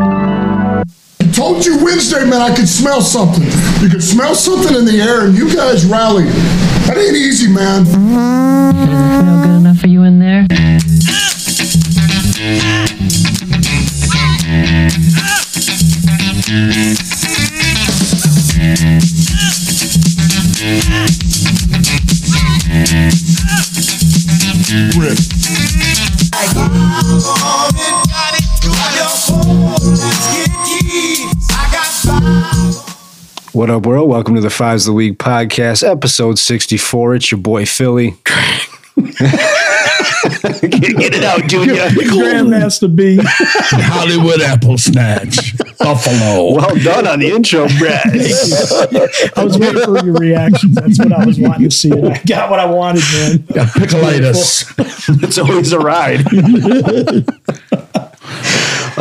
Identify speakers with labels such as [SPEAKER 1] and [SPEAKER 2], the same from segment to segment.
[SPEAKER 1] I told you Wednesday, man, I could smell something. You could smell something in the air, and you guys rallied. That ain't easy, man.
[SPEAKER 2] Doesn't feel good enough for you in there?
[SPEAKER 1] Rip.
[SPEAKER 3] What up, world? Welcome to the Fives the Week podcast, episode 64. It's your boy, Philly.
[SPEAKER 4] Get it out, Junior.
[SPEAKER 5] Grandmaster B.
[SPEAKER 6] Hollywood apple snatch, buffalo.
[SPEAKER 4] Well done on the intro, Brad.
[SPEAKER 5] I was waiting for your reaction. That's what I was wanting to see. And I got what I wanted, man.
[SPEAKER 6] Piccolitis.
[SPEAKER 4] it's always a ride.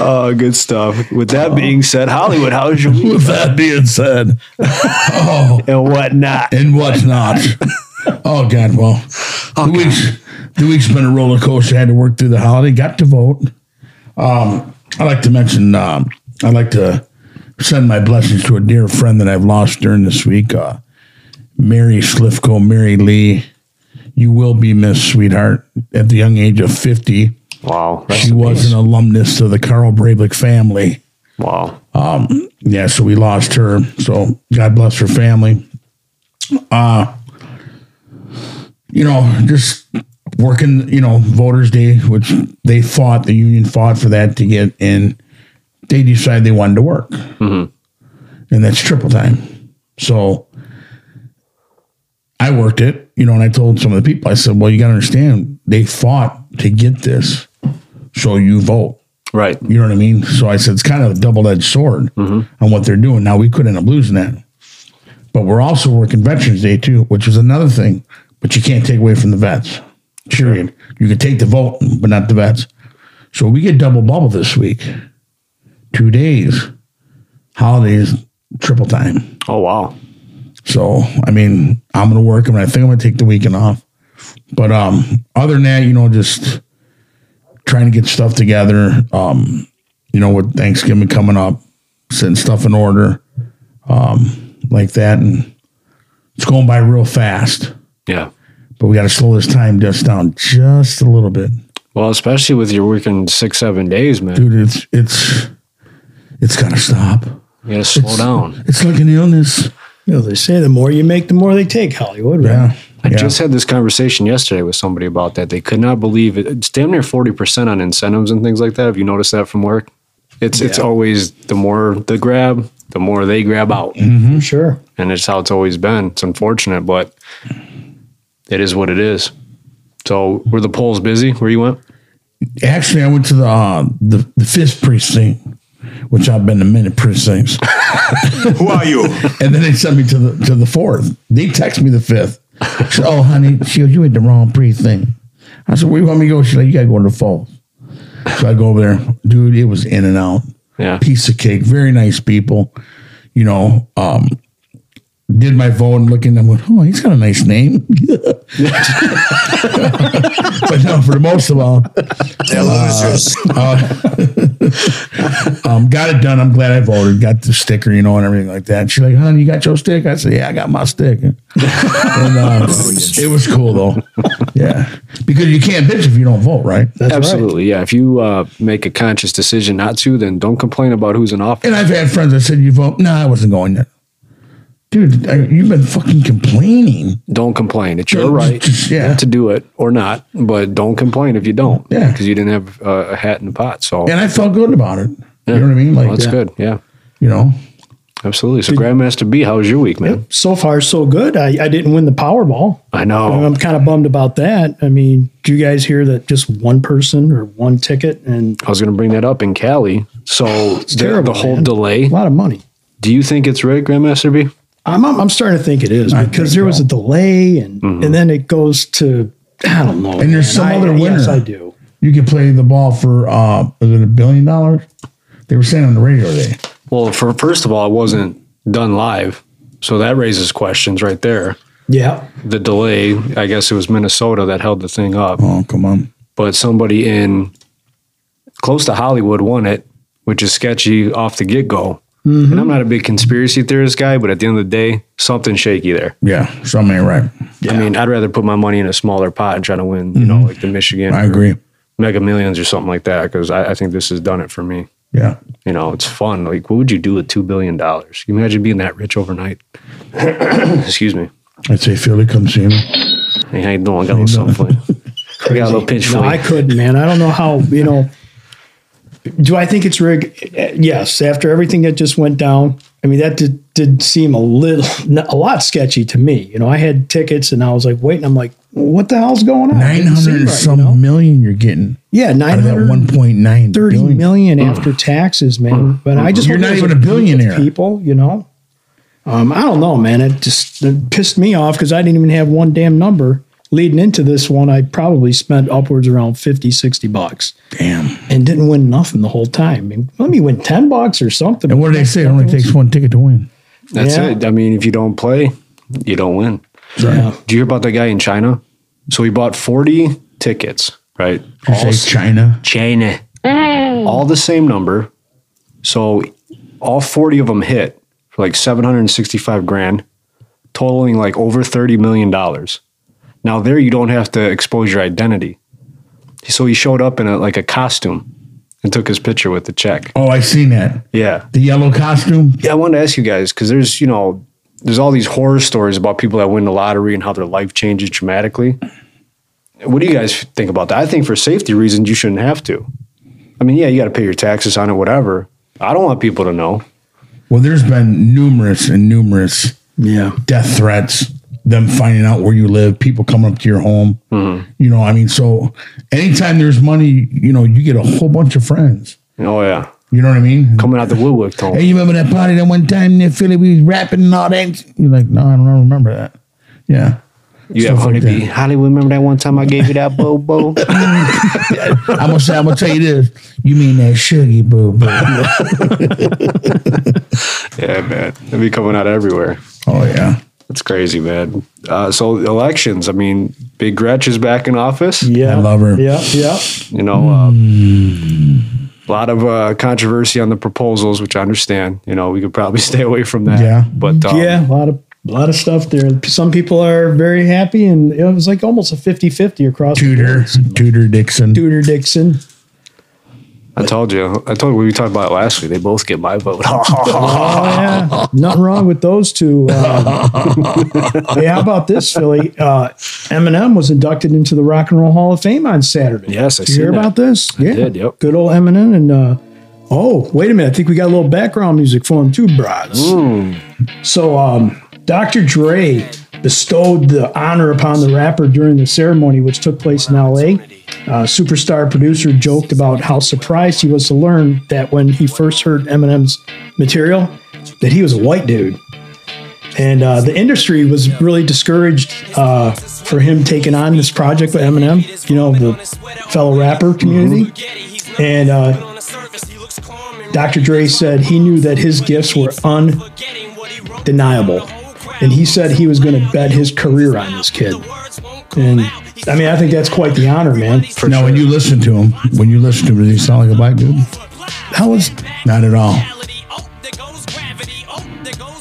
[SPEAKER 3] Oh, good stuff. With that being said, Hollywood, how's your week
[SPEAKER 6] With that being said, oh,
[SPEAKER 3] and whatnot?
[SPEAKER 6] and what's not? Oh God, well, the week's the week's been a roller coaster. I had to work through the holiday. Got to vote. Um, I like to mention. Um, I like to send my blessings to a dear friend that I've lost during this week. Uh, Mary Slifko, Mary Lee. You will be missed, sweetheart. At the young age of fifty,
[SPEAKER 4] Wow.
[SPEAKER 6] she was an alumnus of the Carl Brablick family. Um,
[SPEAKER 4] Wow.
[SPEAKER 6] yeah, so we lost her. So God bless her family. Uh you know, just working, you know, voters day, which they fought, the union fought for that to get in. They decided they wanted to work. And that's triple time. So I worked it, you know, and I told some of the people, I said, well, you got to understand, they fought to get this. So you vote.
[SPEAKER 3] Right.
[SPEAKER 6] You know what I mean? So I said it's kind of a double edged sword on what they're doing. Now we could end up losing that. But we're also working Veterans Day too, which is another thing. But you can't take away from the vets. Period. You can take the vote, but not the vets. So we get double bubble this week. Two days. Holidays, triple time.
[SPEAKER 4] Oh, wow.
[SPEAKER 6] So I mean, I'm gonna work and I think I'm gonna take the weekend off. But um other than that, you know, just trying to get stuff together. Um, you know, with Thanksgiving coming up, setting stuff in order, um, like that. And it's going by real fast.
[SPEAKER 3] Yeah.
[SPEAKER 6] But we gotta slow this time just down just a little bit.
[SPEAKER 3] Well, especially with your working six, seven days, man.
[SPEAKER 6] Dude, it's it's it's gotta stop.
[SPEAKER 3] You gotta slow down.
[SPEAKER 6] It's like an illness.
[SPEAKER 5] You know, they say the more you make, the more they take, Hollywood, right?
[SPEAKER 6] Yeah.
[SPEAKER 3] I
[SPEAKER 6] yeah.
[SPEAKER 3] just had this conversation yesterday with somebody about that. They could not believe it. It's damn near 40% on incentives and things like that. Have you noticed that from work? It's it's always the more the grab, the more they grab out.
[SPEAKER 5] For Mm-hmm. sure.
[SPEAKER 3] and it's how it's always been. It's unfortunate, but it is what it is. So were the polls busy where you went?
[SPEAKER 6] Actually, I went to the uh, the, the fifth precinct, which I've been to many precincts,
[SPEAKER 4] Who are you?
[SPEAKER 6] and then they sent me to the to the fourth. They text me the fifth. Said, oh, honey, she goes, you went the wrong precinct. I said, where you want me to go? She's like, you gotta go to the fourth. So I go over there, dude. It was in and out,
[SPEAKER 3] Yeah.
[SPEAKER 6] piece of cake. Very nice people, you know. Um, did my vote and looking, I'm going, oh, he's got a nice name. but no, for the most of all, uh,
[SPEAKER 4] They're losers.
[SPEAKER 6] um, got it done. I'm glad I voted. Got the sticker, you know, and everything like that. And she's like, "Honey, you got your stick?" I said, "Yeah, I got my stick." and
[SPEAKER 4] Oh,
[SPEAKER 6] uh, it was cool though. Yeah, because you can't bitch if you don't vote, right?
[SPEAKER 3] Absolutely. Yeah. If you uh, make a conscious decision not to, then don't complain about who's in office.
[SPEAKER 6] And I've had friends that said, "You vote?" No, I wasn't going there. Dude, I, you've been fucking complaining.
[SPEAKER 3] Don't complain. It's your right
[SPEAKER 6] Yeah.
[SPEAKER 3] to do it or not, but don't complain if you don't.
[SPEAKER 6] Yeah.
[SPEAKER 3] Because you didn't have uh, a hat in the pot. So
[SPEAKER 6] And I felt good about it.
[SPEAKER 3] yeah.
[SPEAKER 6] You know what I mean? Like,
[SPEAKER 3] Well, that's good. Yeah.
[SPEAKER 6] you know,
[SPEAKER 3] Absolutely. So Grandmaster B, how was your week, man?
[SPEAKER 5] So far, so good. I, I didn't win the Powerball.
[SPEAKER 3] I know.
[SPEAKER 5] I'm kind of bummed about that. I mean, do you guys hear that just one person or one ticket and
[SPEAKER 3] I was going to bring that up in Cali. So the,
[SPEAKER 5] terrible,
[SPEAKER 3] the whole
[SPEAKER 5] man.
[SPEAKER 3] delay.
[SPEAKER 5] a lot of money?
[SPEAKER 3] Do you think it's rigged, Grandmaster B?
[SPEAKER 5] I'm, I'm, I'm starting to think Mm-hmm. it is because there was a delay and, and then it goes to, I don't know.
[SPEAKER 6] And there's some
[SPEAKER 5] I-
[SPEAKER 6] other
[SPEAKER 5] Yes, I
[SPEAKER 6] winner.
[SPEAKER 5] do.
[SPEAKER 6] you can play the ball for uh, is it a billion dollars? They were saying on the radio today.
[SPEAKER 3] Well, for first of all, it wasn't done live, so that raises questions right there.
[SPEAKER 5] Yeah.
[SPEAKER 3] The delay, I guess it was Minnesota that held the thing up,
[SPEAKER 6] Oh, come on.
[SPEAKER 3] but somebody in Close to Hollywood won it, which is sketchy off the get go. And
[SPEAKER 5] Mm-hmm.
[SPEAKER 3] I'm not a big conspiracy theorist guy, but at the end of the day, something shaky there.
[SPEAKER 6] Yeah, something ain't right.
[SPEAKER 3] I mean, I'd rather put my money in a smaller pot and try to win, you know,
[SPEAKER 5] Mm-hmm.
[SPEAKER 3] like the Michigan
[SPEAKER 6] I
[SPEAKER 3] or
[SPEAKER 6] agree.
[SPEAKER 3] Mega Millions or something like that, because I, I think this has done it for me.
[SPEAKER 6] Yeah.
[SPEAKER 3] You know, it's fun. Like, what would you do with $2 billion? Can you imagine being that rich overnight? Excuse me.
[SPEAKER 6] I'd say Philly, come see me.
[SPEAKER 3] Hey, how you doing? I got a little something for you. I got a little pinch
[SPEAKER 5] No,
[SPEAKER 3] for
[SPEAKER 5] I
[SPEAKER 3] you.
[SPEAKER 5] couldn't, man. I don't know how, you know. Do I think it's rigged? Eh, Yes. After everything that just went down, I mean, that did, did seem a little, a lot sketchy to me. You know, I had tickets and I was like, waiting. I'm like, what the hell's going on?
[SPEAKER 6] Nine
[SPEAKER 5] Didn't seem
[SPEAKER 6] hundred and
[SPEAKER 5] right,
[SPEAKER 6] some
[SPEAKER 5] you know?
[SPEAKER 6] million you're getting
[SPEAKER 5] Yeah,
[SPEAKER 6] out of that
[SPEAKER 5] 900
[SPEAKER 6] one point nine
[SPEAKER 5] 30
[SPEAKER 6] billion.
[SPEAKER 5] million after taxes, man. But I just
[SPEAKER 6] You're
[SPEAKER 5] hope
[SPEAKER 6] not
[SPEAKER 5] there's
[SPEAKER 6] even a
[SPEAKER 5] group of
[SPEAKER 6] billionaire.
[SPEAKER 5] People, you know. Um, I don't know, man. It just it pissed me off because I didn't even have one damn number leading into this one. I probably spent upwards around 50, 60 bucks
[SPEAKER 6] Damn.
[SPEAKER 5] and didn't win nothing the whole time. I mean, let me win 10 bucks or something.
[SPEAKER 6] And what do they say? It only takes one ticket to win.
[SPEAKER 3] That's
[SPEAKER 5] Yeah.
[SPEAKER 3] it. I mean, if you don't play, you don't win.
[SPEAKER 5] Yeah.
[SPEAKER 3] Do you hear about that guy in China? So he bought 40 tickets, right?
[SPEAKER 6] You say China.
[SPEAKER 3] China. All the same number. So all 40 of them hit for like 765 grand, totaling like over $30 million. Now, there you don't have to expose your identity. So he showed up in a, like a costume and took his picture with the check.
[SPEAKER 6] Oh, I seen that.
[SPEAKER 3] Yeah.
[SPEAKER 6] The yellow costume.
[SPEAKER 3] Yeah, I wanted to ask you guys because there's, you know, there's all these horror stories about people that win the lottery and how their life changes dramatically. What do you guys think about that? I think for safety reasons, you shouldn't have to. I mean, yeah, you got to pay your taxes on it, whatever. I don't want people to know.
[SPEAKER 6] Well, there's been numerous and numerous
[SPEAKER 5] Yeah.
[SPEAKER 6] death threats, them finding out where you live, people coming up to your home. You know, I mean, so anytime there's money, you know, you get a whole bunch of friends.
[SPEAKER 3] Oh yeah,
[SPEAKER 6] You know what I mean?
[SPEAKER 3] coming out the woodwork, Tom.
[SPEAKER 6] Hey, you remember that party that one time near Philly? We was rapping and all that. You're like, no, I don't remember that. Yeah.
[SPEAKER 3] you have
[SPEAKER 6] stuff like
[SPEAKER 3] honeybee.
[SPEAKER 6] that.
[SPEAKER 3] Hollywood, remember that one time I gave you that bobo?
[SPEAKER 6] I'm gonna say, I'm gonna tell you this. You mean that sugar boo boo?
[SPEAKER 3] yeah, man, it'd be coming out everywhere.
[SPEAKER 6] Oh yeah.
[SPEAKER 3] That's crazy, man. Uh, so elections. I mean, Big Gretch is back in office.
[SPEAKER 5] Yeah.
[SPEAKER 6] I love her.
[SPEAKER 5] Yeah. Yeah.
[SPEAKER 3] you know uh,
[SPEAKER 6] Hmm.
[SPEAKER 3] a lot of uh, controversy on the proposals which i understand you know we could probably stay away from that
[SPEAKER 6] Yeah.
[SPEAKER 3] but um,
[SPEAKER 5] yeah. A lot of, a lot of stuff there. Some people are very happy and it was like almost a 50 50 across the
[SPEAKER 6] Tudor,
[SPEAKER 5] board.
[SPEAKER 6] Tudor Dixon.
[SPEAKER 5] Tudor Dixon.
[SPEAKER 3] i told you i told you we talked about it last week they both get my vote
[SPEAKER 5] Oh, yeah, nothing wrong with those two. Um, hey, how about this, Philly? Uh, Eminem was inducted into the Rock and Roll Hall of Fame on Saturday.
[SPEAKER 3] Yes, I
[SPEAKER 5] Did you hear
[SPEAKER 3] seen
[SPEAKER 5] about this? yeah,
[SPEAKER 3] did, yep.
[SPEAKER 5] Good old Eminem and. Uh, Oh, wait a minute. I think we got a little background music for him too, bros.
[SPEAKER 3] Hmm.
[SPEAKER 5] So, um, Dr. Dre bestowed the honor upon the rapper during the ceremony, which took place in LA. Uh, superstar producer joked about how surprised he was to learn that when he first heard Eminem's material, that he was a white dude. And uh, the industry was really discouraged uh, for him taking on this project with Eminem, you know, the fellow rapper community. And uh, Dr. Dre said he knew that his gifts were undeniable. And he said he was going to bet his career on this kid.
[SPEAKER 3] Mm-hmm.
[SPEAKER 5] And I mean, I think that's quite the honor, man.
[SPEAKER 6] now, when you listen to him, when you listen to him, does he sound like a black dude? That was not at all.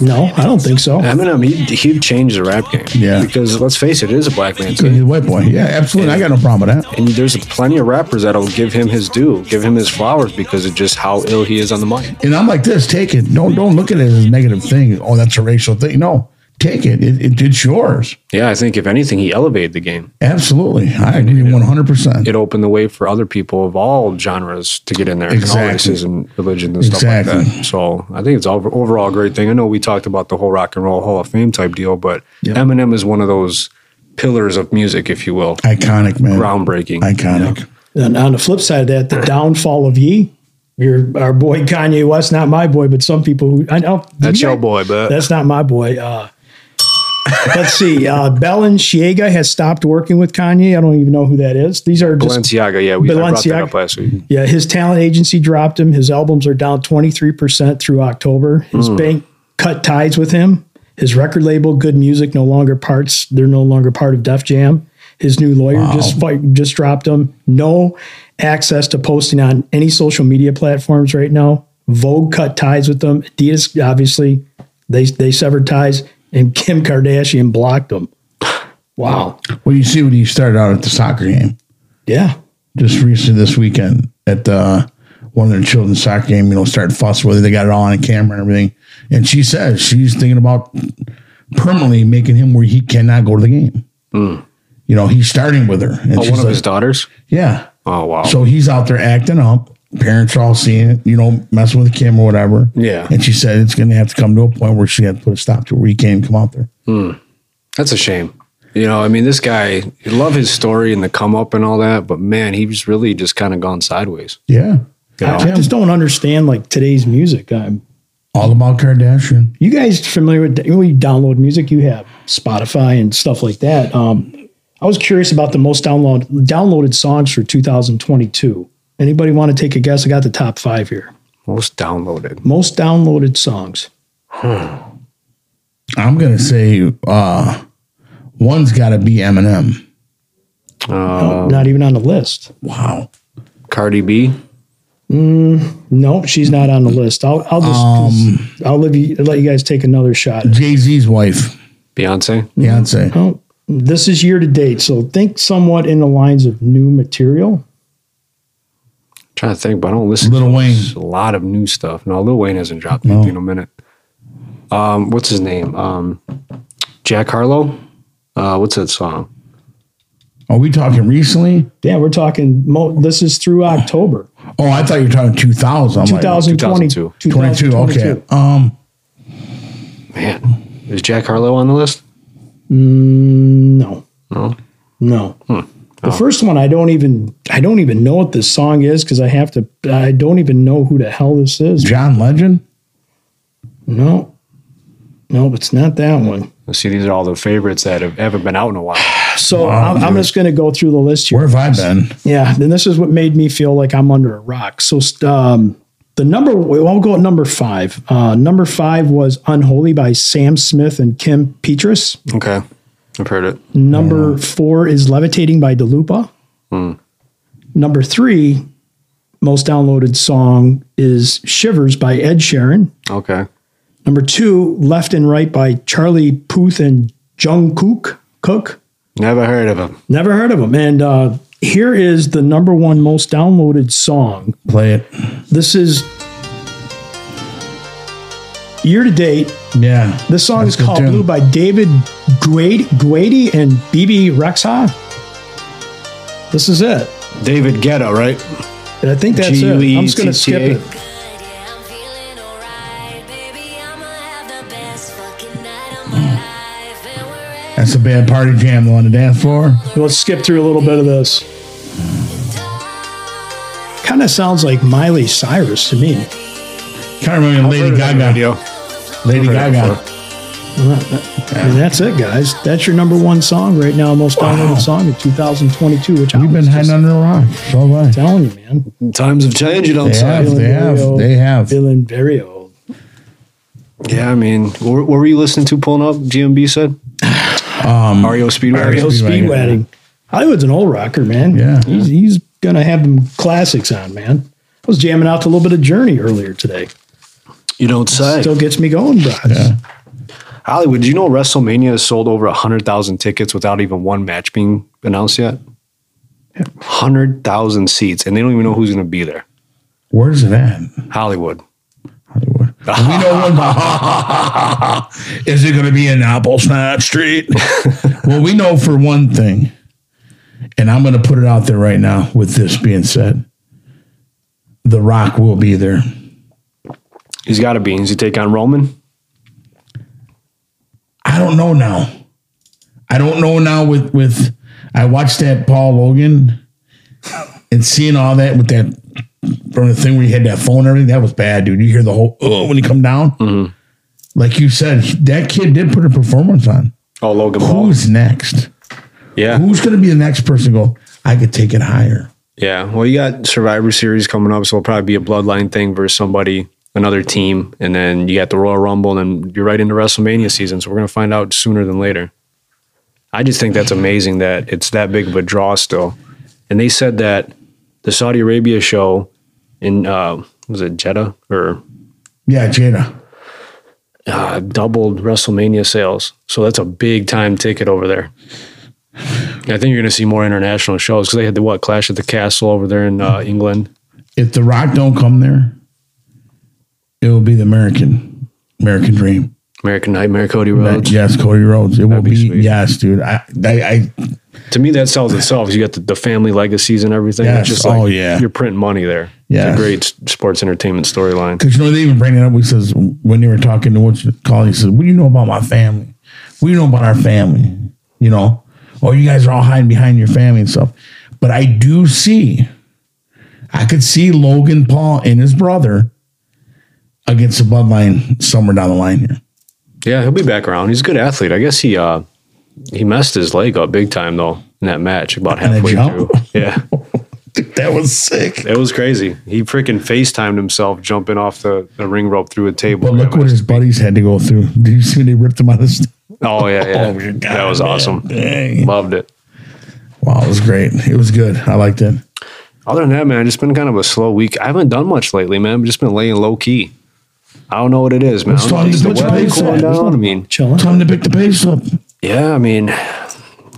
[SPEAKER 5] No, I don't think so.
[SPEAKER 3] eminem he, he changed the rap game
[SPEAKER 6] Yeah.
[SPEAKER 3] because let's face it it is a black man's
[SPEAKER 6] He's
[SPEAKER 3] game
[SPEAKER 6] a white boy. Yeah, absolutely. I got no problem with that.
[SPEAKER 3] and there's plenty of rappers that'll give him his due give him his flowers because of just how ill he is on the mic
[SPEAKER 6] And I'm like this. Take it. Don't don't look at it as a negative thing. Oh, that's a racial thing. No, take it. It, it it's yours.
[SPEAKER 3] yeah i think if anything he elevated the game
[SPEAKER 6] Absolutely. I agree 100. percent
[SPEAKER 3] it opened the way for other people of all genres to get in there, and all
[SPEAKER 6] Exactly.
[SPEAKER 3] races and religions and stuff like
[SPEAKER 6] Exactly.
[SPEAKER 3] that. So I think it's all, overall a great thing. I know we talked about the whole rock and roll Hall of Fame type deal, but Eminem is one of those pillars of music, if you will,
[SPEAKER 6] Iconic man.
[SPEAKER 3] groundbreaking.
[SPEAKER 6] Iconic.
[SPEAKER 5] And on the flip side of that, the downfall of Ye, your our boy Kanye West, not my boy, but some people who I know
[SPEAKER 3] That's your boy, but
[SPEAKER 5] That's not my boy. Uh, let's see. Uh, Belen Shiega has stopped working with Kanye. I don't even know who that is. These are just
[SPEAKER 3] Balenciaga, yeah, we I brought that
[SPEAKER 5] Balenciaga.
[SPEAKER 3] up last week.
[SPEAKER 5] Yeah, his talent agency dropped him. His albums are down 23% through October. His bank cut ties with him. His record label, Good Music, no longer parts. They're no longer part of Def Jam. his new lawyer just fight, just dropped him. No access to posting on any social media platforms right now. Vogue cut ties with them. Adidas obviously they they severed ties, and Kim Kardashian blocked them. Wow.
[SPEAKER 6] Well, you see what he started out at the soccer game
[SPEAKER 5] Yeah.
[SPEAKER 6] just recently this weekend at the one of their children's soccer game. You know, started fussing with it. They got it all on camera and everything. And she says she's thinking about permanently making him where he cannot go to the game. You know, he's starting with her, and
[SPEAKER 3] Hmm. Oh,
[SPEAKER 6] she's
[SPEAKER 3] one of
[SPEAKER 6] like,
[SPEAKER 3] his daughters.
[SPEAKER 6] yeah.
[SPEAKER 3] Oh wow.
[SPEAKER 6] So he's out there acting up. Parents are all seeing it, you know, messing with Kim or whatever.
[SPEAKER 3] Yeah.
[SPEAKER 6] And she said it's going to have to come to a point where she had to put a stop to it, where he can't even come out there.
[SPEAKER 3] That's a shame. You know, I mean, this guy, you love his story and the come up and all that, but man, he's really just kind of gone sideways.
[SPEAKER 6] Yeah.
[SPEAKER 5] I, I
[SPEAKER 6] Kim,
[SPEAKER 5] just don't understand like today's music. i
[SPEAKER 6] all about Kardashian.
[SPEAKER 5] you guys familiar with when you download music? You have Spotify and stuff like that. Um, I was curious about the most download downloaded songs for 2022. Anybody want to take a guess? I got the top five here.
[SPEAKER 3] Most downloaded.
[SPEAKER 5] Most downloaded songs.
[SPEAKER 6] I'm going to say uh, one's got to be Eminem.
[SPEAKER 5] No, Oh, not even on the list.
[SPEAKER 6] Wow.
[SPEAKER 3] Uh, Cardi B.
[SPEAKER 5] No, she's not on the list. I'll, I'll just I'll let you let you guys take another shot.
[SPEAKER 6] Jay Z's wife,
[SPEAKER 3] Beyonce.
[SPEAKER 6] Beyonce.
[SPEAKER 5] No, this is year to date, so think somewhat in the lines of new material.
[SPEAKER 3] trying to think, but I don't listen
[SPEAKER 6] Lil
[SPEAKER 3] to
[SPEAKER 6] Wayne.
[SPEAKER 3] a lot of new stuff. No, Lil Wayne hasn't dropped anything in a minute. Um, what's his name? Um, Jack Harlow. Uh, what's that song?
[SPEAKER 6] Are we talking recently?
[SPEAKER 5] Yeah, we're talking. Mo- this is through October.
[SPEAKER 6] Oh, I thought you were talking 2000. I'm like,
[SPEAKER 5] 2020,
[SPEAKER 3] 2022.
[SPEAKER 6] 22. Okay. Um,
[SPEAKER 3] Man, is Jack Harlow on the list?
[SPEAKER 5] Mm, No. No. No. The first one, I don't even, I don't even know what this song is because I have to, I don't even know who the hell this is.
[SPEAKER 6] John Legend.
[SPEAKER 5] No. No, it's not that one.
[SPEAKER 3] See, these are all the favorites that have haven't been out in a while.
[SPEAKER 5] So I'm, I'm just going to go through the list here.
[SPEAKER 6] Where have I been?
[SPEAKER 5] Yeah, and this is what made me feel like I'm under a rock. So um, the number, well, I'll go at number five. Uh, number five was "Unholy" by Sam Smith and Kim Petras.
[SPEAKER 3] Okay, I've heard it.
[SPEAKER 5] Number four is Levitating by DeLupa. Number three, most downloaded song is Shivers by Ed Sheeran.
[SPEAKER 3] Okay,
[SPEAKER 5] Number two, Left and Right by Charlie Puth and Jungkook. Cook.
[SPEAKER 3] never heard of him.
[SPEAKER 5] Never heard of them. And uh, here is the number one most downloaded song.
[SPEAKER 6] Play it.
[SPEAKER 5] This is year to date.
[SPEAKER 6] Yeah.
[SPEAKER 5] This song
[SPEAKER 6] That's
[SPEAKER 5] is
[SPEAKER 6] a good
[SPEAKER 5] called
[SPEAKER 6] tune.
[SPEAKER 5] Blue by David Guade- Guady and BB Rexa. This is it.
[SPEAKER 3] David Guetta, right?
[SPEAKER 5] And I think that's it. I'm just going to skip
[SPEAKER 6] E
[SPEAKER 3] G-U-E-T-T-A.
[SPEAKER 5] it.
[SPEAKER 7] Yeah, I'm feeling alright. Baby, I'ma have the best fucking night of my life. And we're
[SPEAKER 6] That's a bad party jam though, on the dance floor.
[SPEAKER 5] Let's skip through a little bit of this. Kind of sounds like Miley Cyrus to me.
[SPEAKER 6] Kind of remember Lady Gaga.
[SPEAKER 3] Video.
[SPEAKER 6] Lady
[SPEAKER 3] Heard it
[SPEAKER 6] Gaga.
[SPEAKER 5] And that's it, guys. That's your number one song right now, most downloaded song of 2022, which I've
[SPEAKER 6] We've been hiding under a rock. So have I.
[SPEAKER 5] telling you, man.
[SPEAKER 3] Times have changed
[SPEAKER 6] They
[SPEAKER 3] outside.
[SPEAKER 6] have. They have. They have.
[SPEAKER 5] Feeling very old.
[SPEAKER 3] Yeah, I mean, what, what were you listening to pulling up? GMB said. Um, Mario Speedwagon.
[SPEAKER 6] Ario
[SPEAKER 5] Speed,
[SPEAKER 6] Speedwagon.
[SPEAKER 5] Wedding. Hollywood's an old rocker, man.
[SPEAKER 6] Yeah.
[SPEAKER 5] He's, he's going to have them classics on, man. I was jamming out to a little bit of Journey earlier today.
[SPEAKER 3] You don't say.
[SPEAKER 5] Still gets me going, bro.
[SPEAKER 6] Yeah.
[SPEAKER 3] Hollywood, do you know WrestleMania has sold over 100,000 tickets without even one match being announced yet? 100,000 seats, and they don't even know who's going to be there.
[SPEAKER 6] Where's it at?
[SPEAKER 3] Hollywood.
[SPEAKER 6] Hollywood. we know one. Is it going to be in Apple Snap Street? well, we know for one thing, and I'm going to put it out there right now. With this being said, The Rock will be there.
[SPEAKER 3] He's got to be. Is he take on Roman?
[SPEAKER 6] I don't know now. I don't know now with with I watched that Paul Logan and seeing all that with that from the thing where he had that phone and everything, that was bad, dude. You hear the whole oh when he come down. Like you said, that kid did put a performance on.
[SPEAKER 3] Oh, Logan Paul.
[SPEAKER 6] Who's next?
[SPEAKER 3] Yeah.
[SPEAKER 6] Who's gonna be the next person to go, I could take it higher?
[SPEAKER 3] Yeah. Well, you got Survivor Series coming up, so it'll probably be a bloodline thing versus somebody, another team. And then you got the Royal Rumble, and then you're right into WrestleMania season. So we're going to find out sooner than later. I just think that's amazing that it's that big of a draw still. And they said that the Saudi Arabia show in uh, was it Jeddah or
[SPEAKER 6] Yeah, Jada.
[SPEAKER 3] uh, doubled WrestleMania sales. So that's a big time ticket over there. I think you're going to see more international shows because they had the what Clash at the Castle over there in uh, England.
[SPEAKER 6] If The Rock don't come there, it will be the American American Dream.
[SPEAKER 3] American Nightmare, Cody
[SPEAKER 6] That-
[SPEAKER 3] Rhodes.
[SPEAKER 6] yes, Cody Rhodes. It will
[SPEAKER 3] That'd be
[SPEAKER 6] be,
[SPEAKER 3] sweet.
[SPEAKER 6] yes, dude. I, I, I
[SPEAKER 3] To me, that sells itself. 'cause You got the, the family legacies and everything.
[SPEAKER 6] Yes.
[SPEAKER 3] It's just
[SPEAKER 6] Oh,
[SPEAKER 3] like
[SPEAKER 6] yeah.
[SPEAKER 3] you're printing money there.
[SPEAKER 6] Yes.
[SPEAKER 3] It's a great s- sports entertainment storyline.
[SPEAKER 6] Because you know they even bring it up. He says when they were talking to what's it called, he says, "What do you know about my family? What do you know about our family? You know, oh, you guys are all hiding behind your family and stuff." But I do see, I could see Logan Paul and his brother against the bloodline somewhere down the line here.
[SPEAKER 3] Yeah, he'll be back around. He's a good athlete. I guess he uh, he messed his leg up big time though in that match about
[SPEAKER 6] that
[SPEAKER 3] halfway
[SPEAKER 6] jump?
[SPEAKER 3] through. Yeah.
[SPEAKER 6] That was sick.
[SPEAKER 3] It was crazy. He freaking FaceTimed himself jumping off the, the ring rope through a table.
[SPEAKER 6] But look what his buddies had to go through. Did you see when they ripped him out of the?
[SPEAKER 3] oh, yeah, yeah.
[SPEAKER 6] Oh, God,
[SPEAKER 3] that was
[SPEAKER 6] man.
[SPEAKER 3] awesome.
[SPEAKER 6] Dang.
[SPEAKER 3] Loved it.
[SPEAKER 6] Wow, it was great. It was good. I liked it.
[SPEAKER 3] Other than that, man, it's been kind of a slow week. I haven't done much lately, man. I've just been laying low key. I don't know what it is, man.
[SPEAKER 6] What's
[SPEAKER 3] I don't
[SPEAKER 6] wrong-
[SPEAKER 3] know if it's the
[SPEAKER 6] what's wrong
[SPEAKER 3] weather
[SPEAKER 6] with
[SPEAKER 3] cooling
[SPEAKER 5] that?
[SPEAKER 3] down. I mean,
[SPEAKER 5] Chilling.
[SPEAKER 6] Time to pick the pace up.
[SPEAKER 3] yeah, I mean,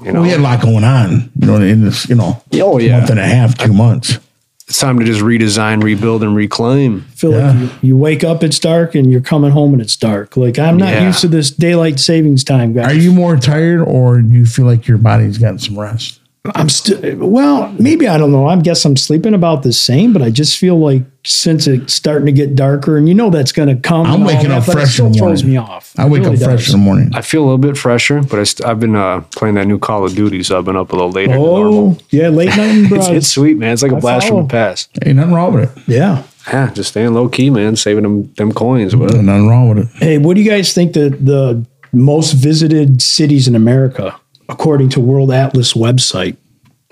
[SPEAKER 3] you know,
[SPEAKER 6] We had a lot going on. You know, in this, you know,
[SPEAKER 3] oh,
[SPEAKER 6] month
[SPEAKER 3] yeah.
[SPEAKER 6] and a half, two months.
[SPEAKER 3] It's time to just redesign, rebuild, and reclaim.
[SPEAKER 5] feel like you, you wake up, it's dark, and you're coming home and it's dark. Like I'm not
[SPEAKER 3] Yeah.
[SPEAKER 5] used to this daylight savings time, guys.
[SPEAKER 6] Are you more tired or do you feel like your body's gotten some rest?
[SPEAKER 5] I'm still well, maybe I don't know. I guess I'm sleeping about the same, but I just feel like since it's starting to get darker, and you know that's going to come.
[SPEAKER 6] I'm
[SPEAKER 5] and all
[SPEAKER 6] waking
[SPEAKER 5] that,
[SPEAKER 6] up
[SPEAKER 5] but it
[SPEAKER 6] fresh in the
[SPEAKER 5] still throws
[SPEAKER 6] morning.
[SPEAKER 5] me off.
[SPEAKER 6] I wake
[SPEAKER 5] It really
[SPEAKER 6] up fresh
[SPEAKER 5] does.
[SPEAKER 6] in the morning.
[SPEAKER 3] I feel a little bit fresher, but I st- I've been uh, playing that new Call of Duty, so I've been up a little later than normal.
[SPEAKER 5] Oh yeah, late night and
[SPEAKER 3] It's, it's
[SPEAKER 5] broads.
[SPEAKER 3] sweet, man. It's like a
[SPEAKER 5] I
[SPEAKER 3] blast from
[SPEAKER 5] follow.
[SPEAKER 3] the past.
[SPEAKER 6] Ain't nothing wrong with it.
[SPEAKER 5] yeah.
[SPEAKER 3] Yeah, just staying low key, man. Saving them them coins. But
[SPEAKER 6] Ain't nothing wrong with it.
[SPEAKER 5] Hey, what do you guys think the the most visited cities in America, according to World Atlas website?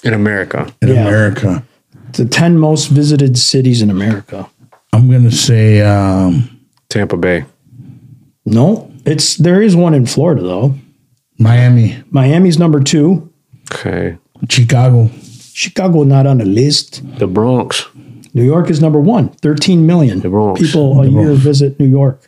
[SPEAKER 3] in America,
[SPEAKER 6] In
[SPEAKER 5] Yeah.
[SPEAKER 6] America,
[SPEAKER 5] The ten most visited cities in America.
[SPEAKER 6] I'm going to say um,
[SPEAKER 3] Tampa Bay.
[SPEAKER 5] No, it's there is one in Florida though.
[SPEAKER 6] Miami,
[SPEAKER 5] Miami's number two.
[SPEAKER 3] Okay,
[SPEAKER 6] Chicago,
[SPEAKER 5] Chicago not on the list.
[SPEAKER 3] the Bronx.
[SPEAKER 5] New York is number one. Thirteen million
[SPEAKER 3] Bronx.
[SPEAKER 5] people a year visit New York.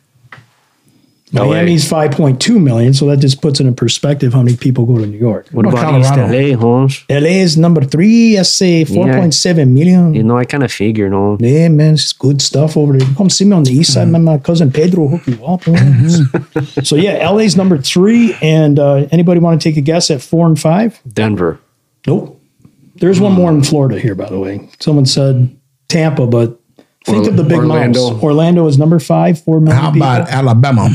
[SPEAKER 3] LA.
[SPEAKER 5] Miami's five point two million, so that just puts it in perspective how many people go to New York.
[SPEAKER 3] What
[SPEAKER 6] about Colorado?
[SPEAKER 3] East LA, Holmes?
[SPEAKER 5] LA is number three. I say four point seven million.
[SPEAKER 3] You know, I kind of figure, no.
[SPEAKER 5] Yeah, man, it's good stuff over there. Come see me on the east side, man. My cousin Pedro hook you up. man. so yeah, LA's number three. And uh, anybody want to take a guess at four and five?
[SPEAKER 3] Denver.
[SPEAKER 5] Nope. Mm. There's one more in Florida here, by the way. Someone said Tampa, but think
[SPEAKER 3] Or-
[SPEAKER 5] of the big
[SPEAKER 3] Orlando.
[SPEAKER 5] moms. Orlando is number five, four million
[SPEAKER 6] how
[SPEAKER 5] people.
[SPEAKER 6] about Alabama?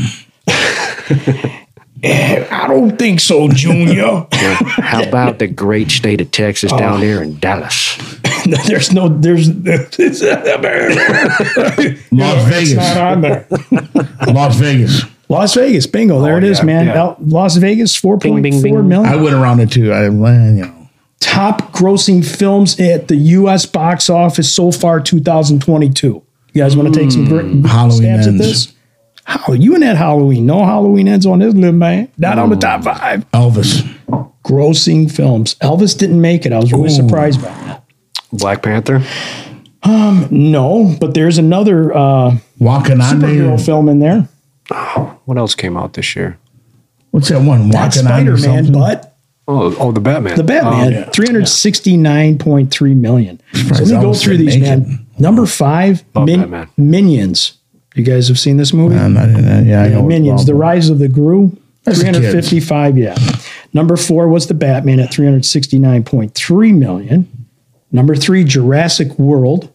[SPEAKER 5] I don't think so, Junior.
[SPEAKER 3] How about the great state of Texas down there in Dallas?
[SPEAKER 5] there's no, there's, it's
[SPEAKER 6] Las
[SPEAKER 5] not
[SPEAKER 6] Vegas.
[SPEAKER 5] on there. Oh,
[SPEAKER 6] Las Vegas.
[SPEAKER 5] Las Vegas, bingo. There it is,
[SPEAKER 3] yeah,
[SPEAKER 5] man.
[SPEAKER 3] yeah.
[SPEAKER 5] Out- Las Vegas, four point four million.
[SPEAKER 3] bing, bing.
[SPEAKER 6] I went around it too. I, you know,
[SPEAKER 5] top grossing films at the U.S. box office so far 2022. You guys want to take some gr-
[SPEAKER 6] Mm. Halloween
[SPEAKER 5] stabs at
[SPEAKER 6] ends.
[SPEAKER 5] this? How you and that Halloween? No Halloween ends on this little man. Not on the top five
[SPEAKER 6] Elvis.
[SPEAKER 5] grossing films. Elvis didn't make it. I was really
[SPEAKER 6] Ooh.
[SPEAKER 5] surprised by that.
[SPEAKER 3] Um, Black Panther.
[SPEAKER 5] No, but there's another uh, superhero
[SPEAKER 6] Wakananda.
[SPEAKER 5] film in there.
[SPEAKER 3] What else came out this year?
[SPEAKER 6] What's that one?
[SPEAKER 5] Not
[SPEAKER 6] Wakananda. or
[SPEAKER 5] Spider-Man,
[SPEAKER 6] something? Oh,
[SPEAKER 5] but
[SPEAKER 3] Oh, oh, the Batman.
[SPEAKER 5] the Batman.
[SPEAKER 3] Oh,
[SPEAKER 6] yeah.
[SPEAKER 5] 369.3 million. So let me go
[SPEAKER 6] Elvis
[SPEAKER 5] through
[SPEAKER 6] didn't
[SPEAKER 5] these,
[SPEAKER 6] make
[SPEAKER 5] man. Number five,
[SPEAKER 3] Love
[SPEAKER 5] Min-
[SPEAKER 3] Batman.
[SPEAKER 5] Minions. You guys have seen this movie?
[SPEAKER 6] I'm not in that. Yeah, I know. it's
[SPEAKER 5] Minions,
[SPEAKER 6] wrong.
[SPEAKER 5] The Rise of the Gru,
[SPEAKER 6] That's the kids.
[SPEAKER 5] 355, yeah. Number four was The Batman at 369.3 million. Number three, Jurassic World,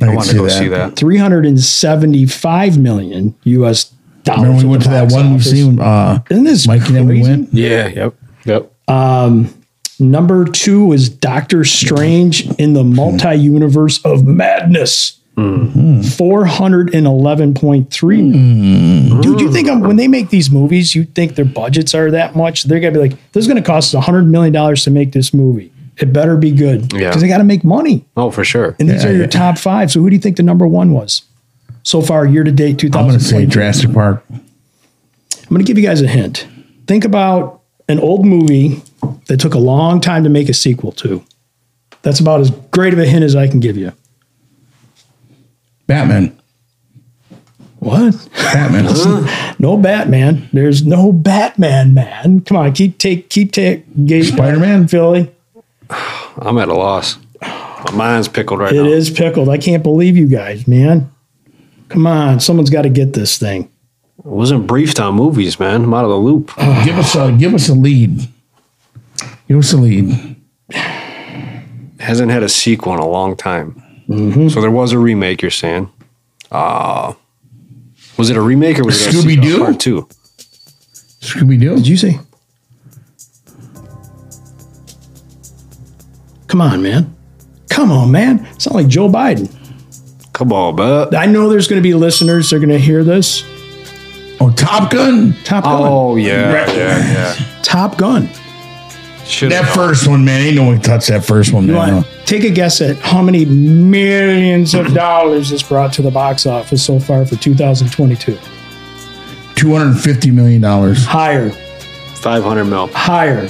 [SPEAKER 6] I,
[SPEAKER 3] I
[SPEAKER 6] can
[SPEAKER 3] want to go see that.
[SPEAKER 5] 375 million US dollars.
[SPEAKER 6] Remember
[SPEAKER 5] at
[SPEAKER 6] we went
[SPEAKER 5] the
[SPEAKER 6] to that
[SPEAKER 5] box
[SPEAKER 6] one
[SPEAKER 5] office.
[SPEAKER 6] museum, uh,
[SPEAKER 5] Isn't this
[SPEAKER 6] Mike and then we
[SPEAKER 5] crazy?
[SPEAKER 6] went.
[SPEAKER 3] Yeah. Yep. Yep.
[SPEAKER 5] Number two is Doctor Strange in the multi universe of madness. 411.3
[SPEAKER 6] Hmm.
[SPEAKER 5] Dude, you think I'm, when they make these movies, you think their budgets are that much? They're going to be like, this is going to cost us $100 million to make this movie. It better be good because
[SPEAKER 3] Yeah.
[SPEAKER 5] they got to make money.
[SPEAKER 3] Oh, for sure.
[SPEAKER 5] And these are your top five. So who do you think the number one was so far, year to date
[SPEAKER 6] I'm going to
[SPEAKER 5] 2020?
[SPEAKER 6] say Jurassic Park.
[SPEAKER 5] I'm going to give you guys a hint. Think about an old movie They took a long time to make a sequel to. That's about as great of a hint as I can give you.
[SPEAKER 6] Batman.
[SPEAKER 5] What?
[SPEAKER 6] Batman.
[SPEAKER 5] No Batman. There's no Batman, man. Come on, keep take keep take
[SPEAKER 6] Spider-Man?
[SPEAKER 5] Philly.
[SPEAKER 3] I'm at a loss. My mind's pickled right
[SPEAKER 5] It
[SPEAKER 3] now.
[SPEAKER 5] is pickled. I can't believe you guys, man. Come on, someone's got to get this thing.
[SPEAKER 3] I wasn't briefed on movies, man. I'm out of the loop.
[SPEAKER 6] give us a give us a lead. Give us a lead.
[SPEAKER 3] Hasn't had a sequel in a long time.
[SPEAKER 5] Mm-hmm.
[SPEAKER 3] So there was a remake. You're saying? Ah, was it a remake or was it a sequel?
[SPEAKER 6] Scooby-Doo?
[SPEAKER 3] Part two?
[SPEAKER 6] Scooby Doo.
[SPEAKER 5] Did you say? Come on, man. Come on, man. It's not like Joe Biden.
[SPEAKER 3] Come on, bud.
[SPEAKER 5] I know there's going to be listeners. They're going to hear this.
[SPEAKER 6] Oh, Top Gun.
[SPEAKER 5] Top Gun.
[SPEAKER 3] Oh yeah, yeah,
[SPEAKER 5] Top Gun.
[SPEAKER 3] yeah. Should
[SPEAKER 6] That first one, man. Ain't no one touched that first one,
[SPEAKER 5] You
[SPEAKER 6] man.
[SPEAKER 5] want take a guess at how many millions of dollars this brought to the box office so far for 2022?
[SPEAKER 6] Two hundred and fifty million dollars.
[SPEAKER 5] Higher,
[SPEAKER 3] five hundred mil.
[SPEAKER 5] higher.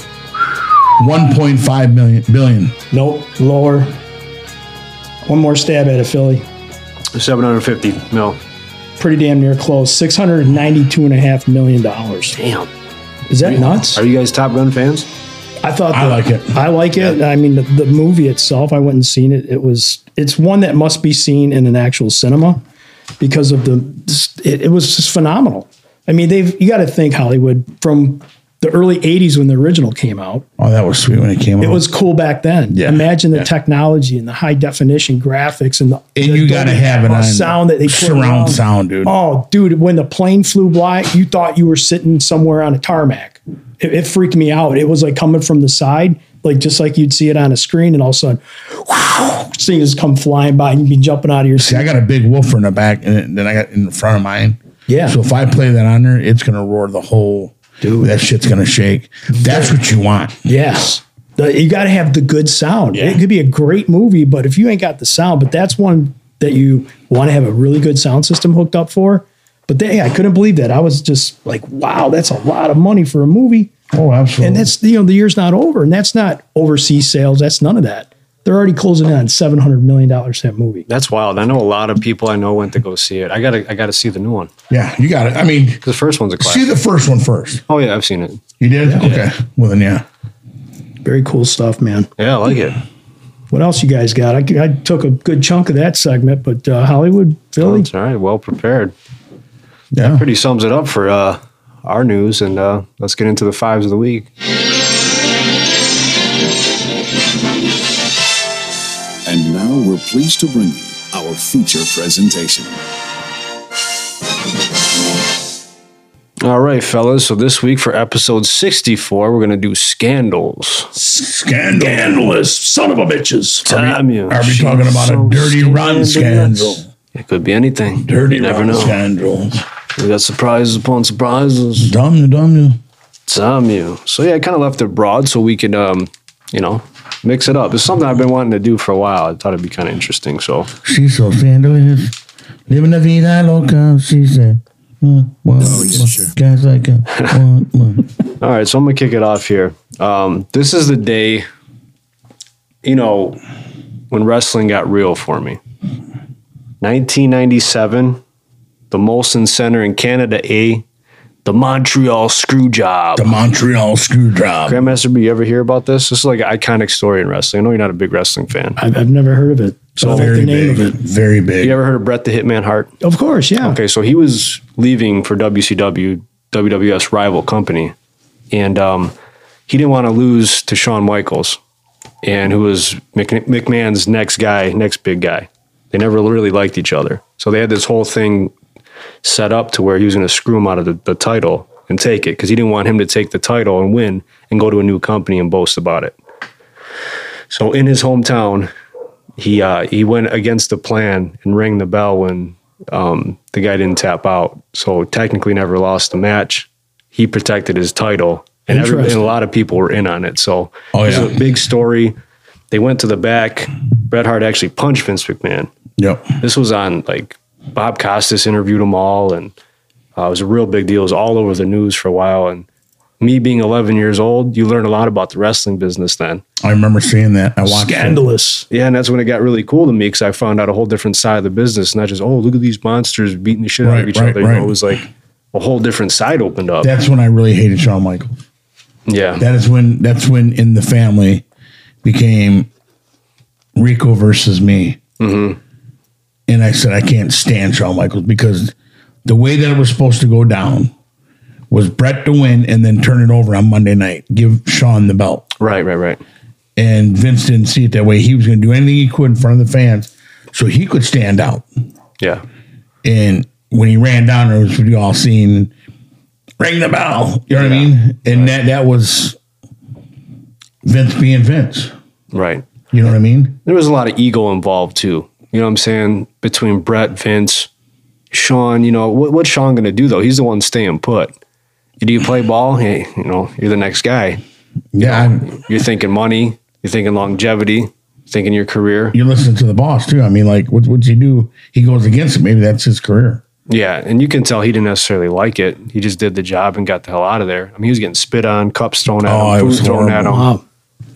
[SPEAKER 6] One point five million billion.
[SPEAKER 5] Nope, lower. One more stab at it, Philly.
[SPEAKER 3] Seven hundred fifty mil.
[SPEAKER 5] Pretty damn near close. Six hundred ninety-two and a half million dollars.
[SPEAKER 3] Damn.
[SPEAKER 5] Is that nuts?
[SPEAKER 3] Are you guys Top Gun fans?
[SPEAKER 5] I thought
[SPEAKER 6] I
[SPEAKER 5] that-
[SPEAKER 6] like it.
[SPEAKER 5] I like it. I mean, the, the movie itself, I went and seen it. It was it's one that must be seen in an actual cinema because of the it, it was just phenomenal. I mean, they've you got to think Hollywood from the early '80s when the original came out.
[SPEAKER 6] Oh, that was sweet when it came out.
[SPEAKER 5] It was cool back then.
[SPEAKER 6] Uh-huh. Yeah.
[SPEAKER 5] Imagine the
[SPEAKER 6] Yeah.
[SPEAKER 5] technology and the high definition graphics and the
[SPEAKER 6] and
[SPEAKER 5] the
[SPEAKER 6] you got to
[SPEAKER 5] Dolby
[SPEAKER 6] have it
[SPEAKER 5] Atmos
[SPEAKER 6] on
[SPEAKER 5] sound that they put around.
[SPEAKER 6] surround sound, dude.
[SPEAKER 5] Oh, dude, when the plane flew by, you thought you were sitting somewhere on a tarmac. It, it freaked me out. It was like coming from the side, like just like you'd see it on a screen, and all of a sudden, things come flying by, and you'd be jumping out of your
[SPEAKER 6] See, I
[SPEAKER 5] seat.
[SPEAKER 6] got a big woofer in the back, and then I got in front of mine.
[SPEAKER 5] Yeah.
[SPEAKER 6] So if I play that on there, it's gonna roar the whole. Dude, that shit's gonna shake. That's what you want.
[SPEAKER 5] Yes. The- you got to have the good sound.
[SPEAKER 6] Yeah.
[SPEAKER 5] It could be a great movie, but if you ain't got the sound, but that's one that you want to have a really good sound system hooked up for. But they, I couldn't believe that. I was just like, wow, that's a lot of money for a movie.
[SPEAKER 6] Oh, absolutely.
[SPEAKER 5] And that's you know the year's not over, and that's not overseas sales. That's none of that. They're already closing in on seven hundred million dollars that movie.
[SPEAKER 3] That's wild. I know a lot of people I know went to go see it. I gotta, I gotta see the new one.
[SPEAKER 6] yeah, you got it. I mean,
[SPEAKER 3] The first one's a
[SPEAKER 6] see
[SPEAKER 3] classic.
[SPEAKER 6] the first one first.
[SPEAKER 3] Oh yeah, I've seen it.
[SPEAKER 6] You did? Okay. Well then, yeah.
[SPEAKER 5] Very cool stuff, man.
[SPEAKER 3] Yeah, I like it.
[SPEAKER 5] What else you guys got? I, I took a good chunk of that segment, but uh, Hollywood, Philly,
[SPEAKER 3] It's all right. Well prepared.
[SPEAKER 6] Yeah.
[SPEAKER 3] Pretty sums it up for uh, our news, and uh, let's get into the fives of the week.
[SPEAKER 8] And now we're pleased to bring you our feature presentation.
[SPEAKER 3] All right, fellas. So this week for episode 64, we're going to do scandals.
[SPEAKER 6] Scandal.
[SPEAKER 5] scandalous son of a bitches.
[SPEAKER 3] Damn you.
[SPEAKER 6] Are we talking about a dirty run scandal?
[SPEAKER 3] It could be anything.
[SPEAKER 6] Dirty
[SPEAKER 3] You never
[SPEAKER 6] run
[SPEAKER 3] know.
[SPEAKER 6] scandal.
[SPEAKER 3] We got surprises upon surprises.
[SPEAKER 6] Dumb you, dumb you.
[SPEAKER 3] Damn you. So um, yeah, I kind of left it broad so we could, um, you know, mix it up. It's something I've been wanting to do for a while. I thought it'd be kind of interesting. So
[SPEAKER 6] She's so scandalous. Living la vida loca, she said. Uh, what,
[SPEAKER 5] Oh,
[SPEAKER 6] what, Guys like a, what, what.
[SPEAKER 3] All right, so I'm gonna kick it off here. Um, this is the day, you know, when wrestling got real for me. 1997, the Molson Center in Canada A, the Montreal Screwjob.
[SPEAKER 6] The Montreal Screwdrop.
[SPEAKER 3] Grandmaster B, you ever hear about this? This is like an iconic story in wrestling. I know you're not a big wrestling fan.
[SPEAKER 5] I've, I've never heard of it. So like the
[SPEAKER 6] Very
[SPEAKER 5] name
[SPEAKER 6] big.
[SPEAKER 5] of it,
[SPEAKER 6] Very big.
[SPEAKER 3] You ever heard of Brett the Hitman Hart?
[SPEAKER 5] of course, yeah.
[SPEAKER 3] Okay, so he was leaving for WCW, WWS rival company, and um, he didn't want to lose to Shawn Michaels, and who was Mc- McMahon's next guy, next big guy. They never really liked each other, so they had this whole thing set up to where he was going to screw him out of the, the title and take it because he didn't want him to take the title and win and go to a new company and boast about it. So in his hometown, he uh, he went against the plan and rang the bell when um, the guy didn't tap out. So technically, never lost the match. He protected his title, and, every, and a
[SPEAKER 5] Interesting.
[SPEAKER 3] lot of people were in on it. So
[SPEAKER 6] Oh,
[SPEAKER 3] it was
[SPEAKER 6] yeah.
[SPEAKER 3] a big story. They went to the back. Bret Hart actually punched Vince McMahon.
[SPEAKER 6] Yep.
[SPEAKER 3] This was on like Bob Costas interviewed them all, and uh, it was a real big deal. It was all over the news for a while, and me being 11 years old, you learn a lot about the wrestling business then.
[SPEAKER 6] I remember seeing that. I watched it.
[SPEAKER 5] Scandalous.
[SPEAKER 3] Yeah, and that's when it got really cool to me because I found out a whole different side of the business, not just oh look at these monsters beating the shit out
[SPEAKER 6] Right,
[SPEAKER 3] of each
[SPEAKER 6] right,
[SPEAKER 3] other. You know,
[SPEAKER 6] right.
[SPEAKER 3] it was like a whole different side opened up.
[SPEAKER 6] That's when I really hated Shawn Michaels.
[SPEAKER 3] yeah,
[SPEAKER 6] That is when that's when in the family became Rico versus me. And I said I can't stand Shawn Michaels because the way that it was supposed to go down was Brett to win and then turn it over on Monday night, give Shawn the belt.
[SPEAKER 3] right, right, right.
[SPEAKER 6] And Vince didn't see it that way. He was going to do anything he could in front of the fans so he could stand out.
[SPEAKER 3] Yeah,
[SPEAKER 6] And when he ran down, there was what you all seen. Ring the bell. You know what I mean? And that that was Vince being Vince.
[SPEAKER 3] right.
[SPEAKER 6] You know what I mean?
[SPEAKER 3] There was a lot of ego involved too. You know what I'm saying between Brett, Vince, Sean. You know what, what's Sean going to do though? He's the one staying put. Do you play ball? Hey, you know you're the next guy.
[SPEAKER 6] Yeah. I'm-
[SPEAKER 3] You're thinking money. You're thinking longevity. Thinking your career.
[SPEAKER 6] you listen to the boss too. I mean, like, what what'd he do? He goes against it. Maybe that's his career.
[SPEAKER 3] Yeah, and you can tell he didn't necessarily like it. He just did the job and got the hell out of there. I mean, he was getting spit on, cups thrown at
[SPEAKER 6] Oh, it
[SPEAKER 3] him,
[SPEAKER 6] was
[SPEAKER 3] food thrown at
[SPEAKER 6] horrible.
[SPEAKER 3] him.
[SPEAKER 5] Wow.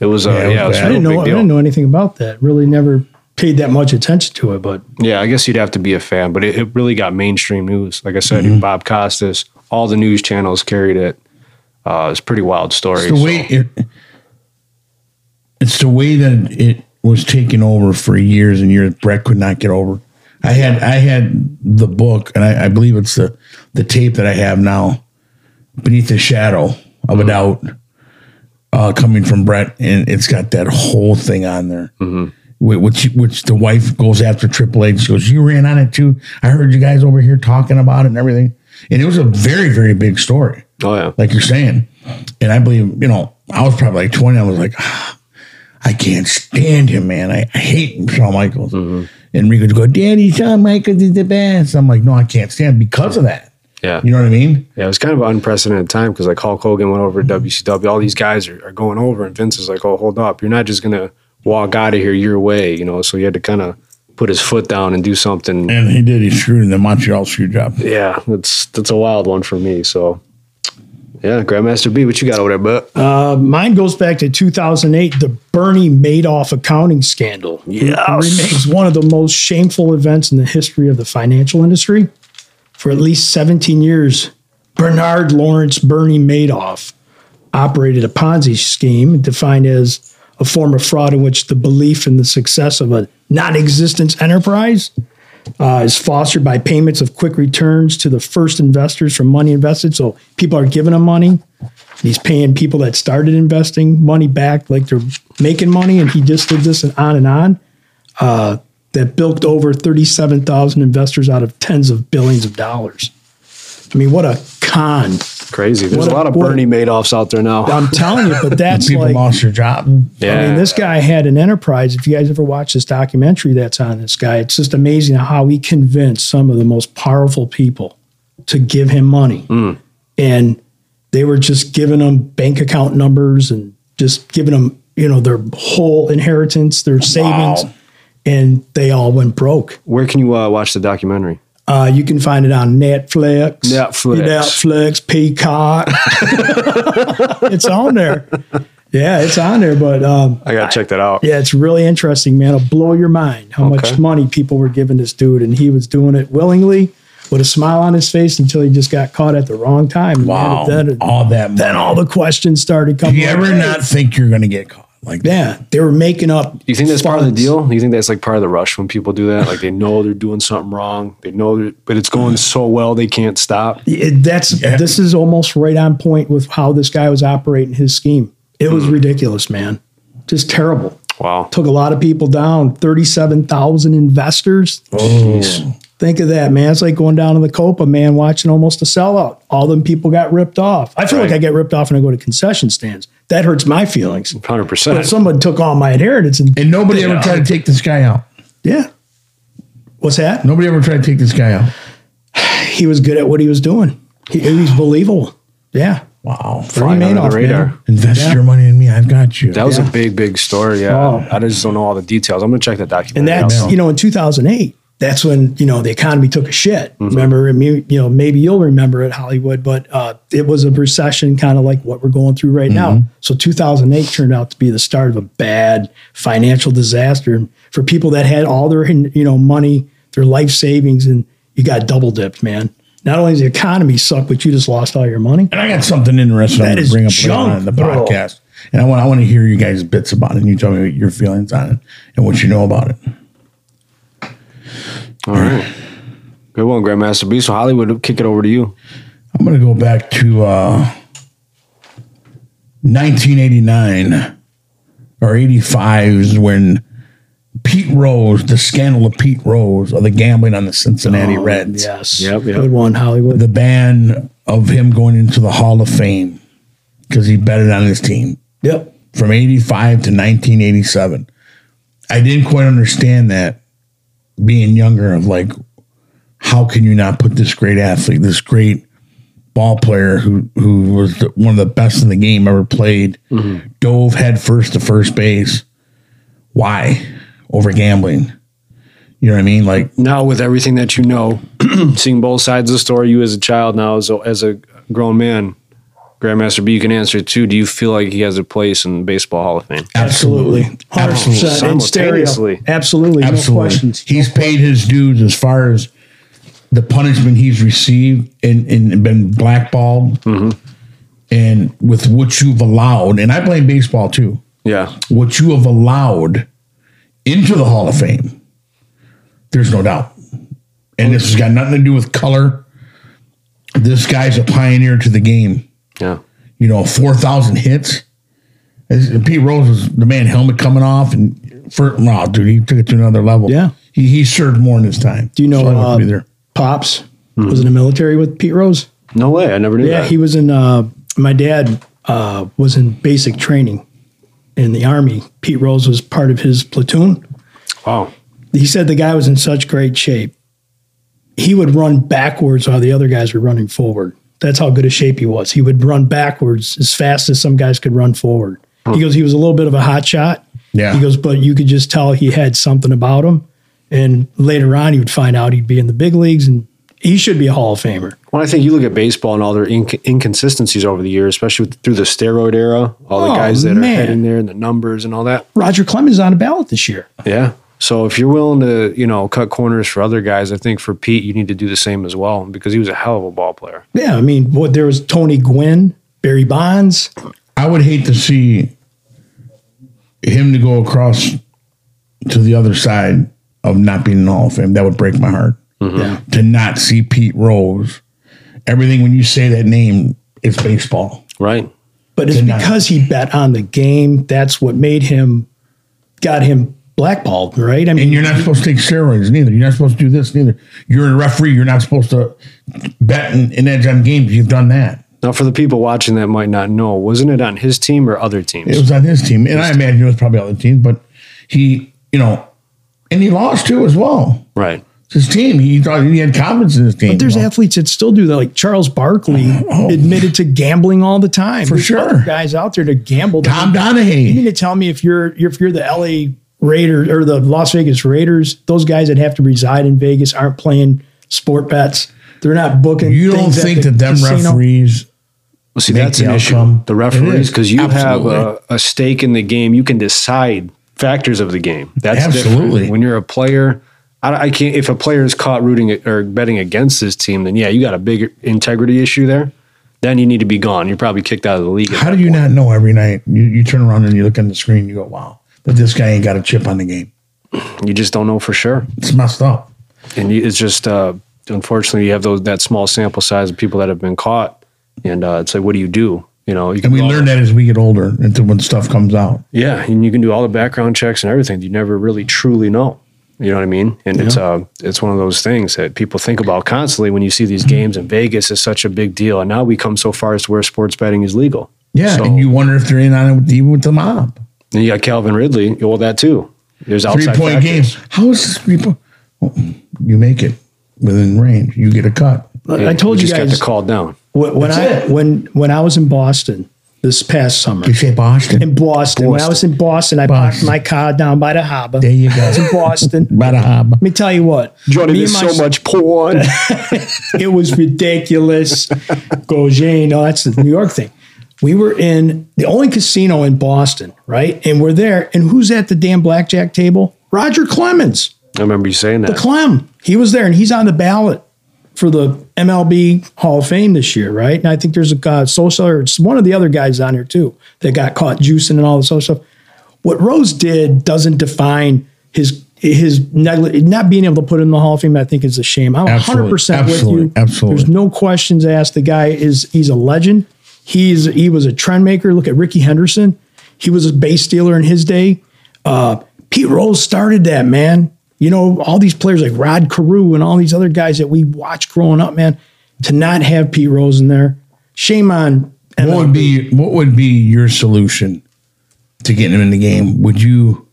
[SPEAKER 3] It was, uh,
[SPEAKER 6] Yeah,
[SPEAKER 3] yeah,
[SPEAKER 6] it was
[SPEAKER 3] it was
[SPEAKER 6] bad.
[SPEAKER 5] I didn't
[SPEAKER 3] no
[SPEAKER 5] know. I
[SPEAKER 3] big deal.
[SPEAKER 5] didn't know anything about that. Really, never paid that much attention to it. But
[SPEAKER 3] Yeah, I guess you'd have to be a fan, but it, it really got mainstream news. Like I said,
[SPEAKER 6] Mm-hmm.
[SPEAKER 3] Bob Costas, all the news channels carried it. Uh, it's a pretty wild story.
[SPEAKER 6] It's the
[SPEAKER 3] so-
[SPEAKER 6] way it, it's the way that it was taken over for years and years. Brett could not get over. I had I had the book, and I, I believe it's the the tape that I have now, beneath the shadow of a doubt, uh, coming from Brett, and it's got that whole thing on there. whi- Which, which the wife goes after Triple H. She goes, "You ran on it too. I heard you guys over here talking about it and everything." And it was a very, very big story
[SPEAKER 3] oh yeah,
[SPEAKER 6] like you're saying. And I believe, you know, I was probably like 20. I was like, "Ah, I can't stand him, man. I, I hate Shawn Michaels.
[SPEAKER 3] Mm-hmm.
[SPEAKER 6] And Rico would go, Daddy, Shawn Michaels is the best. I'm like, no, I can't stand him because of that.
[SPEAKER 3] yeah,
[SPEAKER 6] You know what I mean?
[SPEAKER 3] yeah. It was kind of an unprecedented time because like Hulk Hogan went
[SPEAKER 6] Mm-hmm.
[SPEAKER 3] over to WCW. All these guys are, are going over, and Vince is like, "Oh, hold up, you're not just gonna walk out of here your way," you know. So he had to kind of put his foot down and do something.
[SPEAKER 6] And he did. He screwed in the Montreal screw job.
[SPEAKER 3] yeah, that's that's a wild one for me. So, yeah, Grandmaster B, what you got over there, but
[SPEAKER 5] uh, mine goes back to 2008, the Bernie Madoff accounting scandal. Yeah, remains one of the most shameful events in the history of the financial industry. For at least 17 years, Bernard Lawrence Bernie Madoff operated a Ponzi scheme defined as a form of fraud in which the belief in the success of a non-existent enterprise uh, is fostered by payments of quick returns to the first investors from money invested. So people are giving them money. He's paying people that started investing money back like they're making money, and he just did this and on and on. Uh, that bilked over 37,000 investors out of tens of billions of dollars. I mean, what a con.
[SPEAKER 3] crazy. There's
[SPEAKER 5] What
[SPEAKER 3] a
[SPEAKER 5] a-
[SPEAKER 3] lot of
[SPEAKER 5] what a-
[SPEAKER 3] Bernie Madoffs out there now.
[SPEAKER 5] I'm telling you, but that's
[SPEAKER 6] People
[SPEAKER 5] like,
[SPEAKER 6] lost their job.
[SPEAKER 3] yeah,
[SPEAKER 5] I mean, this guy had an enterprise. If you guys ever watch this documentary that's on this guy, it's just amazing how he convinced some of the most powerful people to give him money.
[SPEAKER 3] Mm.
[SPEAKER 5] And they were just giving him bank account numbers and just giving him, you know, their whole inheritance, their savings. And they all went broke.
[SPEAKER 3] Where can you uh, watch the documentary?
[SPEAKER 5] Uh, you can find it on Netflix,
[SPEAKER 3] Netflix.
[SPEAKER 5] Netflix, Peacock. it's on there. Yeah, it's on there. But um,
[SPEAKER 3] I gotta check that out.
[SPEAKER 5] yeah, it's really interesting, man. It'll blow your mind how much money people were giving this dude, and he was doing it willingly with a smile on his face until he just got caught at the wrong time.
[SPEAKER 6] Wow.
[SPEAKER 5] Man, then,
[SPEAKER 6] all that.
[SPEAKER 5] then all the questions started coming.
[SPEAKER 6] You ever
[SPEAKER 5] up.
[SPEAKER 6] not think you're going to get caught like that?
[SPEAKER 5] Yeah, they were making up.
[SPEAKER 3] Do you think that's part of the
[SPEAKER 5] funds.
[SPEAKER 3] deal? Do you think that's like part of the rush when people do that? Like they know they're doing something wrong. They know that, but it's going so well they can't stop.
[SPEAKER 5] It- that's this is almost right on point with how this guy was operating his scheme. It was
[SPEAKER 3] Mm-hmm.
[SPEAKER 5] ridiculous, man. Just terrible.
[SPEAKER 3] Wow.
[SPEAKER 5] Took a lot of people down. Thirty-seven thousand investors. Think of that, man. It's like going down to the Copa, man, watching almost a sellout. All them people got ripped off. I feel like I get ripped off when I go to concession stands. That hurts my feelings.
[SPEAKER 3] Hundred
[SPEAKER 5] But
[SPEAKER 3] percent.
[SPEAKER 5] someone took all my inheritance and
[SPEAKER 6] And nobody ever tried to take this guy out.
[SPEAKER 5] yeah. What's that?
[SPEAKER 6] Nobody ever tried to take this guy out.
[SPEAKER 5] He was good at what he was doing. He, he was believable. Yeah.
[SPEAKER 6] Wow.
[SPEAKER 3] under
[SPEAKER 5] Bernie
[SPEAKER 3] the
[SPEAKER 5] Madoff,
[SPEAKER 3] radar.
[SPEAKER 5] man.
[SPEAKER 6] Invest your money in me. I've got you.
[SPEAKER 3] That was a big, big story. Yeah,
[SPEAKER 5] Wow.
[SPEAKER 3] I just don't know all the details. I'm gonna check that documentary.
[SPEAKER 5] And that's,
[SPEAKER 3] out.
[SPEAKER 5] you know, in 2008, that's when you know the economy took a shit. Remember, and you you know maybe you'll remember it, Hollywood, but uh, it was a recession, kind of like what we're going through right now. So 2008 turned out to be the start of a bad financial disaster for people that had all their you know money, their life savings, and you got double dipped, man. Not only does the economy suck, but you just lost all your money.
[SPEAKER 6] And I got something interesting
[SPEAKER 5] That
[SPEAKER 6] I'm going
[SPEAKER 5] is
[SPEAKER 6] to bring up
[SPEAKER 5] junk,
[SPEAKER 6] later on in the
[SPEAKER 5] bro.
[SPEAKER 6] podcast. And I want I want to hear you guys bits about it and you tell me what your feelings on it and what you know about it.
[SPEAKER 3] All right. Good one, Grandmaster B. So Hollywood, kick it over to you.
[SPEAKER 6] I'm going to go back to uh, 1989 or 85 is when Pete Rose, the scandal of Pete Rose of the gambling on the
[SPEAKER 5] Oh,
[SPEAKER 6] Cincinnati Reds.
[SPEAKER 5] Yes,
[SPEAKER 3] Yep, yep.
[SPEAKER 5] good one, Hollywood.
[SPEAKER 6] the ban of him going into the Hall of Fame because he betted on his team
[SPEAKER 5] yep,
[SPEAKER 6] from 85 to 1987. I didn't quite understand that being younger of like, how can you not put this great athlete, this great ball player who, who was the, one of the best in the game ever played, dove head first to first base. Why? Over gambling. You know what I mean? Like,
[SPEAKER 3] Now, with everything that you know, seeing both sides of the story, you as a child, now as a, as a grown man, Grandmaster B, you can answer it too. Do you feel like he has a place in the Baseball Hall of Fame?
[SPEAKER 5] absolutely, hundred percent in
[SPEAKER 3] Simultaneously.
[SPEAKER 5] stereo, absolutely, no questions.
[SPEAKER 6] He's paid his dues as far as the punishment he's received and, and been blackballed and with what you've allowed. And I blame baseball too.
[SPEAKER 3] Yeah.
[SPEAKER 6] What you have allowed into the Hall of Fame, there's no doubt. And this has got nothing to do with color. This guy's a pioneer to the game
[SPEAKER 3] Yeah.
[SPEAKER 6] you know, 4,000 hits. This- Pete Rose was the man, helmet coming off, and for wow, dude, he took it to another level.
[SPEAKER 5] Yeah.
[SPEAKER 6] he, he served more in his time.
[SPEAKER 5] Do you know
[SPEAKER 6] So I don't have to
[SPEAKER 5] uh,
[SPEAKER 6] be there.
[SPEAKER 5] Pops was in the military with Pete Rose?
[SPEAKER 3] No way. I never knew
[SPEAKER 5] Yeah,
[SPEAKER 3] that.
[SPEAKER 5] he was in. Uh, my dad uh, was in basic training in the army. Pete Rose was part of his platoon.
[SPEAKER 3] wow.
[SPEAKER 5] He said the guy was in such great shape. He would run backwards while the other guys were running forward. That's how good a shape he was. He would run backwards as fast as some guys could run forward. He goes, he was a little bit of a hot shot.
[SPEAKER 6] Yeah,
[SPEAKER 5] He goes, but you could just tell he had something about him. And later on, he would find out he'd be in the big leagues and he should be a Hall of Famer.
[SPEAKER 3] Well, I think you look at baseball and all their inc- inconsistencies over the years, especially with, through the steroid era, all the
[SPEAKER 5] Oh,
[SPEAKER 3] guys that
[SPEAKER 5] man.
[SPEAKER 3] are heading there and the numbers and all that.
[SPEAKER 5] Roger Clemens is on a ballot this year.
[SPEAKER 3] Yeah. So if you're willing to, you know, cut corners for other guys, I think for Pete, you need to do the same as well because he was a hell of a ball player.
[SPEAKER 5] Yeah, I mean, what there was Tony Gwynn, Barry Bonds.
[SPEAKER 6] I would hate to see him to go across to the other side of not being in the Hall of Fame. That would break my heart.
[SPEAKER 5] Yeah.
[SPEAKER 6] To not see Pete Rose, everything when you say that name, it's baseball.
[SPEAKER 3] Right.
[SPEAKER 5] But it's
[SPEAKER 6] Did not.
[SPEAKER 5] because he bet on the game. That's what made him, got him blackballed, right? I mean,
[SPEAKER 6] And you're not supposed to take steroids neither. You're not supposed to do this neither. You're a referee. You're not supposed to bet and, and edge on games. You've done that.
[SPEAKER 3] Now, for the people watching that might not know, wasn't it on his team or other
[SPEAKER 6] It
[SPEAKER 3] teams?
[SPEAKER 6] was on his team, and I imagine it was probably other teams. But he, you know, and he lost too as well.
[SPEAKER 3] right.
[SPEAKER 6] It's his team. He thought he had confidence in his team.
[SPEAKER 5] but there's
[SPEAKER 6] you know?
[SPEAKER 5] athletes that still do that. Like Charles Barkley admitted to gambling all the time. Oh. For
[SPEAKER 6] sure.
[SPEAKER 5] guys out there to gamble.
[SPEAKER 6] Tom
[SPEAKER 5] You
[SPEAKER 6] Donahue.
[SPEAKER 5] mean to tell me if you're if you're the LA Raiders or the Las Vegas Raiders, those guys that have to reside in Vegas aren't playing sport bets. They're not booking.
[SPEAKER 6] You don't
[SPEAKER 5] things at
[SPEAKER 6] think
[SPEAKER 5] the
[SPEAKER 6] that them
[SPEAKER 5] casino.
[SPEAKER 6] referees?
[SPEAKER 3] Well, see,
[SPEAKER 6] Make
[SPEAKER 3] that's
[SPEAKER 6] the
[SPEAKER 3] an issue.
[SPEAKER 6] outcome.
[SPEAKER 3] The
[SPEAKER 6] It
[SPEAKER 3] referees,
[SPEAKER 6] is.
[SPEAKER 3] because you have
[SPEAKER 6] Absolutely.
[SPEAKER 3] a, a stake in the game, you can decide factors of the game. That's
[SPEAKER 6] Absolutely.
[SPEAKER 3] different. When you're a player, I, I can't. If a player is caught rooting or betting against this team, then yeah, you got a big integrity issue there. Then you need to be gone. You're probably kicked out of the league.
[SPEAKER 6] How do you not know every night? You, you turn around and you look on the screen. and You go, wow, that this guy ain't got a chip on the game.
[SPEAKER 3] You just don't know for sure,
[SPEAKER 6] It's messed up.
[SPEAKER 3] and you, it's just uh, unfortunately you have those that small sample size of people that have been caught, and uh, it's like, what do you do? You know, you
[SPEAKER 6] And we
[SPEAKER 3] go out-
[SPEAKER 6] learn that as we get older, until when stuff comes out.
[SPEAKER 3] Yeah, and you can do all the background checks and everything. You never really truly know. You know what I mean? And it's uh, it's one of those things that people think about constantly when you see these games. And Vegas is such a big deal, and now we come so far as to where sports betting is legal.
[SPEAKER 6] Yeah,
[SPEAKER 3] So-
[SPEAKER 6] and you wonder if they're in on it with, even with the mob.
[SPEAKER 3] And you got Calvin Ridley. Well, that too. There's
[SPEAKER 6] Three
[SPEAKER 3] outside
[SPEAKER 6] point
[SPEAKER 3] factors.
[SPEAKER 6] games. How is this three point? you make it within range. You get a cut.
[SPEAKER 5] I told you
[SPEAKER 3] just
[SPEAKER 5] guys
[SPEAKER 3] got the call down.
[SPEAKER 5] Wh- when I
[SPEAKER 6] That's it.
[SPEAKER 5] when when I was in Boston, this past summer
[SPEAKER 6] You say Boston.
[SPEAKER 5] in Boston. When I was in Boston, I parked
[SPEAKER 6] Boston.
[SPEAKER 5] my car down by the harbor.
[SPEAKER 6] there you
[SPEAKER 5] I was in
[SPEAKER 6] go.
[SPEAKER 5] Boston. Let
[SPEAKER 6] Bada hub.
[SPEAKER 5] me tell you what,
[SPEAKER 3] Johnny,
[SPEAKER 5] me
[SPEAKER 3] there's
[SPEAKER 5] and my-
[SPEAKER 3] so much porn.
[SPEAKER 5] it was ridiculous. Gauguin, no, that's the New York thing. We were in the only casino in Boston, right? And we're there. And who's at the damn blackjack table? Roger Clemens.
[SPEAKER 3] I remember you saying that.
[SPEAKER 5] Clem. He was there, and he's on the ballot for the MLB Hall of Fame this year, right? And I think there's a uh, social or it's one of the other guys on here too that got caught juicing and all this other stuff. What Rose did doesn't define his his negli- not being able to put him in the Hall of Fame. I think is a shame. I'm 100
[SPEAKER 6] Absolutely,
[SPEAKER 5] percent with
[SPEAKER 6] absolutely,
[SPEAKER 5] you.
[SPEAKER 6] absolutely.
[SPEAKER 5] There's no questions asked. The guy is he's a legend. He's he was a trend maker. Look at Ricky Henderson. He was a base stealer in his day. Uh, Pete Rose started that, man. You know, all these players like Rod Carew and all these other guys that we watched growing up, man, to not have Pete Rose in there. Shame on
[SPEAKER 6] What would be what would be your solution to getting him in the game? Would you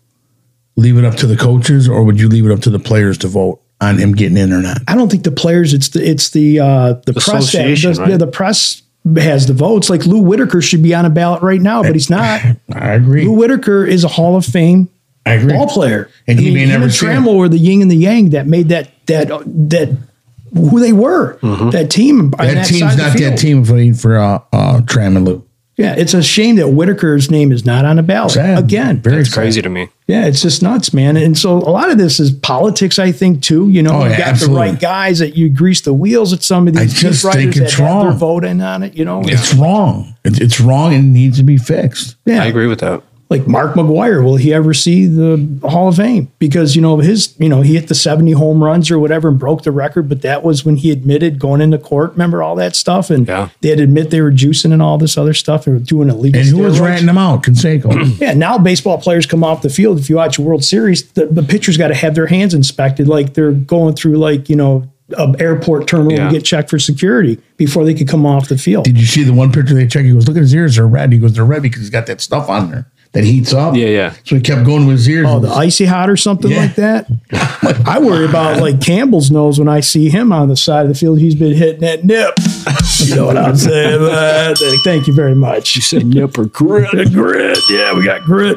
[SPEAKER 6] leave it up to the coaches or would you leave it up to the players to vote on him getting in or not?
[SPEAKER 5] I don't think the players. It's the it's the uh, the press that
[SPEAKER 3] Association,
[SPEAKER 5] the,
[SPEAKER 3] right?
[SPEAKER 5] yeah, the press has the votes. Like Lou Whitaker should be on a ballot right now, but he's not.
[SPEAKER 6] I agree.
[SPEAKER 5] Lou Whitaker is a Hall of Fame
[SPEAKER 6] I agree.
[SPEAKER 5] ball player,
[SPEAKER 6] And he may
[SPEAKER 5] him
[SPEAKER 6] never
[SPEAKER 5] and
[SPEAKER 6] see it.
[SPEAKER 5] Trammell were the yin and the yang that made that that uh, that who they were that team.
[SPEAKER 6] Mm-hmm. That team's not that team for for uh, uh, Tram and Lou.
[SPEAKER 5] Yeah, it's a shame that Whitaker's name is not on the ballot
[SPEAKER 6] Sad.
[SPEAKER 5] again.
[SPEAKER 6] very
[SPEAKER 3] It's
[SPEAKER 6] sad.
[SPEAKER 3] crazy to me.
[SPEAKER 5] yeah, it's just nuts, man. And so a lot of this is politics, I think, too. You know,
[SPEAKER 6] Oh,
[SPEAKER 5] you
[SPEAKER 6] yeah,
[SPEAKER 5] got
[SPEAKER 6] absolutely.
[SPEAKER 5] the right guys that you grease the wheels at some of these
[SPEAKER 6] I just
[SPEAKER 5] beat writers
[SPEAKER 6] think it's
[SPEAKER 5] that have
[SPEAKER 6] wrong.
[SPEAKER 5] their voting on it. You know,
[SPEAKER 6] It's wrong. It's, it's wrong and it needs to be fixed.
[SPEAKER 5] yeah,
[SPEAKER 3] I agree with that.
[SPEAKER 5] like Mark McGuire, will he ever see the Hall of Fame? Because you know his, you know, he hit the seventy home runs or whatever and broke the record, but that was when he admitted going into court. Remember all that stuff, and
[SPEAKER 3] Yeah.
[SPEAKER 5] they had to admit they were juicing and all this other stuff and doing illegal.
[SPEAKER 6] And who was
[SPEAKER 5] steroids.
[SPEAKER 6] ratting him out? Conseco.
[SPEAKER 5] Yeah, now baseball players come off the field. If you watch a World Series, the, the pitcher's got to have their hands inspected, like they're going through like you know a airport terminal
[SPEAKER 3] Yeah.
[SPEAKER 5] to get checked for security before they could come off the field.
[SPEAKER 6] Did you see the one picture they checked? He goes, look at his ears. They're red. He goes, they're red because he's got that stuff on there that heats up.
[SPEAKER 3] Yeah, yeah.
[SPEAKER 6] So he kept going to his ears.
[SPEAKER 5] Oh,
[SPEAKER 6] and
[SPEAKER 5] the icy hot or something
[SPEAKER 6] Yeah.
[SPEAKER 5] like that. I worry about like Campbell's nose when I see him on the side of the field. He's been hitting that nip. You know what I'm saying? man? Like, Thank you very much. You said nip or grit? grit. Yeah, we got grit.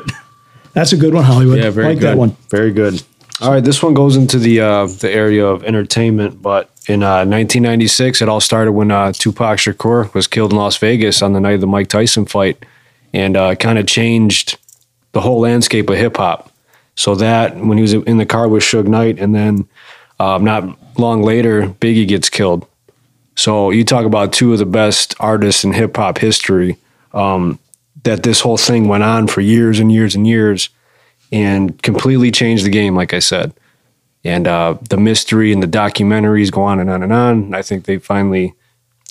[SPEAKER 5] That's a good one, Hollywood.
[SPEAKER 3] Yeah, very
[SPEAKER 5] like
[SPEAKER 3] good.
[SPEAKER 5] that one.
[SPEAKER 3] Very good. All right, this one goes into the uh, the area of entertainment, but in uh, 1996, it all started when uh, Tupac Shakur was killed in Las Vegas on the night of the Mike Tyson fight, and uh, kind of changed the whole landscape of hip hop. So that when he was in the car with Suge Knight, and then um, not long later, Biggie gets killed. So you talk about two of the best artists in hip hop history. Um, that this whole thing went on for years and years and years and completely changed the game, like I said. And uh, the mystery and the documentaries go on and on and on. And I think they finally,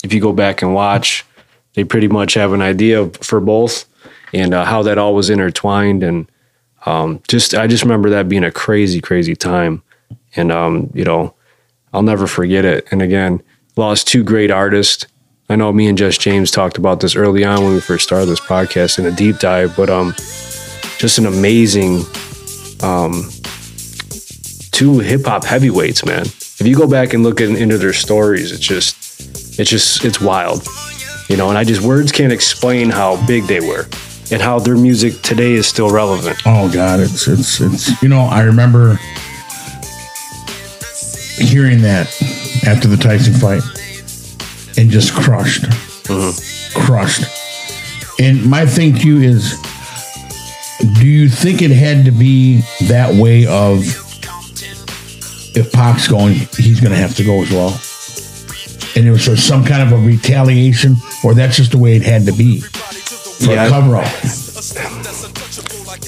[SPEAKER 3] if you go back and watch, they pretty much have an idea of, for both and uh, how that all was intertwined. And um, just, I just remember that being a crazy, crazy time. And, um, you know, I'll never forget it. And again, lost two great artists. I know me and Just James talked about this early on when we first started this podcast in a deep dive, but um, just an amazing um, two hip hop heavyweights, man. If you go back and look in, into their stories, it's just it's just it's wild, you know. And I just words can't explain how big they were and how their music today is still relevant.
[SPEAKER 6] Oh God, it's it's it's you know, I remember hearing that after the Tyson fight and just crushed.
[SPEAKER 3] Mm-hmm.
[SPEAKER 6] Crushed. And my thing to you is do you think it had to be that way of if Pac's going, he's gonna have to go as well? And it was sort of some kind of a retaliation, or that's just the way it had to be for
[SPEAKER 3] Yeah.
[SPEAKER 6] a cover up.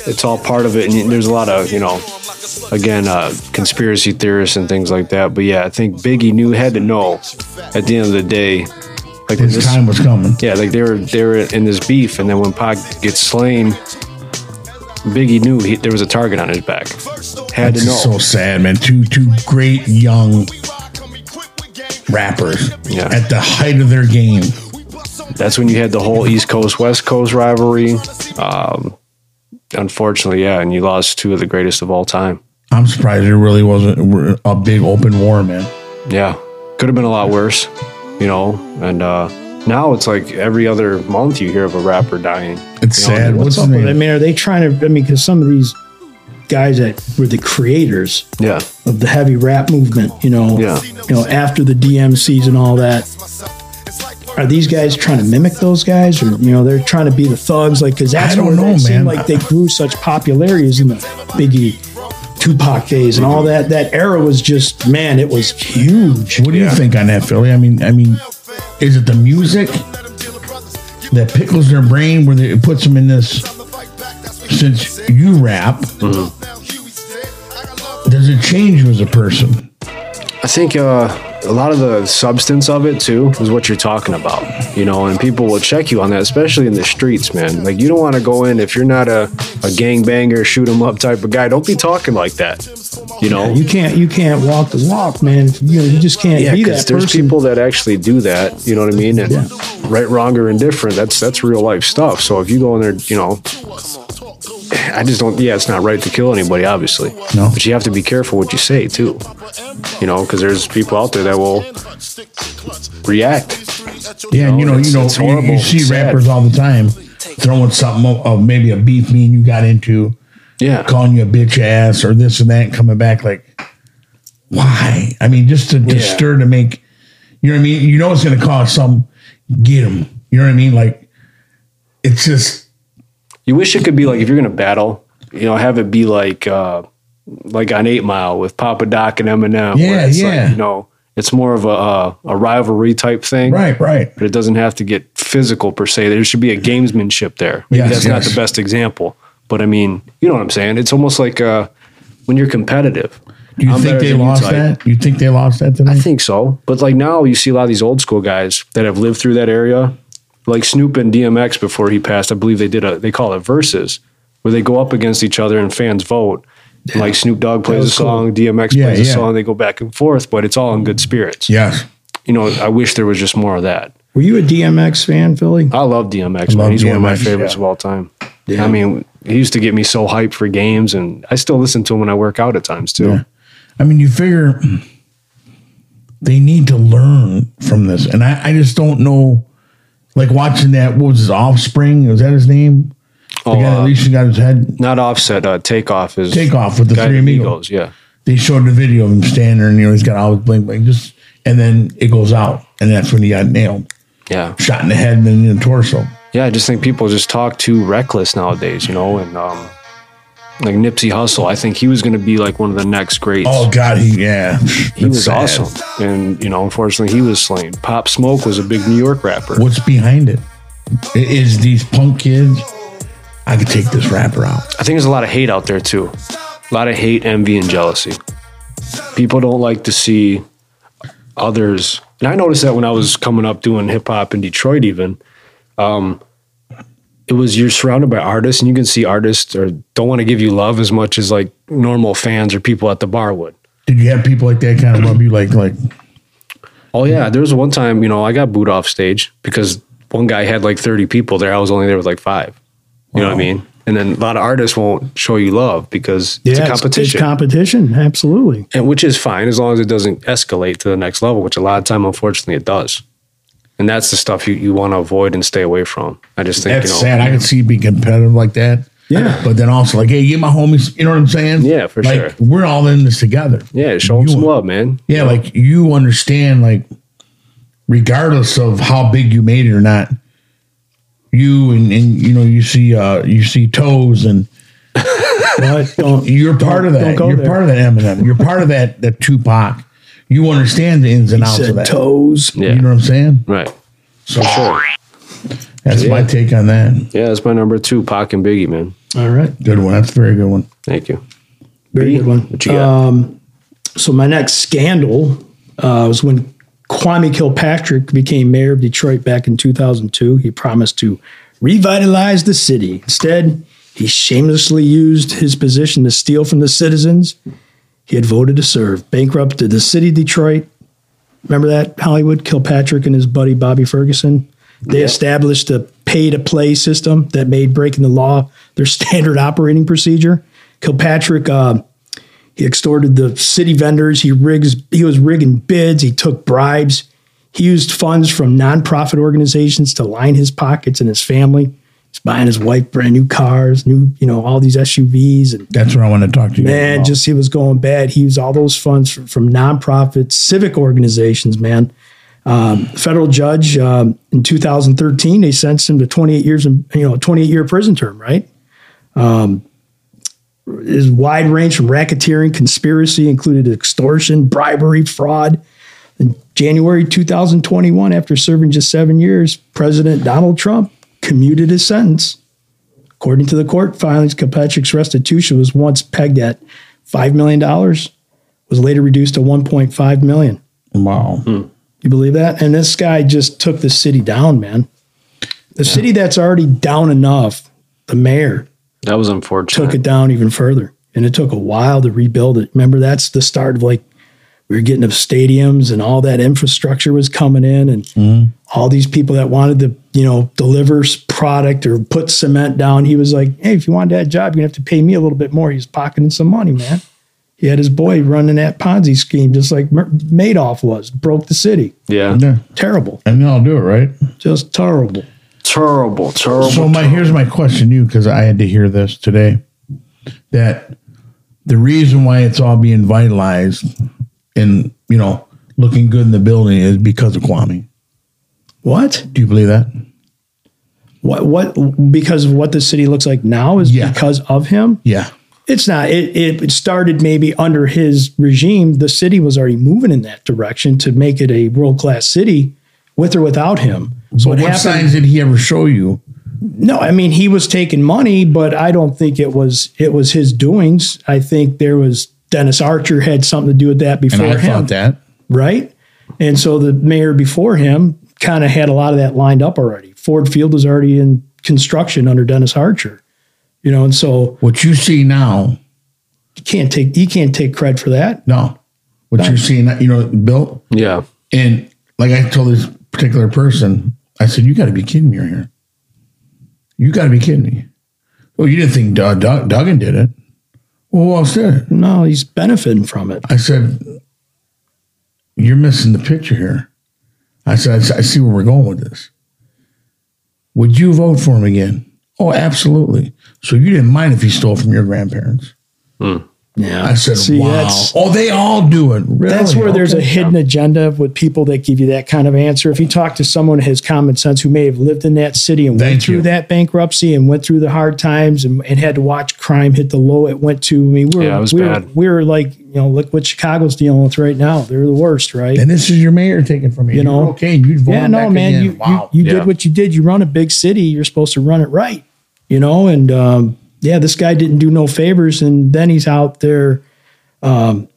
[SPEAKER 3] It's all part of it, and there's a lot of you know, again, uh, conspiracy theorists and things like that. But yeah, I think Biggie knew had to know at the end of the day, like when
[SPEAKER 6] His
[SPEAKER 3] this-
[SPEAKER 6] time was coming.
[SPEAKER 3] Yeah, like they were they were in this beef, and then when Pac gets slain, Biggie knew he, there was a target on his back. Had
[SPEAKER 6] That's
[SPEAKER 3] to know.
[SPEAKER 6] just so sad, man. Two two great young rappers
[SPEAKER 3] Yeah.
[SPEAKER 6] at the height of their game.
[SPEAKER 3] That's when you had the whole East Coast West Coast rivalry. Um, unfortunately, yeah, and you lost two of the greatest of all time.
[SPEAKER 6] I'm surprised it really wasn't a big open war, man.
[SPEAKER 3] Yeah, could have been a lot worse, you know. And uh, Now it's like every other month you hear of a rapper dying.
[SPEAKER 6] It's
[SPEAKER 3] You know,
[SPEAKER 6] sad. What's,
[SPEAKER 5] What's
[SPEAKER 6] the
[SPEAKER 5] up with it? I
[SPEAKER 6] name?
[SPEAKER 5] mean, are they trying to? I mean, because some of these guys that were the creators
[SPEAKER 3] Yeah.
[SPEAKER 5] of the heavy rap movement, you know,
[SPEAKER 3] Yeah.
[SPEAKER 5] you know, after the DMCs and all that. Are these guys trying to mimic those guys, or you know, they're trying to be the thugs? Like, because that's
[SPEAKER 6] I don't
[SPEAKER 5] where
[SPEAKER 6] know,
[SPEAKER 5] they seem
[SPEAKER 6] man.
[SPEAKER 5] Like they grew such popularity is in the Biggie, Tupac days, and all that. That era was just man, it was huge.
[SPEAKER 6] What do you think on that, Philly? I mean, I mean, is it the music that pickles their brain where they, it puts them in this? Since you rap, does it change you as a person?
[SPEAKER 3] I think uh, a lot of the substance of it too is what you're talking about, you know, and people will check you on that, especially in the streets, man. Like, you don't want to go in if you're not a, a gangbanger, shoot 'em up type of guy. Don't be talking like that, you know?
[SPEAKER 5] You can't, you can't walk the walk, man. You know, you just can't
[SPEAKER 3] Yeah,
[SPEAKER 5] be
[SPEAKER 3] because
[SPEAKER 5] that
[SPEAKER 3] there's
[SPEAKER 5] person.
[SPEAKER 3] people that actually do that. You know what I mean? And right, wrong, or indifferent. That's that's real life stuff. So if you go in there, you know, I just don't. Yeah, it's not right to kill anybody, obviously.
[SPEAKER 6] No.
[SPEAKER 3] But you have to be careful what you say too. You know, because there's people out there that will react.
[SPEAKER 6] Yeah, and you
[SPEAKER 3] No,
[SPEAKER 6] know,
[SPEAKER 3] it's-
[SPEAKER 6] you know,
[SPEAKER 3] it's
[SPEAKER 6] you- you,
[SPEAKER 3] horrible.
[SPEAKER 6] see
[SPEAKER 3] It's sad.
[SPEAKER 6] rappers all the time throwing something up of maybe a beef me and you got into,
[SPEAKER 3] Yeah.
[SPEAKER 6] calling you a bitch ass or this and that, and coming back like, why? I mean, just to, to
[SPEAKER 3] Yeah.
[SPEAKER 6] stir to make, you know what I mean? You know, it's going to cause some get them. You know what I mean? Like, it's just
[SPEAKER 3] You wish it could be like if you're gonna battle, you know, have it be like uh like on Eight Mile with Papa Doc and Eminem.
[SPEAKER 6] Yeah,
[SPEAKER 3] it's
[SPEAKER 6] yeah.
[SPEAKER 3] Like, you know, it's more of a uh, a rivalry type thing.
[SPEAKER 6] right, right.
[SPEAKER 3] but it doesn't have to get physical per se. There should be a gamesmanship there. Maybe
[SPEAKER 6] Yes,
[SPEAKER 3] that's not
[SPEAKER 6] yes.
[SPEAKER 3] the best example, but I mean, you know what I'm saying? It's almost like uh, when you're competitive.
[SPEAKER 6] Do you
[SPEAKER 3] I'm
[SPEAKER 6] think
[SPEAKER 3] better
[SPEAKER 6] they
[SPEAKER 3] than you
[SPEAKER 6] lost
[SPEAKER 3] type.
[SPEAKER 6] that? You think they lost that tonight?
[SPEAKER 3] I think so, but like now you see a lot of these old school guys that have lived through that area, like Snoop and DMX before he passed. I believe they did a they call it verses, where they go up against each other and fans vote. And, Like Snoop Dogg plays a song, DMX
[SPEAKER 6] Yeah,
[SPEAKER 3] plays a
[SPEAKER 6] yeah.
[SPEAKER 3] song, they go back and forth, but it's all in good spirits.
[SPEAKER 6] yes.
[SPEAKER 3] You know, I wish there was just more of that.
[SPEAKER 5] Were you a DMX fan, Philly?
[SPEAKER 3] I love DMX, man.
[SPEAKER 6] love
[SPEAKER 3] He's one of my
[SPEAKER 6] DMX,
[SPEAKER 3] favorites
[SPEAKER 6] yeah.
[SPEAKER 3] of all time. I mean, he used to get me so hyped for games, and I still listen to him when I work out at times too.
[SPEAKER 6] Yeah. I mean, you figure they need to learn from this, and I, I just don't know. Like watching that, what was his offspring? Was that his name? The
[SPEAKER 3] Oh,
[SPEAKER 6] guy that
[SPEAKER 3] uh,
[SPEAKER 6] least got his head
[SPEAKER 3] Not offset, uh, takeoff is
[SPEAKER 6] take off with the
[SPEAKER 3] Guy
[SPEAKER 6] three amigos.
[SPEAKER 3] Amigos, Yeah,
[SPEAKER 6] They showed the video of him standing there, and you know he's got all his bling bling, just and then it goes out, and that's when he got nailed,
[SPEAKER 3] yeah,
[SPEAKER 6] shot in the head and then in the torso.
[SPEAKER 3] yeah. I just think people just talk too reckless nowadays, you know. And um, like Nipsey Hussle, I think he was going to be like one of the next greats.
[SPEAKER 6] Oh God, he yeah,
[SPEAKER 3] he was awesome, and you know, unfortunately, he was slain. Pop Smoke was a big New York rapper.
[SPEAKER 6] What's behind it? It is these punk kids. I could take this rapper out.
[SPEAKER 3] I think there's a lot of hate out there too. A lot of hate, envy, and jealousy. People don't like to see others. And I noticed that when I was coming up doing hip hop in Detroit, even. Um, it was you're surrounded by artists, and you can see artists or don't want to give you love as much as like normal fans or people at the bar would.
[SPEAKER 6] Did you have people like that kind of rub you like like
[SPEAKER 3] Oh yeah, there was one time you know I got booed off stage because one guy had like thirty people there. I was only there with like five. You know what I mean? And then a lot of artists won't show you love because it's a competition.
[SPEAKER 5] competition, absolutely.
[SPEAKER 3] and which is fine as long as it doesn't escalate to the next level, which a lot of time, unfortunately, it does. And that's the stuff you, you want to avoid and stay away from. I just think,
[SPEAKER 6] that's
[SPEAKER 3] you know,
[SPEAKER 6] sad. I can see you being competitive like that.
[SPEAKER 5] Yeah.
[SPEAKER 6] But then also like, hey, get my homies you know what I'm saying?
[SPEAKER 3] Yeah, for
[SPEAKER 6] like,
[SPEAKER 3] sure.
[SPEAKER 6] We're all in this together.
[SPEAKER 3] yeah, show them
[SPEAKER 6] You-
[SPEAKER 3] some love, man.
[SPEAKER 6] Yeah, like you understand like regardless of how big you made it or not, you and, and you know, you see uh you see toes and
[SPEAKER 5] But don't
[SPEAKER 6] you're part of
[SPEAKER 5] don't
[SPEAKER 6] that.
[SPEAKER 5] go
[SPEAKER 6] You're
[SPEAKER 5] there.
[SPEAKER 6] part of that Eminem. You're part of that that Tupac. You understand the ins and outs of
[SPEAKER 5] said
[SPEAKER 6] that.
[SPEAKER 5] toes.
[SPEAKER 3] Yeah,
[SPEAKER 6] You know what I'm saying?
[SPEAKER 3] right.
[SPEAKER 6] So
[SPEAKER 3] Sure.
[SPEAKER 6] that's my take on that.
[SPEAKER 3] Yeah, that's my number two, Pac and Biggie, man.
[SPEAKER 5] All right,
[SPEAKER 6] Good one. That's a very good one.
[SPEAKER 3] Thank you.
[SPEAKER 5] very good one.
[SPEAKER 3] What you got?
[SPEAKER 5] So my next scandal uh, was when Kwame Kilpatrick became mayor of Detroit back in 2002. He promised to revitalize the city. Instead, he shamelessly used his position to steal from the citizens he had voted to serve, bankrupted the city of Detroit. Remember that Hollywood Kilpatrick and his buddy Bobby Ferguson? They established a pay to play system that made breaking the law their standard operating procedure. Kilpatrick uh, he extorted the city vendors. He rigs. He was rigging bids. He took bribes. He used funds from nonprofit organizations to line his pockets and his family. He's buying his wife brand new cars, new, you know, all these SUVs and
[SPEAKER 6] That's what I want to talk to you
[SPEAKER 5] man,
[SPEAKER 6] about.
[SPEAKER 5] just he was going bad. He used all those funds from, from nonprofits, civic organizations, man. Um, federal judge um, in 2013, they sentenced him to 28 years and you know a 28 year prison term. Right, um, his wide range from racketeering, conspiracy included extortion, bribery, fraud. In January 2021, after serving just seven years, President Donald Trump commuted his sentence. According to the court filings, Kilpatrick's restitution was once pegged at $5 million, was later reduced to $1.5 million.
[SPEAKER 6] wow.
[SPEAKER 5] You believe that? And this guy just took the city down, man. The city that's already down enough, the mayor
[SPEAKER 3] That was
[SPEAKER 5] took
[SPEAKER 3] unfortunate.
[SPEAKER 5] it down even further. And it took a while to rebuild it. Remember, that's the start of like, we were getting up stadiums and all that infrastructure was coming in and all these people that wanted to, you know, deliver s- product or put cement down. He was like, hey, if you wanted that job, you're going to have to pay me a little bit more. He's pocketing some money, man. He had his boy running that Ponzi scheme, just like Mer- Madoff was, broke the city.
[SPEAKER 3] yeah.
[SPEAKER 6] Yeah.
[SPEAKER 5] Terrible,
[SPEAKER 6] And then I'll do it, right?
[SPEAKER 5] just terrible.
[SPEAKER 3] Terrible, terrible.
[SPEAKER 6] So my here's my question to you because I had to hear this today that the reason why it's all being vitalized and you know looking good in the building is because of Kwame.
[SPEAKER 5] What?
[SPEAKER 6] Do you believe that?
[SPEAKER 5] What? What? Because of what the city looks like now is
[SPEAKER 6] Yeah.
[SPEAKER 5] because of him.
[SPEAKER 6] Yeah.
[SPEAKER 5] It's not. It, it it started maybe under his regime. The city was already moving in that direction to make it a world class city, with or without him. So
[SPEAKER 6] But what signs did he ever show you?
[SPEAKER 5] No, I mean he was taking money, but I don't think it was it was his doings. I think there was Dennis Archer had something to do with that
[SPEAKER 6] And
[SPEAKER 5] before
[SPEAKER 6] I
[SPEAKER 5] him,
[SPEAKER 6] thought that.
[SPEAKER 5] right? And so the mayor before him kind of had a lot of that lined up already. Ford Field was already in construction under Dennis Archer, you know, and so
[SPEAKER 6] What you see now,
[SPEAKER 5] you can't take you can't take credit for that.
[SPEAKER 6] no. What you're seeing, you know, built
[SPEAKER 3] yeah.
[SPEAKER 6] And like I told this particular person, I said, "You got to be kidding me right here. You got to be kidding me." Well, you didn't think Doug, Doug, Duggan did it. Well, who else did it?
[SPEAKER 5] No, he's benefiting from it.
[SPEAKER 6] I said, "You're missing the picture here." I said, "I s- "I see where we're going with this." Would you vote for him again? Oh, absolutely. So you didn't mind if he stole from your grandparents?
[SPEAKER 5] Yeah,
[SPEAKER 6] I said,
[SPEAKER 5] See,
[SPEAKER 6] "Wow."
[SPEAKER 5] that's-
[SPEAKER 6] oh, they all do it. Really?
[SPEAKER 5] That's
[SPEAKER 3] Oh,
[SPEAKER 5] where there's a
[SPEAKER 6] Okay.
[SPEAKER 5] hidden agenda with people that give you that kind of answer. If you talk to someone who has common sense who may have lived in that city and
[SPEAKER 6] Thank
[SPEAKER 5] went through
[SPEAKER 6] you.
[SPEAKER 5] that bankruptcy and went through the hard times and, and had to watch crime hit the low it went to. I mean, we're,
[SPEAKER 3] Yeah, it was
[SPEAKER 5] we're,
[SPEAKER 3] bad.
[SPEAKER 5] we're like, you know, look what Chicago's dealing with right now. They're the worst, right?
[SPEAKER 6] And this is your mayor taking from you.
[SPEAKER 5] You know?
[SPEAKER 6] You're okay, and you'd vote
[SPEAKER 5] yeah,
[SPEAKER 6] him
[SPEAKER 5] no,
[SPEAKER 6] back
[SPEAKER 5] man,
[SPEAKER 6] again.
[SPEAKER 5] you, you-
[SPEAKER 6] wow.
[SPEAKER 5] you,
[SPEAKER 3] Yeah.
[SPEAKER 5] did what you did. You run a big city, you're supposed to run it right, you know? And, um, yeah, this guy didn't do no favors. And then he's out there. Um,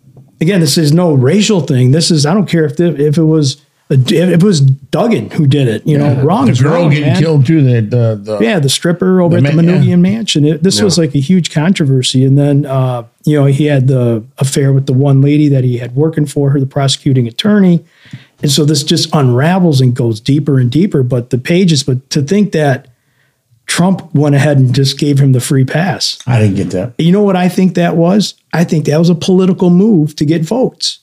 [SPEAKER 5] again, this is no racial thing. This is, I don't care if, the, if it was, a, if it was Duggan who did it, you know, wrong
[SPEAKER 6] the
[SPEAKER 5] is
[SPEAKER 6] girl
[SPEAKER 5] wrong,
[SPEAKER 6] getting
[SPEAKER 5] man.
[SPEAKER 6] killed too. The the, the
[SPEAKER 5] Yeah, the stripper over
[SPEAKER 6] The
[SPEAKER 5] at the
[SPEAKER 6] ma- yeah.
[SPEAKER 5] Manugian Mansion. It, this was like a huge controversy. And then, uh, you know, he had the affair with the one lady that he had working for her, the prosecuting attorney. And so this just unravels and goes deeper and deeper. But the pages, but to think that Trump went ahead and just gave him the free pass.
[SPEAKER 6] I didn't get that.
[SPEAKER 5] You know what I think that was? I think that was a political move to get votes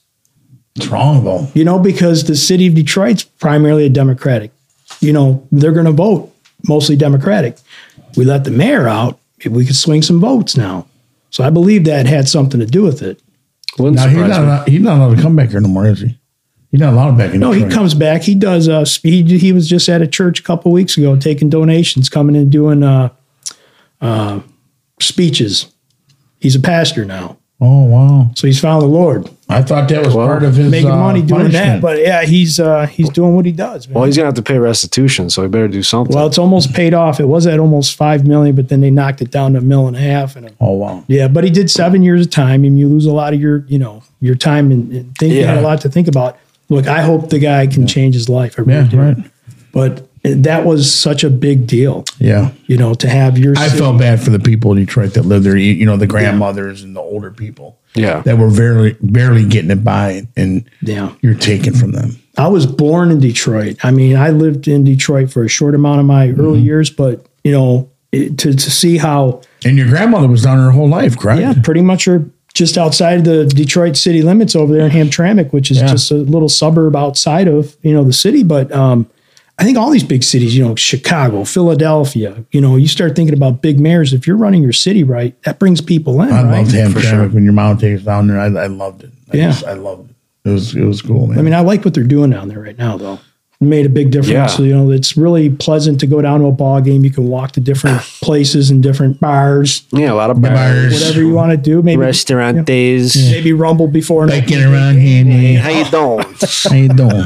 [SPEAKER 6] It's wrong though.
[SPEAKER 5] you know, because the city of Detroit's primarily a Democratic. You know, they're going to vote mostly Democratic. We let the mayor out, maybe we could swing some votes now. So I believe that had something to do with it.
[SPEAKER 3] Wouldn't
[SPEAKER 6] Now he's
[SPEAKER 3] surprise
[SPEAKER 6] not
[SPEAKER 3] me.
[SPEAKER 6] allowed- he's not allowed to come back here no more, is he? He's not allowed back in.
[SPEAKER 5] No, he
[SPEAKER 6] Detroit.
[SPEAKER 5] comes back. He does. Uh, sp- he he was just at a church a couple weeks ago, taking donations, coming and doing uh, uh, speeches. He's a pastor now,
[SPEAKER 6] Oh wow!
[SPEAKER 5] so he's found the Lord,
[SPEAKER 6] I thought that was part of his
[SPEAKER 5] making
[SPEAKER 6] uh,
[SPEAKER 5] money doing that.
[SPEAKER 6] punishment.
[SPEAKER 5] But yeah, he's uh, he's doing what he does. man.
[SPEAKER 3] Well, he's gonna have to pay restitution, so he better do something.
[SPEAKER 5] Well, it's almost paid off. It was at almost five million, but then they knocked it down to a mil and a half. And a,
[SPEAKER 6] oh wow!
[SPEAKER 5] yeah, but he did seven years of time, and you lose a lot of your, you know, your time and, and think you had a
[SPEAKER 3] Yeah.
[SPEAKER 5] lot to think about. Look, I hope the guy can change his life. I really
[SPEAKER 6] Yeah,
[SPEAKER 5] do.
[SPEAKER 6] right.
[SPEAKER 5] But that was such a big deal,
[SPEAKER 6] Yeah,
[SPEAKER 5] you know, to have your.
[SPEAKER 6] I
[SPEAKER 5] city-
[SPEAKER 6] felt bad for the people in Detroit that lived there. You, you know, the grandmothers and the older people
[SPEAKER 3] yeah.
[SPEAKER 6] that were barely barely getting it by, and
[SPEAKER 5] Yeah.
[SPEAKER 6] you're taking from them.
[SPEAKER 5] I was born in Detroit. I mean, I lived in Detroit for a short amount of my early
[SPEAKER 6] Mm-hmm.
[SPEAKER 5] years, but you know, it, to to see how
[SPEAKER 6] And your grandmother was down her whole life, correct?
[SPEAKER 5] yeah, pretty much her just outside the Detroit city limits over there in Hamtramck, which is
[SPEAKER 6] Yeah.
[SPEAKER 5] just a little suburb outside of you know the city. But um, I think all these big cities, you know, Chicago, Philadelphia, you know, you start thinking about big mayors. If you're running your city right, that brings people in,
[SPEAKER 6] I
[SPEAKER 5] right?
[SPEAKER 6] loved Hamtramck when your mom takes down there. I, I loved it. I
[SPEAKER 5] Yeah.
[SPEAKER 6] just- I loved it. It was it was cool, man.
[SPEAKER 5] I mean, I like what they're doing down there right now, though. It made a big difference.
[SPEAKER 3] Yeah.
[SPEAKER 5] So, you know, it's really pleasant to go down to a ball game. You can walk to different places and different bars,
[SPEAKER 3] Yeah, a lot of bars.
[SPEAKER 5] whatever you want to do. Maybe
[SPEAKER 9] Restaurant days.
[SPEAKER 5] maybe rumble before and
[SPEAKER 6] Baking around here,
[SPEAKER 9] How
[SPEAKER 6] man.
[SPEAKER 9] you doing?
[SPEAKER 6] How you doing?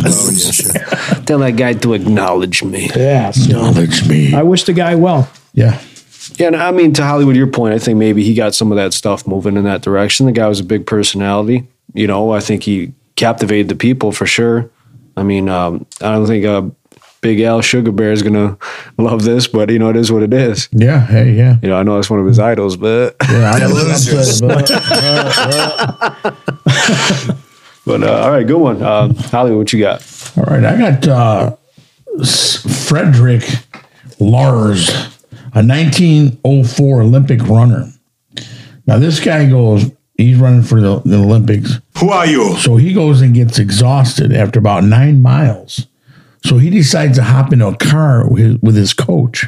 [SPEAKER 9] Tell that guy to acknowledge me.
[SPEAKER 5] yeah. so
[SPEAKER 6] Acknowledge me.
[SPEAKER 5] I wish the guy well.
[SPEAKER 6] Yeah.
[SPEAKER 3] Yeah, and I mean to Hollywood, your point. I think maybe he got some of that stuff moving in that direction. The guy was a big personality. You know, I think he captivated the people for sure. I mean, um, I don't think uh, Big Al Sugar Bear is gonna love this, but you know, it is what it is.
[SPEAKER 6] Yeah. Hey, yeah.
[SPEAKER 3] You know, I know that's one of his idols, but
[SPEAKER 6] Yeah, I-
[SPEAKER 4] Losers.
[SPEAKER 3] but uh, all right, good one, um, Hollywood. What you got?
[SPEAKER 6] All right, I got uh, S- Frederick Lars, a 1904 Olympic runner. Now this guy goes, he's running for the, the Olympics,
[SPEAKER 4] Who are you?
[SPEAKER 6] so he goes and gets exhausted after about nine miles. So he decides to hop into a car with his, with his coach,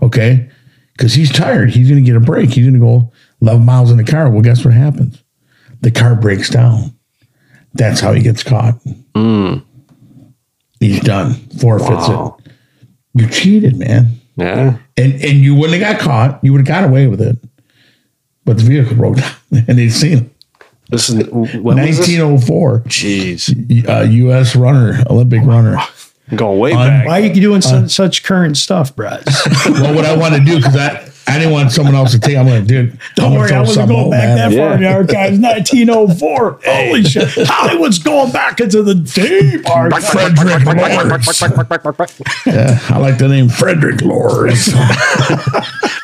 [SPEAKER 6] okay, because he's tired. He's going to get a break. He's going to go 11 miles in the car. Well, guess what happens? The car breaks down. That's how he gets caught. He's done. Forfeits
[SPEAKER 3] Wow.
[SPEAKER 6] it. You cheated, man.
[SPEAKER 3] Yeah,
[SPEAKER 6] And and you wouldn't have got caught. You would have got away with it. But the vehicle broke down and they'd seen him.
[SPEAKER 3] this is when was this?
[SPEAKER 6] oh- 1904,
[SPEAKER 3] Jeez,
[SPEAKER 6] uh, U.S. runner,
[SPEAKER 5] Oh
[SPEAKER 6] Olympic runner.
[SPEAKER 3] going way back.
[SPEAKER 5] Why are you doing su- such current stuff, Brad?
[SPEAKER 6] well, what I want to do because I I didn't want someone else to take. I'm like, dude,
[SPEAKER 5] Don't worry, I wasn't going back that
[SPEAKER 3] Yeah.
[SPEAKER 5] far in the archives. 1904. Holy shit. Hollywood's going back into the deep archives.
[SPEAKER 6] Frederick Lors. yeah, I like the name Frederick Lors.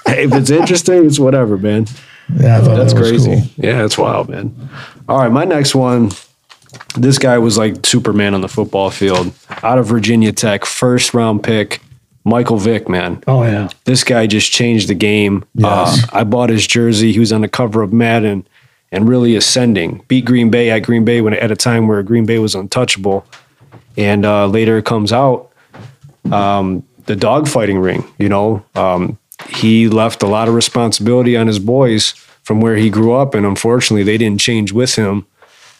[SPEAKER 3] Hey, if it's interesting, it's whatever, man.
[SPEAKER 6] Yeah, I thought
[SPEAKER 3] That's
[SPEAKER 6] that was
[SPEAKER 3] crazy.
[SPEAKER 6] cool.
[SPEAKER 3] Yeah, that's wild, man. All right, my next one. This guy was like Superman on the football field. Out of Virginia Tech, first round pick, Michael Vick, man.
[SPEAKER 5] Oh, yeah.
[SPEAKER 3] This guy just changed the game.
[SPEAKER 6] Yes.
[SPEAKER 3] Uh, I bought his jersey. He was on the cover of Madden and really ascending. Beat Green Bay at Green Bay when at a time where Green Bay was untouchable. And uh, later it comes out um, the dogfighting ring. You know, um, he left a lot of responsibility on his boys from where he grew up, and unfortunately, they didn't change with him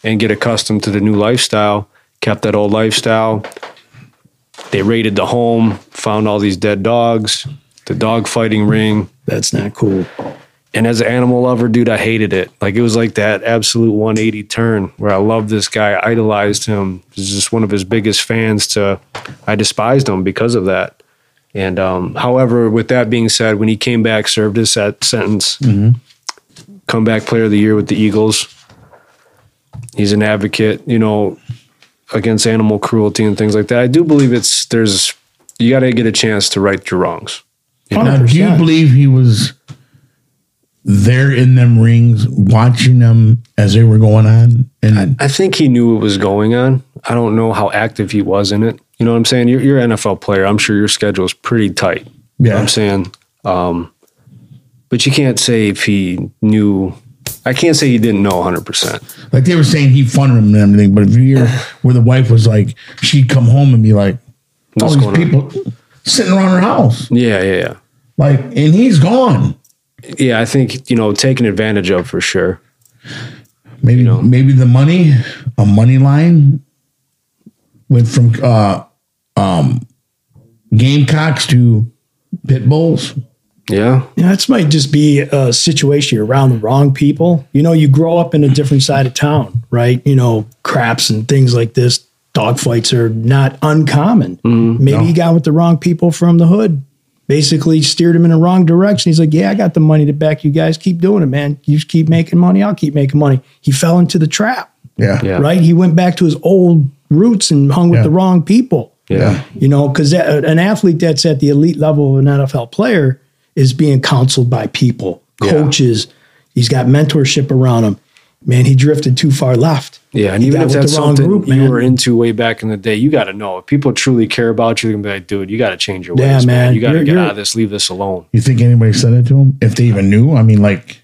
[SPEAKER 3] and get accustomed to the new lifestyle. Kept that old lifestyle. They raided the home, found all these dead dogs, the dogfighting ring.
[SPEAKER 5] That's not cool.
[SPEAKER 3] And as an animal lover, dude, I hated it. Like it was like that absolute 180 turn where I loved this guy, idolized him, was just one of his biggest fans. To I despised him because of that. And um, however, with that being said, when he came back, served his set sentence,
[SPEAKER 5] Mm-hmm.
[SPEAKER 3] comeback player of the year with the Eagles. He's an advocate, you know, against animal cruelty and things like that. I do believe it's there's you got to get a chance to right your wrongs.
[SPEAKER 6] Now, do you
[SPEAKER 5] 100%.
[SPEAKER 6] believe he was there in them rings, watching them as they were going on? And
[SPEAKER 3] I think he knew what was going on. I don't know how active he was in it. You know what I'm saying? You're, you're an NFL player. I'm sure your schedule is pretty tight. You know what
[SPEAKER 6] Yeah.
[SPEAKER 3] I'm saying? Um, but you can't say if he knew. I can't say he didn't know 100%.
[SPEAKER 6] like they were saying, he funded him and everything. But if you hear where the wife was like, she'd come home and be like, all
[SPEAKER 3] What's
[SPEAKER 6] these
[SPEAKER 3] going on?
[SPEAKER 6] people sitting around her house,
[SPEAKER 3] Yeah, yeah, yeah.
[SPEAKER 6] like, and he's gone.
[SPEAKER 3] Yeah, I think, you know, taken advantage of for sure.
[SPEAKER 6] Maybe maybe the money, a money line went from uh um Gamecocks to pit bulls.
[SPEAKER 3] Yeah.
[SPEAKER 5] Yeah, this might just be a situation you're around the wrong people. You know, you grow up in a different side of town, right? You know, craps and things like this. Dogfights are not uncommon.
[SPEAKER 3] Mm,
[SPEAKER 5] Maybe he got with the wrong people from the hood. Basically, steered him in the wrong direction. He's like, "Yeah, I got the money to back you guys. Keep doing it, man. You just keep making money. I'll keep making money." He fell into the trap,
[SPEAKER 6] Yeah.
[SPEAKER 3] Yeah.
[SPEAKER 5] right? He went back to his old roots and hung with
[SPEAKER 6] Yeah.
[SPEAKER 5] the wrong people
[SPEAKER 3] Yeah.
[SPEAKER 5] you know, because an athlete that's at the elite level of an NFL player is being counseled by people, coaches. He's got mentorship around him. Man, he drifted too far left.
[SPEAKER 3] Yeah. And
[SPEAKER 5] He
[SPEAKER 3] even
[SPEAKER 5] got
[SPEAKER 3] if
[SPEAKER 5] with
[SPEAKER 3] that's
[SPEAKER 5] the wrong
[SPEAKER 3] something
[SPEAKER 5] group,
[SPEAKER 3] you
[SPEAKER 5] man.
[SPEAKER 3] were into way back in the day, you got to know. If people truly care about you, they're going to be like, dude, you got to change your ways,
[SPEAKER 5] Yeah,
[SPEAKER 3] man.
[SPEAKER 5] man.
[SPEAKER 3] You got
[SPEAKER 5] You're-
[SPEAKER 3] to get
[SPEAKER 5] you're-
[SPEAKER 3] out of this, leave this alone.
[SPEAKER 6] You think anybody said it to him? If they even knew? I mean, like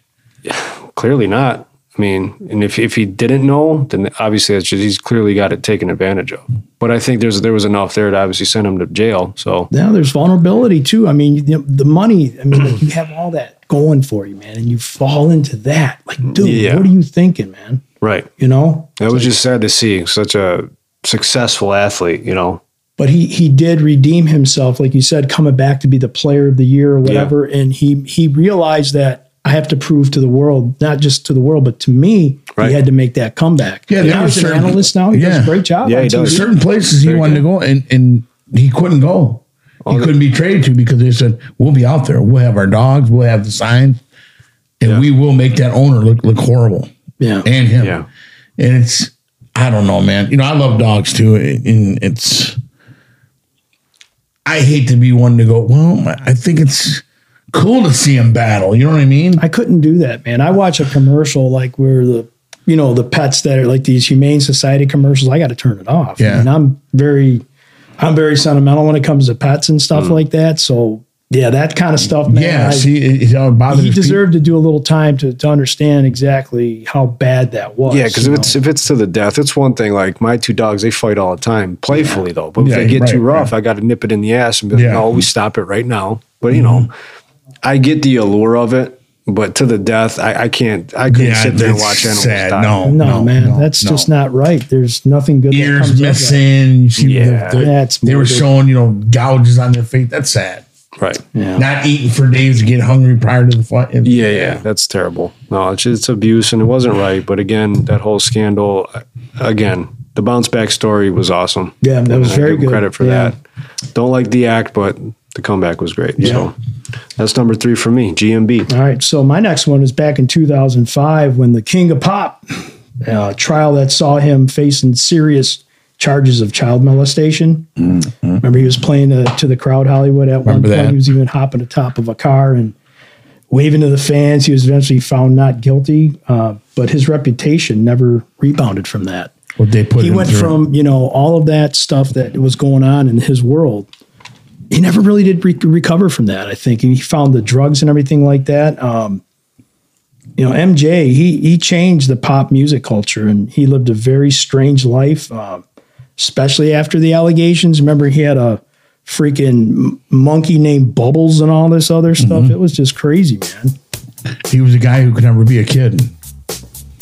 [SPEAKER 3] Clearly not. I mean, and if, if he didn't know, then obviously that's just, he's clearly got it taken advantage of. But I think there's there was enough there to obviously send him to jail. So
[SPEAKER 5] Now there's vulnerability too. I mean, you know, the money. I mean, like, you have all that going for you, man, and you fall into that. Like, dude,
[SPEAKER 3] Yeah.
[SPEAKER 5] what are you thinking, man?
[SPEAKER 3] right,
[SPEAKER 5] You know.
[SPEAKER 3] that was just sad to see such a successful athlete. You know,
[SPEAKER 5] But he he did redeem himself, like you said, coming back to be the player of the year or whatever, and he he realized that I have to prove to the world, not just to the world, but to me,
[SPEAKER 3] Right.
[SPEAKER 5] he had to make that comeback.
[SPEAKER 6] Yeah,
[SPEAKER 5] And
[SPEAKER 6] there
[SPEAKER 5] now
[SPEAKER 6] were
[SPEAKER 5] he's an
[SPEAKER 6] certain-
[SPEAKER 5] analyst now. He does
[SPEAKER 6] Yeah.
[SPEAKER 5] a great job.
[SPEAKER 3] Yeah, he
[SPEAKER 5] on
[SPEAKER 3] does.
[SPEAKER 5] TV.
[SPEAKER 6] certain places he wanted to go and and he couldn't go. He couldn't be traded to because they said we'll be out there. We'll have our dogs. We'll have the signs, and we will make that owner look look horrible.
[SPEAKER 5] Yeah.
[SPEAKER 6] and him.
[SPEAKER 3] Yeah.
[SPEAKER 6] and it's I don't know, man. You know, I love dogs too, and it's I hate to be one to go. Well, I think it's cool to see him battle. You know what I mean?
[SPEAKER 5] I couldn't do that, man. I watch a commercial like where the you know the pets that are like these humane society commercials. I got to turn it off.
[SPEAKER 6] Yeah.
[SPEAKER 5] and I'm very, I'm very sentimental when it comes to pets and stuff
[SPEAKER 3] Mm.
[SPEAKER 5] like that. So yeah, that kind of stuff, man.
[SPEAKER 6] yeah,
[SPEAKER 5] I-
[SPEAKER 6] see, it, it, it bothers
[SPEAKER 5] he
[SPEAKER 6] people.
[SPEAKER 5] deserved to do a little time to, to understand exactly how bad that was.
[SPEAKER 3] yeah, because
[SPEAKER 5] you
[SPEAKER 3] if
[SPEAKER 5] know?
[SPEAKER 3] it's if it's to the death, it's one thing. Like my two dogs, they fight all the time, playfully though. But if
[SPEAKER 6] Yeah,
[SPEAKER 3] they get
[SPEAKER 6] right,
[SPEAKER 3] too rough, I got to nip it in the ass and be like,
[SPEAKER 6] Yeah. Mm-hmm.
[SPEAKER 3] no, we stop it right now. But you know, I get the allure of it, but to the death, I, I can't. I couldn't
[SPEAKER 6] Yeah,
[SPEAKER 3] sit there and
[SPEAKER 6] that's
[SPEAKER 3] watch animals
[SPEAKER 6] sad.
[SPEAKER 3] die.
[SPEAKER 6] No,
[SPEAKER 5] no, man,
[SPEAKER 6] no,
[SPEAKER 5] that's
[SPEAKER 6] no.
[SPEAKER 5] just not right. There's nothing good. that comes
[SPEAKER 6] ears
[SPEAKER 5] of that.
[SPEAKER 6] missing. You see,
[SPEAKER 3] Yeah.
[SPEAKER 6] the, the-
[SPEAKER 5] That's
[SPEAKER 6] they were
[SPEAKER 5] morbid.
[SPEAKER 6] showing you know gouges on their face. That's sad.
[SPEAKER 3] right?
[SPEAKER 6] Not eating for days, get hungry prior to the flight.
[SPEAKER 3] Yeah, yeah, that's terrible. No, it's it's abuse, and it wasn't right. But again, that whole scandal, uh, again, the bounce back story was awesome.
[SPEAKER 5] Yeah, that was
[SPEAKER 3] I
[SPEAKER 5] very
[SPEAKER 3] give 'em
[SPEAKER 5] good.
[SPEAKER 3] Credit for
[SPEAKER 5] Yeah.
[SPEAKER 3] that. Don't like the act, but the comeback was great. So that's number three for me. GMB.
[SPEAKER 5] All right. So my next one is back in 2005 when the King of Pop uh, trial that saw him facing serious charges of child molestation. Remember, he was playing uh, to, to the crowd Hollywood at
[SPEAKER 6] Mm-hmm. Remember
[SPEAKER 5] one point.
[SPEAKER 6] that.
[SPEAKER 5] He was even hopping atop of a car and waving to the fans. He was eventually found not guilty, uh, but his reputation never rebounded from that
[SPEAKER 6] What they put
[SPEAKER 5] he
[SPEAKER 6] him
[SPEAKER 5] went
[SPEAKER 6] through.
[SPEAKER 5] from you know all of that stuff that was going on in his world he never really did re- recover from that i think and he found the drugs and everything like that um, you know mj he he changed the pop music culture and he lived a very strange life um, especially after the allegations remember he had a freaking m- monkey named bubbles and all this other stuff it was just crazy man
[SPEAKER 6] he was a guy who could never be a kid.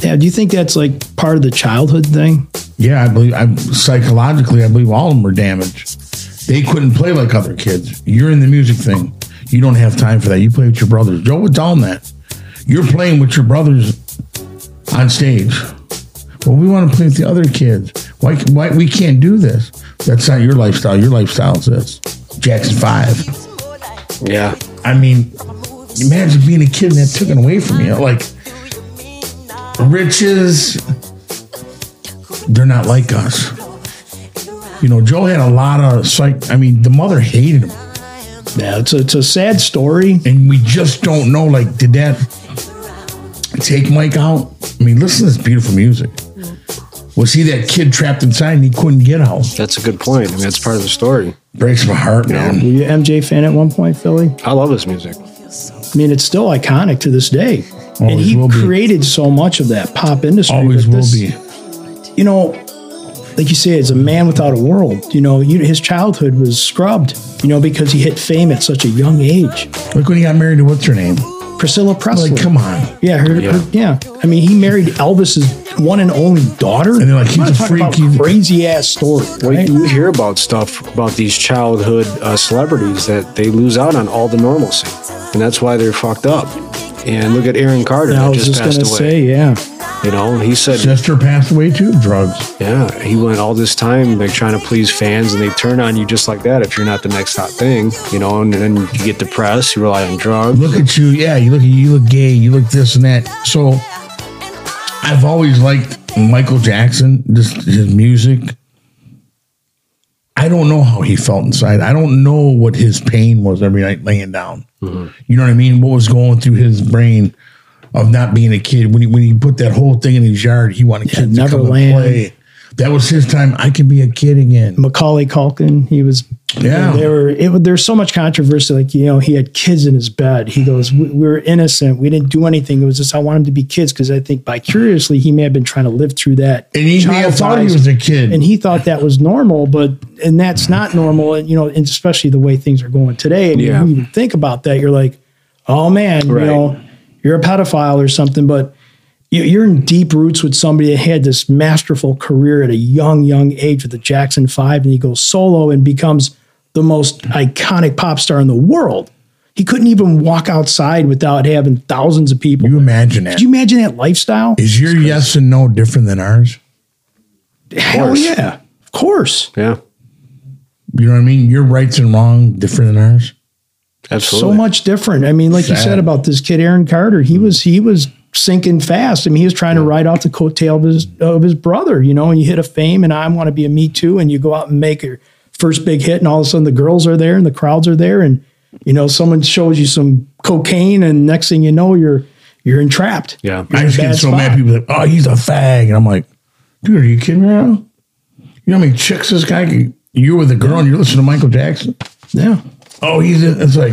[SPEAKER 5] yeah do you think that's like part of the childhood thing
[SPEAKER 6] Yeah, I believe. I psychologically, I believe all of them were damaged. They couldn't play like other kids. You're in the music thing. You don't have time for that. You play with your brothers. Joe would tell them that. You're playing with your brothers on stage. Well, we want to play with the other kids. Why? Why we can't do this? That's not your lifestyle. Your lifestyle's this. Jackson Five.
[SPEAKER 3] Yeah,
[SPEAKER 6] I mean, imagine being a kid and that took it away from you. Like riches, they're not like us. You know, Joe had a lot of psych. I mean, the mother hated him,
[SPEAKER 5] yeah it's a, it's a sad story
[SPEAKER 6] and we just don't know. Like, did that take Mike out? I mean, listen to this beautiful music. Was he that kid trapped inside and he couldn't get out?
[SPEAKER 3] that's a good point. I mean, that's part of the story.
[SPEAKER 6] Breaks my heart,
[SPEAKER 5] were
[SPEAKER 6] man.
[SPEAKER 5] you an mj fan at one point philly
[SPEAKER 3] I love his music.
[SPEAKER 5] I mean, it's still iconic to this day. and
[SPEAKER 6] Always
[SPEAKER 5] he
[SPEAKER 6] will be.
[SPEAKER 5] created so much of that pop industry.
[SPEAKER 6] Always
[SPEAKER 5] but
[SPEAKER 6] will
[SPEAKER 5] this-
[SPEAKER 6] be.
[SPEAKER 5] You know, like you say, it's a man without a world. You know, you, his childhood was scrubbed, you know, because he hit fame at such a young age.
[SPEAKER 6] Look when he got married to what's her name?
[SPEAKER 5] Priscilla Presley.
[SPEAKER 6] Like, come on.
[SPEAKER 5] Yeah, her, yeah. yeah. I mean, he married Elvis's one and only daughter.
[SPEAKER 6] And they're like,
[SPEAKER 5] You wanna
[SPEAKER 6] he's a
[SPEAKER 5] talk
[SPEAKER 6] freak,
[SPEAKER 5] about
[SPEAKER 6] he's a-
[SPEAKER 5] Crazy ass story.
[SPEAKER 3] Well,
[SPEAKER 5] right?
[SPEAKER 3] you hear about stuff about these childhood uh, celebrities that they lose out on all the normalcy, and that's why they're fucked up. And look at Aaron Carter,
[SPEAKER 5] I
[SPEAKER 3] that
[SPEAKER 5] was
[SPEAKER 3] just,
[SPEAKER 5] just going
[SPEAKER 3] passed
[SPEAKER 5] to
[SPEAKER 3] away.
[SPEAKER 5] say, yeah.
[SPEAKER 3] You know, he said
[SPEAKER 6] Sister passed away too, drugs.
[SPEAKER 3] Yeah, he went all this time like trying to please fans, and they turn on you just like that if you're not the next hot thing, you know. And then you get depressed, you rely on drugs.
[SPEAKER 6] look at you. Yeah, you look you look gay. You look this and that. So I've always liked Michael Jackson, just his music. I don't know how he felt inside. I don't know what his pain was every night laying down. You know what I mean? What was going through his brain of not being a kid when he when he put that whole thing in his yard? He wanted kids to come and
[SPEAKER 5] Neverland.
[SPEAKER 6] play. That was his time. I can be a kid again.
[SPEAKER 5] Macaulay Culkin. He was.
[SPEAKER 6] Yeah.
[SPEAKER 5] They were. It, was- there was so much controversy. Like you know, he had kids in his bed. He goes, "We, we were innocent. We didn't do anything. It was just I want him to be kids because I think by curiously he may have been trying to live through that.
[SPEAKER 6] And he may have
[SPEAKER 5] child's
[SPEAKER 6] thought he
[SPEAKER 5] eyes.
[SPEAKER 6] was a kid.
[SPEAKER 5] And he thought that was normal, but and that's not normal. And you know, and especially the way things are going today. And
[SPEAKER 3] Yeah.
[SPEAKER 5] you even think about that, you're like, oh man,
[SPEAKER 3] Right.
[SPEAKER 5] you know, you're a pedophile or something. But you- you're in deep roots with somebody that had this masterful career at a young, young age with the Jackson Five, and he goes solo and becomes the most iconic pop star in the world. He couldn't even walk outside without having thousands of people.
[SPEAKER 6] you imagine that?
[SPEAKER 5] Could you imagine that lifestyle?
[SPEAKER 6] Is your yes and no different than ours?
[SPEAKER 5] Hell yeah, of course.
[SPEAKER 3] Yeah.
[SPEAKER 6] You know what I mean? Your rights and wrong different than ours.
[SPEAKER 3] Absolutely.
[SPEAKER 5] so much different. I mean, like you
[SPEAKER 6] Sad.
[SPEAKER 5] said about this kid Aaron Carter, he was he was sinking fast. I mean, he was trying to ride out the coattail of his of his brother, you know. And you hit a fame, and I want to be a Me Too, and you go out and make your first big hit, and all of a sudden the girls are there and the crowds are there, and you know someone shows you some cocaine, and next thing you know you're you're entrapped.
[SPEAKER 3] Yeah.
[SPEAKER 5] You're
[SPEAKER 6] I
[SPEAKER 5] in a
[SPEAKER 6] just get
[SPEAKER 5] bad
[SPEAKER 6] so
[SPEAKER 5] spot.
[SPEAKER 6] mad. People are like, oh, he's a fag, and I'm like, dude, are you kidding me? Right now? You know how many chicks this guy? Can, you're with a girl, and you're listening to Michael Jackson.
[SPEAKER 5] Yeah.
[SPEAKER 6] Oh, he's. A, it's like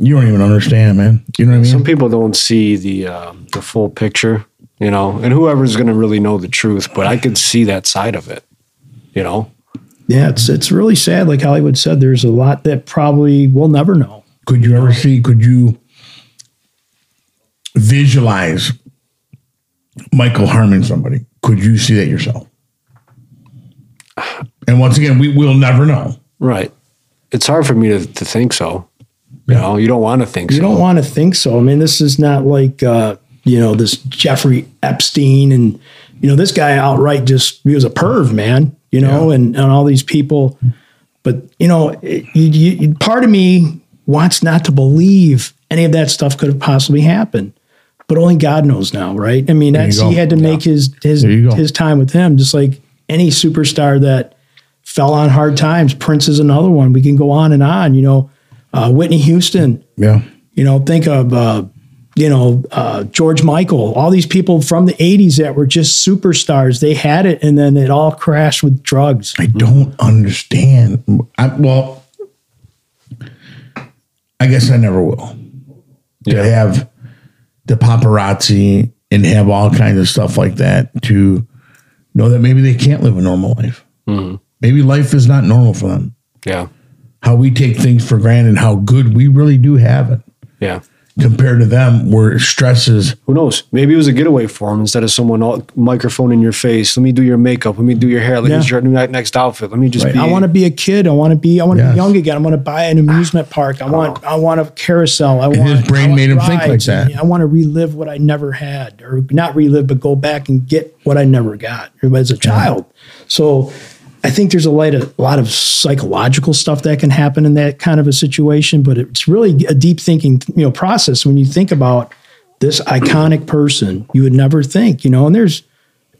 [SPEAKER 6] you don't even understand, man. You know what I mean?
[SPEAKER 3] Some people don't see the um, the full picture, you know, and whoever's going to really know the truth, but I could see that side of it, you know.
[SPEAKER 5] Yeah, it's it's really sad. Like Hollywood said, there's a lot that probably we'll never know.
[SPEAKER 6] Could you ever see? Could you visualize Michael harming somebody? Could you see that yourself? And once again, we will never know.
[SPEAKER 3] Right. It's hard for me to, to think so. You know, you don't want to think
[SPEAKER 5] You
[SPEAKER 3] so.
[SPEAKER 5] don't want to think so. I mean, this is not like uh, you know this Jeffrey Epstein and you know this guy outright just he was a perv man, you know, and and all these people. But you know, it, you, you, part of me wants not to believe any of that stuff could have possibly happened. But only God knows now, right? I mean, that's
[SPEAKER 6] go.
[SPEAKER 5] he had to make his his
[SPEAKER 6] you go.
[SPEAKER 5] his time with him, just like any superstar that fell on hard times. Prince is another one. We can go on and on. You know, uh, Whitney Houston.
[SPEAKER 6] Yeah.
[SPEAKER 5] You know, think of uh, you know uh, George Michael, all these people from the '80s that were just superstars. They had it, and then it all crashed with drugs.
[SPEAKER 6] I don't understand. I, well, I guess I never will. To have the paparazzi and have all kinds of stuff like that to know that maybe they can't live a normal life. Maybe life is not normal for them.
[SPEAKER 3] Yeah.
[SPEAKER 6] How we take things for granted, how good we really do have it
[SPEAKER 3] Yeah.
[SPEAKER 6] compared to them, where stress is
[SPEAKER 3] Who knows? Maybe it was a getaway for him instead of someone all, microphone in your face. Let me do your makeup. Let me do your hair. Let
[SPEAKER 5] Yeah.
[SPEAKER 3] me do your new, next outfit. Let me just be.
[SPEAKER 5] I want to be a kid. I want to be. I want to
[SPEAKER 6] Yes.
[SPEAKER 5] be young again. I want to buy an amusement park. I want. I want a carousel. I
[SPEAKER 6] his
[SPEAKER 5] want.
[SPEAKER 6] brain
[SPEAKER 5] I want
[SPEAKER 6] made him think
[SPEAKER 5] rides.
[SPEAKER 6] like that.
[SPEAKER 5] I want to relive what I never had, or not relive, but go back and get what I never got as a child. So, I think there's a lot of, a lot of psychological stuff that can happen in that kind of a situation. But it's really a deep thinking, you know, process when you think about this iconic person. You would never think, you know, and there's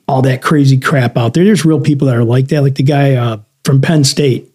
[SPEAKER 5] all that crazy crap out there. There's real people that are like that, like the guy uh, from Penn State,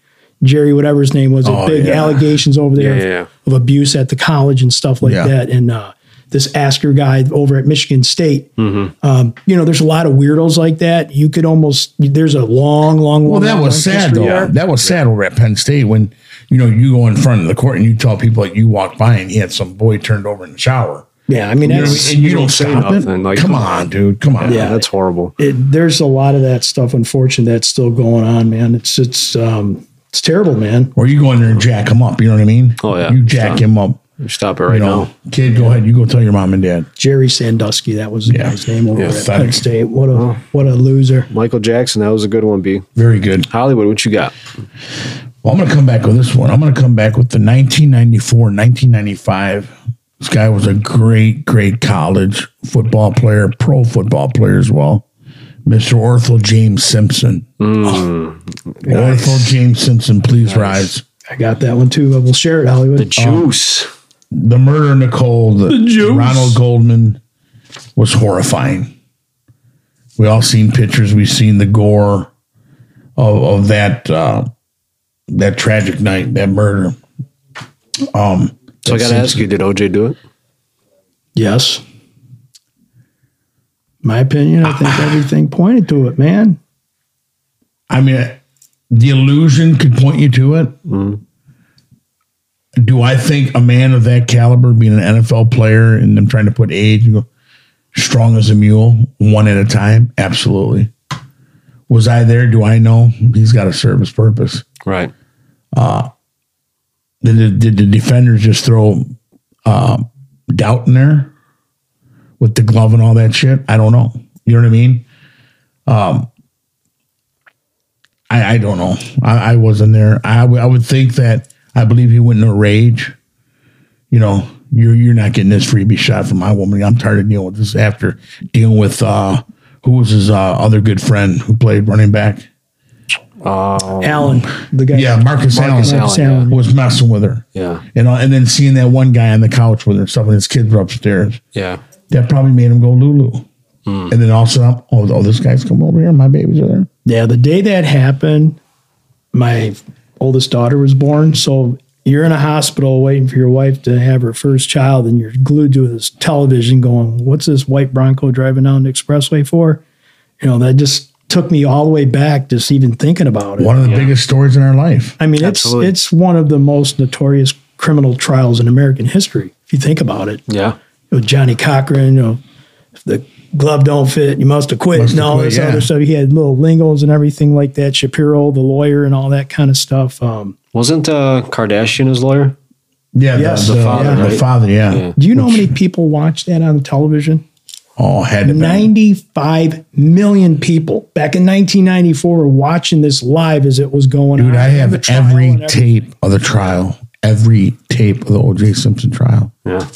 [SPEAKER 5] Jerry, whatever his name was.
[SPEAKER 6] Oh,
[SPEAKER 5] big
[SPEAKER 6] yeah.
[SPEAKER 5] allegations over there
[SPEAKER 3] Yeah, yeah, yeah.
[SPEAKER 5] of, of abuse at the college and stuff like
[SPEAKER 6] Yeah.
[SPEAKER 5] that. And uh, this Asker guy over at Michigan State.
[SPEAKER 6] Mm-hmm.
[SPEAKER 5] Um, you know, there's a lot of weirdos like that. You could almost there's a long, long,
[SPEAKER 6] Well,
[SPEAKER 5] long.
[SPEAKER 6] that
[SPEAKER 5] long
[SPEAKER 6] was sad
[SPEAKER 5] history
[SPEAKER 6] though.
[SPEAKER 5] there.
[SPEAKER 6] That was sad over at Penn State when you know you go in front of the court and you tell people like you walked by and he had some boy turned over in the shower.
[SPEAKER 5] Yeah, I mean,
[SPEAKER 6] You know what I
[SPEAKER 5] that's,
[SPEAKER 6] mean? and you,
[SPEAKER 3] you
[SPEAKER 6] don't
[SPEAKER 3] don't say
[SPEAKER 6] stop it.
[SPEAKER 3] nothing, like- uh,
[SPEAKER 6] come on, dude. Come on.
[SPEAKER 5] Yeah.
[SPEAKER 3] That's horrible.
[SPEAKER 5] it, there's a lot of that stuff. Unfortunately, that's still going on, man. It's it's um, it's terrible, man.
[SPEAKER 6] Or you go in there and jack him up. You know what I mean?
[SPEAKER 3] Oh, yeah.
[SPEAKER 6] You jack him up.
[SPEAKER 3] Stop it right
[SPEAKER 6] You know,
[SPEAKER 3] now.
[SPEAKER 6] kid, go ahead. You go tell your mom and dad.
[SPEAKER 5] Jerry Sandusky, that was the
[SPEAKER 6] Yeah.
[SPEAKER 5] guy's name over
[SPEAKER 6] Yeah,
[SPEAKER 5] at Penn
[SPEAKER 6] pathetic.
[SPEAKER 5] State. What a what a loser.
[SPEAKER 3] Michael Jackson. That was a good one. B.
[SPEAKER 6] Very good.
[SPEAKER 3] Hollywood. What you got?
[SPEAKER 5] Um,
[SPEAKER 6] Well, I'm going to come back with this one. I'm going to come back with the 1994, 1995. This guy was a great, great college football player, pro football player as well. Mr. Orthel James Simpson. Oh. Orthel James Simpson, please rise.
[SPEAKER 5] I got that one too. We'll share it, Hollywood.
[SPEAKER 3] The juice.
[SPEAKER 6] The murder of Nicole, the, Ronald Goldman was horrifying. We all seen pictures. We've seen the gore of, of that uh, that tragic night, that murder. Um,
[SPEAKER 3] so I got to ask you, did OJ do it?
[SPEAKER 5] Yes. My opinion, I think everything pointed to it, man.
[SPEAKER 6] I mean, the illusion could point you to it. Do I think a man of that caliber being an NFL player and them trying to put age, you go, strong as a mule, one at a time? Absolutely. Was I there? Do I know? He's got to serve his purpose.
[SPEAKER 3] Right.
[SPEAKER 6] Did, did, did the defenders just throw uh, doubt in there with the glove and all that shit? I don't know. You know what I mean? Um, I, I don't know. I, I wasn't there. I would- I would think that I believe he went in a rage. You know, you're you're not getting this freebie shot from my woman. I'm tired of dealing with this after dealing with uh, who was his uh, other good friend who played running back.
[SPEAKER 5] Allen, the guy.
[SPEAKER 6] Yeah, Marcus, Allen,
[SPEAKER 5] Marcus
[SPEAKER 3] Allen,
[SPEAKER 5] Allen.
[SPEAKER 6] was messing with her.
[SPEAKER 3] Yeah.
[SPEAKER 6] And and then seeing that one guy on the couch with her stuff and his kids were upstairs,
[SPEAKER 3] Yeah.
[SPEAKER 6] that probably made him go Lulu. And then all of a sudden, I'm, oh, oh, this guy's come over here. My babies are there.
[SPEAKER 5] Yeah, the day that happened, my oldest daughter was born. So you're in a hospital waiting for your wife to have her first child, and you're glued to this television going, What's this white Bronco driving down the expressway for? You know, that just took me all the way back just even thinking about it.
[SPEAKER 6] One of the biggest stories in our life.
[SPEAKER 5] I mean,
[SPEAKER 3] Absolutely.
[SPEAKER 5] it's it's one of the most notorious criminal trials in American history, if you think about it.
[SPEAKER 3] Yeah.
[SPEAKER 5] you know, Johnny Cochran, you know, if the glove don't fit, you must have quit
[SPEAKER 6] Must have
[SPEAKER 5] and all
[SPEAKER 6] quit,
[SPEAKER 5] this
[SPEAKER 6] yeah.
[SPEAKER 5] other stuff. He had little lingos and everything like that. Shapiro, the lawyer, and all that kind of stuff. Um,
[SPEAKER 3] Wasn't uh, Kardashian his lawyer?
[SPEAKER 6] Yeah,
[SPEAKER 5] Yes,
[SPEAKER 6] the, the
[SPEAKER 5] yeah.
[SPEAKER 6] father, the
[SPEAKER 3] right?
[SPEAKER 6] father, yeah.
[SPEAKER 5] do you know how many people watch that on television?
[SPEAKER 6] Oh, had to be.
[SPEAKER 5] 95 million people back in 1994 were watching this live as it was going on.
[SPEAKER 6] Dude, I have
[SPEAKER 5] The trial
[SPEAKER 6] every
[SPEAKER 5] and everything.
[SPEAKER 6] tape of the trial, every tape of the O.J. Simpson trial.
[SPEAKER 3] Yeah.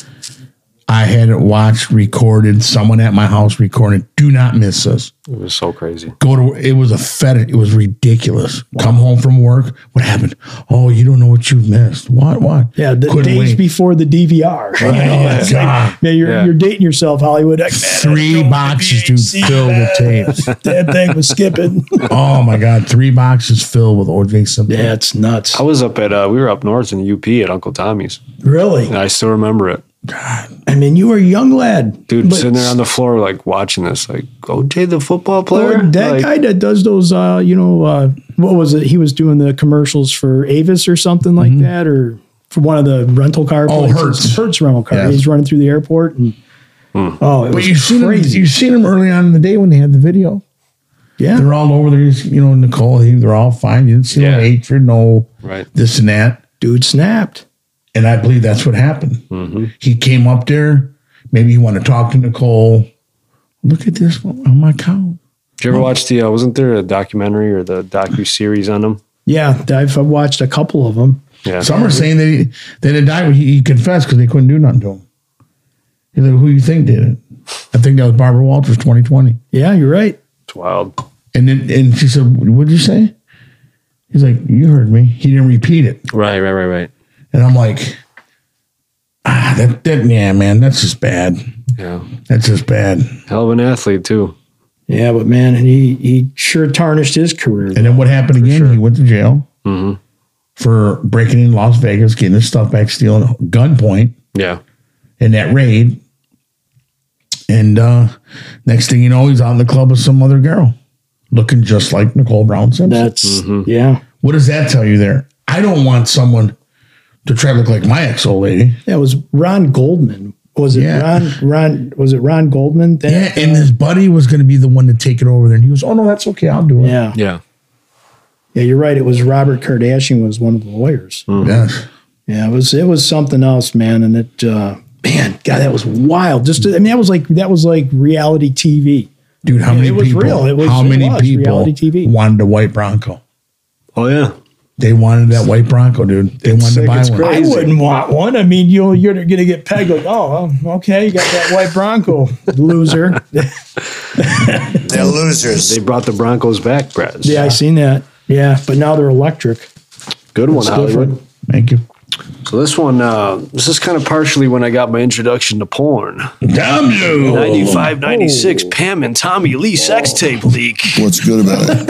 [SPEAKER 6] I had it watched, recorded. Someone at my house recorded. Do not miss this.
[SPEAKER 3] It was so crazy.
[SPEAKER 6] go to it was a fetish it was ridiculous come home from work what happened oh you don't know what you missed what what
[SPEAKER 5] Yeah, the
[SPEAKER 6] Couldn't
[SPEAKER 5] days
[SPEAKER 6] wait. Oh,
[SPEAKER 5] before the DVR. You know, it's like,
[SPEAKER 6] God.
[SPEAKER 5] man, you're,
[SPEAKER 3] Yeah.
[SPEAKER 5] you're dating yourself, Hollywood. Like, man,
[SPEAKER 6] three boxes dude filled with tapes
[SPEAKER 5] that thing was skipping.
[SPEAKER 6] oh my god three boxes filled with oj simpson
[SPEAKER 5] Yeah, it's nuts.
[SPEAKER 3] I was up at uh, we were up north in the UP at Uncle Tommy's.
[SPEAKER 5] Really?
[SPEAKER 3] And I still remember it,
[SPEAKER 5] I mean, you were a young lad,
[SPEAKER 3] dude.
[SPEAKER 5] But
[SPEAKER 3] sitting there on the floor, like watching this, like OJ the football player.
[SPEAKER 5] Lord, Oh, that
[SPEAKER 3] Like,
[SPEAKER 5] guy that does those, uh, you know, uh, what was it? He was doing the commercials for Avis or something like that, or for one of the rental car.
[SPEAKER 6] Oh,
[SPEAKER 5] places.
[SPEAKER 6] Hertz.
[SPEAKER 5] Hertz rental car.
[SPEAKER 6] Yeah.
[SPEAKER 5] He's running through the airport, and
[SPEAKER 3] Hmm.
[SPEAKER 5] oh, it
[SPEAKER 6] but
[SPEAKER 5] was
[SPEAKER 6] you've seen him
[SPEAKER 5] crazy.
[SPEAKER 6] you've seen him early on in the day when they had the video
[SPEAKER 5] yeah,
[SPEAKER 6] they're all over there you know nicole he, they're all fine you didn't see no
[SPEAKER 3] Yeah.
[SPEAKER 6] hatred no
[SPEAKER 3] Right.
[SPEAKER 6] this and that
[SPEAKER 5] dude snapped.
[SPEAKER 6] And I believe that's what happened. He came up there. Maybe he wanted to talk to Nicole. Look at this one on my count.
[SPEAKER 3] Did you ever watch the? Uh, wasn't there a documentary or the docu series on him?
[SPEAKER 5] Yeah, I've watched a couple of them.
[SPEAKER 3] Yeah.
[SPEAKER 6] Some are saying that he, that it died. He, he confessed because they couldn't do nothing to him. He's like, who you think did it? I think that was Barbara Walters, 2020.
[SPEAKER 5] Yeah, you're right.
[SPEAKER 3] It's wild.
[SPEAKER 6] And then and she said, what'd you say? He's like, you heard me. He didn't repeat it.
[SPEAKER 3] Right. Right. Right. Right.
[SPEAKER 6] And I'm like, ah, that, that yeah, man, that's just bad.
[SPEAKER 3] Yeah.
[SPEAKER 6] That's just bad.
[SPEAKER 3] Hell of an athlete too.
[SPEAKER 5] Yeah, but man, he he sure tarnished his career.
[SPEAKER 6] And then what happened again? He went to jail
[SPEAKER 5] Mm-hmm.
[SPEAKER 6] for breaking in Las Vegas, getting his stuff back, stealing gunpoint
[SPEAKER 3] Yeah.
[SPEAKER 6] in that raid. And uh, next thing you know, he's out in the club with some other girl, looking just like Nicole Brown Simpson.
[SPEAKER 5] That's
[SPEAKER 3] Mm-hmm.
[SPEAKER 5] yeah,
[SPEAKER 6] what does that tell you there? I don't want someone to try to look like my ex old lady.
[SPEAKER 5] that was Ron Goldman. Was it
[SPEAKER 6] Yeah.
[SPEAKER 5] Ron? Ron was it Ron Goldman? That,
[SPEAKER 6] Yeah, and his buddy was going to be the one to take it over there, and he was, "Oh no, that's okay, I'll do it."
[SPEAKER 5] yeah.
[SPEAKER 3] Yeah.
[SPEAKER 5] Yeah, you're right. It was Robert Kardashian was one of the lawyers.
[SPEAKER 6] Yes.
[SPEAKER 5] Yeah, it was it was something else, man. And it uh man, God, that was wild. Just I mean, that was like that was like reality TV.
[SPEAKER 6] dude, how many
[SPEAKER 5] it was
[SPEAKER 6] people?
[SPEAKER 5] real. It was-
[SPEAKER 6] how
[SPEAKER 5] it
[SPEAKER 6] many
[SPEAKER 5] was
[SPEAKER 6] people
[SPEAKER 5] reality TV.
[SPEAKER 6] wanted a white Bronco?
[SPEAKER 3] Oh yeah.
[SPEAKER 6] They wanted that white Bronco, dude. They wanted to buy one.
[SPEAKER 5] I wouldn't want one. I mean, you you're gonna get pegged like, oh, well, okay, you got that white Bronco loser.
[SPEAKER 4] They're losers.
[SPEAKER 3] They brought the Broncos back, Brad.
[SPEAKER 5] yeah, I seen that. Yeah, but now they're electric.
[SPEAKER 3] Good one, Hollywood.
[SPEAKER 5] Different.
[SPEAKER 6] Thank you.
[SPEAKER 3] So this one, uh, this is kind of partially when I got my introduction to porn.
[SPEAKER 6] Damn you.
[SPEAKER 9] 95, 96, Pam and Tommy Lee sex tape leak.
[SPEAKER 8] What's good about it?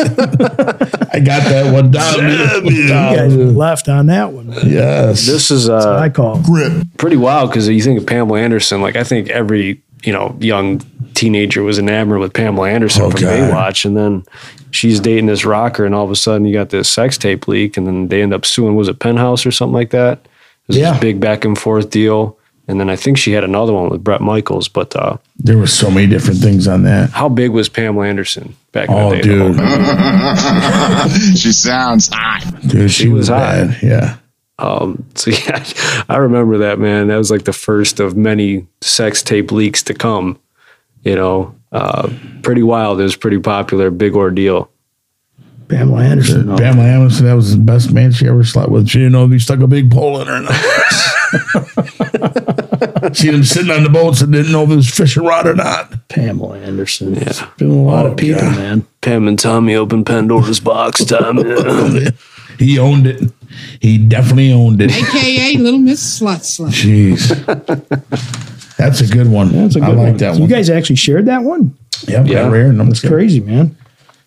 [SPEAKER 6] I got that one down.
[SPEAKER 5] You guys left on that one.
[SPEAKER 6] yes.
[SPEAKER 3] This is uh,
[SPEAKER 5] I call.
[SPEAKER 8] Grip.
[SPEAKER 3] pretty wild because you think of Pamela Anderson. Like I think every you know, young teenager was enamored with Pamela Anderson
[SPEAKER 6] Oh,
[SPEAKER 3] from
[SPEAKER 6] God.
[SPEAKER 3] Baywatch, and then she's dating this rocker, and all of a sudden you got this sex tape leak, and then they end up suing was it Penthouse or something like that? It was
[SPEAKER 5] Yeah.
[SPEAKER 3] this big back and forth deal, and then I think she had another one with Brett Michaels. But uh,
[SPEAKER 6] There was so many different things on that.
[SPEAKER 3] how big was Pamela Anderson back in
[SPEAKER 6] Oh,
[SPEAKER 3] the day?
[SPEAKER 6] dude,
[SPEAKER 4] she sounds hot.
[SPEAKER 6] dude, she,
[SPEAKER 3] was hot.
[SPEAKER 6] was bad. Yeah,
[SPEAKER 3] So yeah, I remember that man. That was like the first of many sex tape leaks to come. You know, uh, pretty wild. It was pretty popular. Big ordeal.
[SPEAKER 5] Pamela Anderson.
[SPEAKER 6] Pamela Anderson. That was the best man she ever slept with. She didn't know if he stuck a big pole in her or not. Seen him sitting on the boats and didn't know if it was fishing rod or not.
[SPEAKER 5] Pamela Anderson. It's been a
[SPEAKER 6] Oh,
[SPEAKER 5] lot of people, man.
[SPEAKER 3] Pam and Tommy open Pandora's box. Time.
[SPEAKER 6] He owned it. He definitely owned it.
[SPEAKER 10] AKA Little Miss Slut Slut.
[SPEAKER 6] Jeez, that's a good one.
[SPEAKER 5] That's a good
[SPEAKER 6] I like
[SPEAKER 5] one.
[SPEAKER 6] that
[SPEAKER 5] So
[SPEAKER 6] one.
[SPEAKER 5] You guys actually shared that one?
[SPEAKER 6] yeah,
[SPEAKER 3] Yeah.
[SPEAKER 6] yeah. rare. and I'm
[SPEAKER 5] That's crazy, man.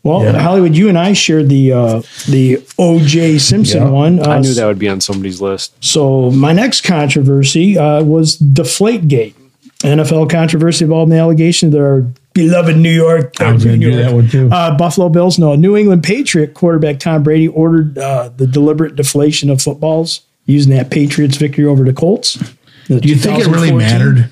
[SPEAKER 5] Well,
[SPEAKER 6] Yeah.
[SPEAKER 5] Hollywood, you and I shared the uh, the O.J. Simpson
[SPEAKER 6] Yeah.
[SPEAKER 5] one. Uh,
[SPEAKER 3] I knew that would be on somebody's list.
[SPEAKER 5] So my next controversy uh, was Deflategate, NFL controversy involving the allegation that our beloved New York,
[SPEAKER 6] I was going to
[SPEAKER 5] New
[SPEAKER 6] do
[SPEAKER 5] York,
[SPEAKER 6] that one too.
[SPEAKER 5] uh, Buffalo Bills, no, New England Patriot quarterback Tom Brady ordered uh, the deliberate deflation of footballs using that Patriots victory over the Colts.
[SPEAKER 6] Do you think it really
[SPEAKER 5] 2014
[SPEAKER 6] mattered?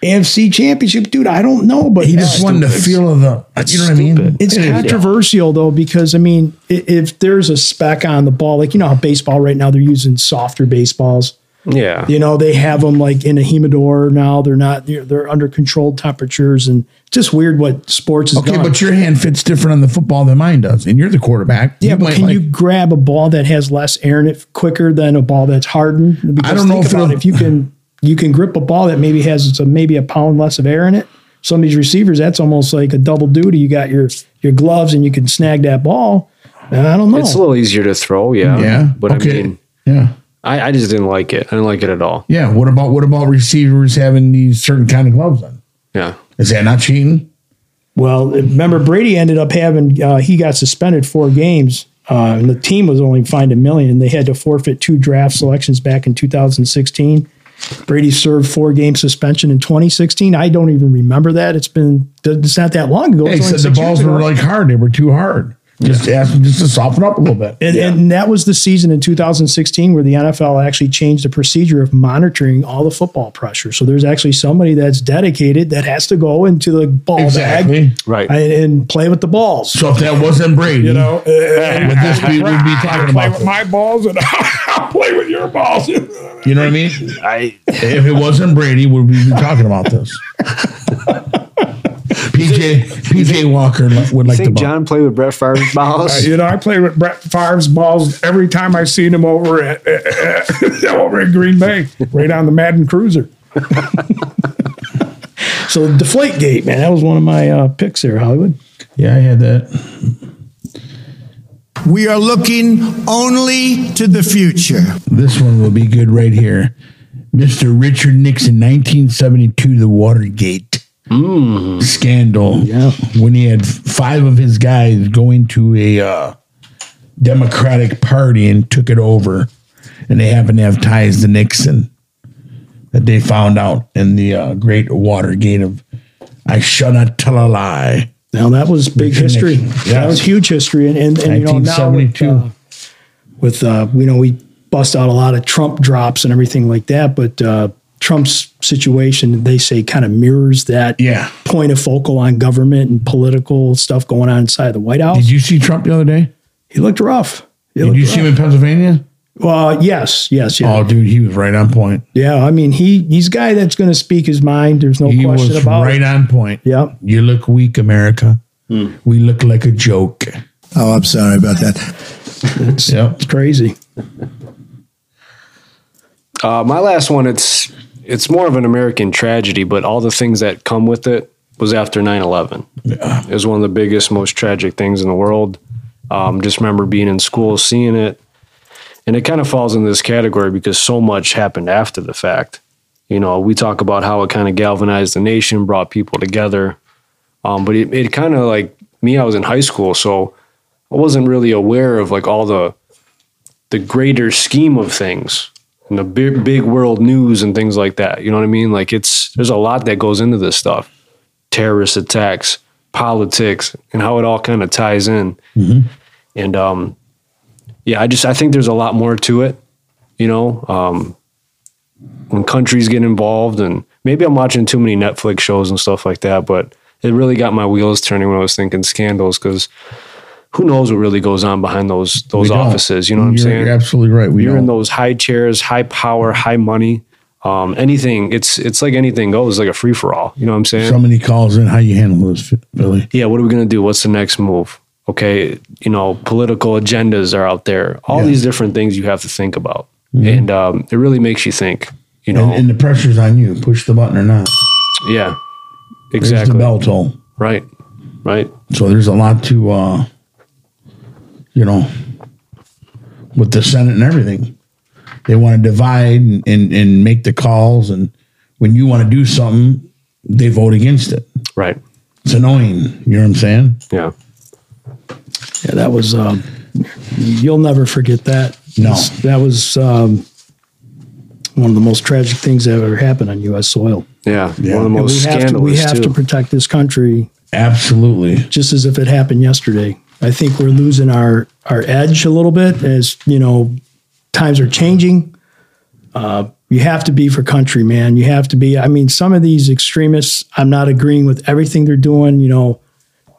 [SPEAKER 5] AFC Championship, dude. I don't know, but
[SPEAKER 6] He just wanted the feel of the. you know what I mean?
[SPEAKER 5] It's controversial though because I mean, i- if there's a speck on the ball, like you know how baseball right now they're using softer baseballs.
[SPEAKER 3] Yeah.
[SPEAKER 5] You know they have them like in a humidor now. They're not. They're, they're under controlled temperatures and it's just weird what sports is
[SPEAKER 6] Okay,
[SPEAKER 5] done.
[SPEAKER 6] but your hand fits different on the football than mine does, and you're the quarterback.
[SPEAKER 5] yeah,
[SPEAKER 6] You
[SPEAKER 5] but
[SPEAKER 6] might
[SPEAKER 5] can
[SPEAKER 6] like-
[SPEAKER 5] you grab a ball that has less air in it quicker than a ball that's hardened? Because
[SPEAKER 6] don't know
[SPEAKER 5] think
[SPEAKER 6] if
[SPEAKER 5] about
[SPEAKER 6] it'll-
[SPEAKER 5] it, if you can you can grip a ball that maybe has a, maybe a pound less of air in it. Some of these receivers, that's almost like a double duty. You got your your gloves and you can snag that ball. And I don't know.
[SPEAKER 3] It's a little easier to throw. Yeah.
[SPEAKER 6] Yeah.
[SPEAKER 3] But I mean,
[SPEAKER 6] yeah,
[SPEAKER 3] I, I just didn't like it. I didn't like it at all.
[SPEAKER 6] yeah. What about what about receivers having these certain kind of gloves on?
[SPEAKER 3] Yeah.
[SPEAKER 6] Is that not cheating?
[SPEAKER 5] Well, remember Brady ended up having uh, he got suspended four games, uh, and the team was only fined a million. They had to forfeit two draft selections back in 2016. Brady served four game suspension in 2016. I don't even remember that. It's been it's not that long ago.
[SPEAKER 6] Yeah,
[SPEAKER 5] It's
[SPEAKER 6] he
[SPEAKER 5] only
[SPEAKER 6] said the
[SPEAKER 5] six years
[SPEAKER 6] balls were
[SPEAKER 5] ago.
[SPEAKER 6] like hard; they were too hard. Just ask them just to soften up a little bit.
[SPEAKER 5] And, and that was the season in 2016 where the NFL actually changed the procedure of monitoring all the football pressure. So there's actually somebody that's dedicated that has to go into the ball
[SPEAKER 6] Exactly.
[SPEAKER 3] Right.
[SPEAKER 5] bag and, and play with the balls. uh,
[SPEAKER 6] So if that wasn't Brady,
[SPEAKER 5] you know,
[SPEAKER 6] would this be, we'd be talking about? this.
[SPEAKER 5] balls and I'll play with your balls.
[SPEAKER 6] You know what I mean?
[SPEAKER 3] I
[SPEAKER 6] if it wasn't Brady, would we be talking about this? PJ PJ Walker li- would like to.
[SPEAKER 3] think
[SPEAKER 6] bump.
[SPEAKER 3] John played with Brett Favre's balls.
[SPEAKER 5] Uh, you know, I played with Brett Favre's balls every time I seen him over at over in Green Bay, right on the Madden Cruiser. so Deflategate, man, that was one of my uh, picks there, Hollywood.
[SPEAKER 6] Yeah, I had that.
[SPEAKER 4] We are looking only to the future.
[SPEAKER 6] This one will be good right here. Mr. Richard Nixon, 1972, the Watergate scandal.
[SPEAKER 5] Mm. Yeah.
[SPEAKER 6] When he had five of his guys going to a uh, Democratic party and took it over, and they happened to have ties to Nixon that they found out in the uh, great Watergate of I shall not tell a lie.
[SPEAKER 5] Now that was big
[SPEAKER 6] Richard
[SPEAKER 5] history.
[SPEAKER 6] Nixon.
[SPEAKER 5] That
[SPEAKER 6] Yeah.
[SPEAKER 5] was huge history, and and, and you know now with,
[SPEAKER 6] 1972.
[SPEAKER 5] uh, with uh, you know we bust out a lot of Trump drops and everything like that, but uh, Trump's situation they say kind of mirrors that
[SPEAKER 6] Yeah.
[SPEAKER 5] point of focal on government and political stuff going on inside the White House.
[SPEAKER 6] Did you see Trump the other day?
[SPEAKER 5] he looked rough. He
[SPEAKER 6] Did
[SPEAKER 5] looked
[SPEAKER 6] you see him in Pennsylvania?
[SPEAKER 5] rough. Uh, yes, yes, yeah,
[SPEAKER 6] Oh, dude, he was right on point.
[SPEAKER 5] yeah. I mean, he he's a guy that's going to speak his mind. There's no
[SPEAKER 6] He
[SPEAKER 5] question
[SPEAKER 6] was
[SPEAKER 5] about
[SPEAKER 6] right
[SPEAKER 5] it.
[SPEAKER 6] on point.
[SPEAKER 5] Yep.
[SPEAKER 6] You look weak, America.
[SPEAKER 3] Hmm.
[SPEAKER 6] We look like a joke.
[SPEAKER 4] Oh, I'm sorry about that.
[SPEAKER 6] Yep.
[SPEAKER 5] It's crazy.
[SPEAKER 3] Uh, my last one, it's it's more of an American tragedy, but all the things that come with it was after 9-11. It was one of the biggest, most tragic things in the world. Um, just remember being in school, seeing it. And it kind of falls in this category because so much happened after the fact. You know, we talk about how it kind of galvanized the nation, brought people together. Um, but it, it kind of like me, I was in high school, so I wasn't really aware of like all the the greater scheme of things and the big, big world news and things like that. You know what I mean? Like it's there's a lot that goes into this stuff, terrorist attacks, politics, and how it all kind of ties in.
[SPEAKER 6] Mm-hmm.
[SPEAKER 3] And um, yeah, I just I think there's a lot more to it. You know, um, when countries get involved, and maybe I'm watching too many Netflix shows and stuff like that, but it really got my wheels turning when I was thinking scandals because. Who knows what really goes on behind those those
[SPEAKER 6] We don't.
[SPEAKER 3] offices? You know what I'm
[SPEAKER 6] You're-
[SPEAKER 3] saying?
[SPEAKER 6] You're absolutely right. We
[SPEAKER 3] you're
[SPEAKER 6] don't.
[SPEAKER 3] in those high chairs, high power, high money. Um, anything, it's it's like anything goes, like a free for all. You know what I'm saying?
[SPEAKER 6] Somebody calls in. How you handle this, Billy?
[SPEAKER 3] yeah. What are we gonna do? What's the next move? Okay, you know, political agendas are out there. All these different things you have to think about,
[SPEAKER 5] Mm-hmm.
[SPEAKER 3] and um, it really makes you think. You know,
[SPEAKER 6] And, and the pressure's on you. Push the button or not.
[SPEAKER 3] yeah,
[SPEAKER 6] There's the
[SPEAKER 3] exactly.
[SPEAKER 6] bell toll.
[SPEAKER 3] Right, right.
[SPEAKER 6] So there's a lot to, uh, you know, with the Senate and everything. They want to divide and, and, and make the calls. And when you want to do something, they vote against it.
[SPEAKER 3] Right.
[SPEAKER 6] It's annoying. You know what I'm saying?
[SPEAKER 3] Yeah.
[SPEAKER 5] Yeah, that was. Um, you'll never forget that.
[SPEAKER 6] No.
[SPEAKER 5] that was um, one of the most tragic things that ever happened on U.S. soil.
[SPEAKER 3] Yeah. One of the
[SPEAKER 5] And
[SPEAKER 3] most
[SPEAKER 5] we have to, we
[SPEAKER 3] scandalous
[SPEAKER 5] have to
[SPEAKER 3] too.
[SPEAKER 5] protect this country
[SPEAKER 6] Absolutely.
[SPEAKER 5] just as if it happened yesterday. I think we're losing our our edge a little bit as you know times are changing. Uh, you have to be for country, man. You have to be. I mean, some of these extremists, I'm not agreeing with everything they're doing. You know,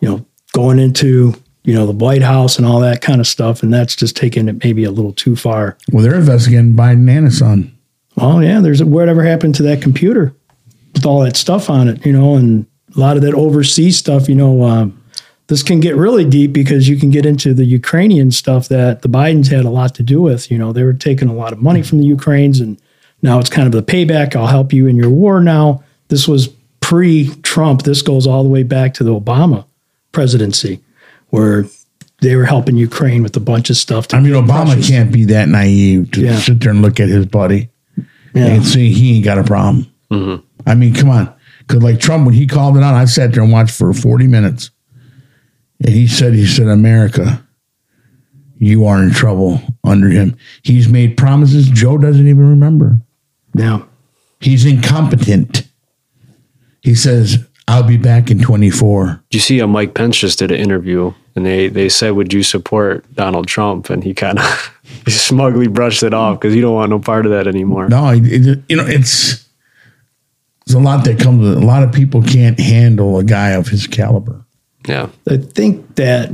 [SPEAKER 5] you know, going into you know the White House and all that kind of stuff, and that's just taking it maybe a little too far.
[SPEAKER 6] Well, they're investigating Biden and his son.
[SPEAKER 5] Well, oh, yeah, there's whatever happened to that computer with all that stuff on it, you know, and a lot of that overseas stuff, you know. Um, this can get really deep because you can get into the Ukrainian stuff that the Bidens had a lot to do with. You know, they were taking a lot of money from the Ukraines, and now it's kind of the payback. I'll help you in your war now. This was pre Trump. This goes all the way back to the Obama presidency, where they were helping Ukraine with a bunch of stuff. To
[SPEAKER 6] I mean, Obama
[SPEAKER 5] Russia's-
[SPEAKER 6] can't be that naive to
[SPEAKER 5] Yeah.
[SPEAKER 6] sit there and look at his buddy
[SPEAKER 5] Yeah. Mm-hmm.
[SPEAKER 6] and say he ain't got a problem. I mean, come on. Because like Trump, when he called it out, I sat there and watched for 40 minutes. And he said, he said, America, you are in trouble under him. He's made promises Joe doesn't even remember.
[SPEAKER 5] yeah.
[SPEAKER 6] He's incompetent. He says, I'll be back in 24.
[SPEAKER 3] you see, uh, Mike Pence just did an interview, and they they said, "Would you support Donald Trump?" And he kind of he smugly brushed it off because you don't want no part of that anymore.
[SPEAKER 6] No, it, it- you know, it's, there's a lot that comes with it. A lot of people can't handle a guy of his caliber.
[SPEAKER 3] Yeah.
[SPEAKER 5] I think that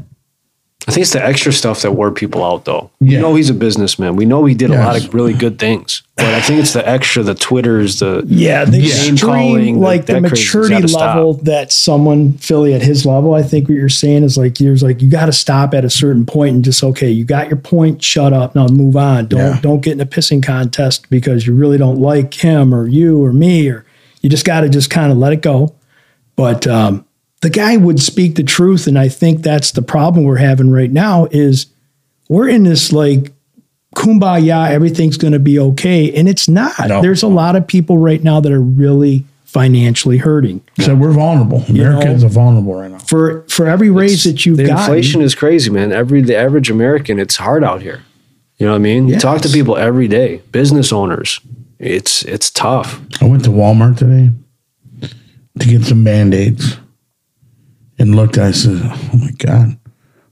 [SPEAKER 3] I think it's the extra stuff that wore people out, though.
[SPEAKER 6] Yeah.
[SPEAKER 3] We know he's a businessman. We know he did a lot
[SPEAKER 6] Yes.
[SPEAKER 3] of really good things, but I think it's the extra, the Twitters, the
[SPEAKER 5] Yeah, the
[SPEAKER 3] Yeah.
[SPEAKER 5] extreme,
[SPEAKER 3] Name-calling,
[SPEAKER 5] like
[SPEAKER 3] that-
[SPEAKER 5] the
[SPEAKER 3] that crazy-
[SPEAKER 5] maturity
[SPEAKER 3] gotta stop.
[SPEAKER 5] level that someone Philly at his level. I think what you're saying is like you're like you got to stop at a certain point and just okay, you got your point. Shut up now, move on. Don't
[SPEAKER 6] Yeah.
[SPEAKER 5] don't get in a pissing contest because you really don't like him or you or me or you just got to just kind of let it go. But um, the guy would speak the truth, and I think that's the problem we're having right now is we're in this like kumbaya, everything's going to be okay. And it's not.
[SPEAKER 6] No.
[SPEAKER 5] There's a lot of people right now that are really financially hurting.
[SPEAKER 6] So we're vulnerable. Americans are vulnerable right now.
[SPEAKER 5] For for every raise that you've
[SPEAKER 3] the
[SPEAKER 5] got,
[SPEAKER 3] inflation is crazy, man. Every the average American, it's hard out here. You know what I mean? You talk to
[SPEAKER 5] Yes.
[SPEAKER 3] people every day, business owners. It's it's tough.
[SPEAKER 6] I went to Walmart today to get some band aids and looked. I said, "Oh my god,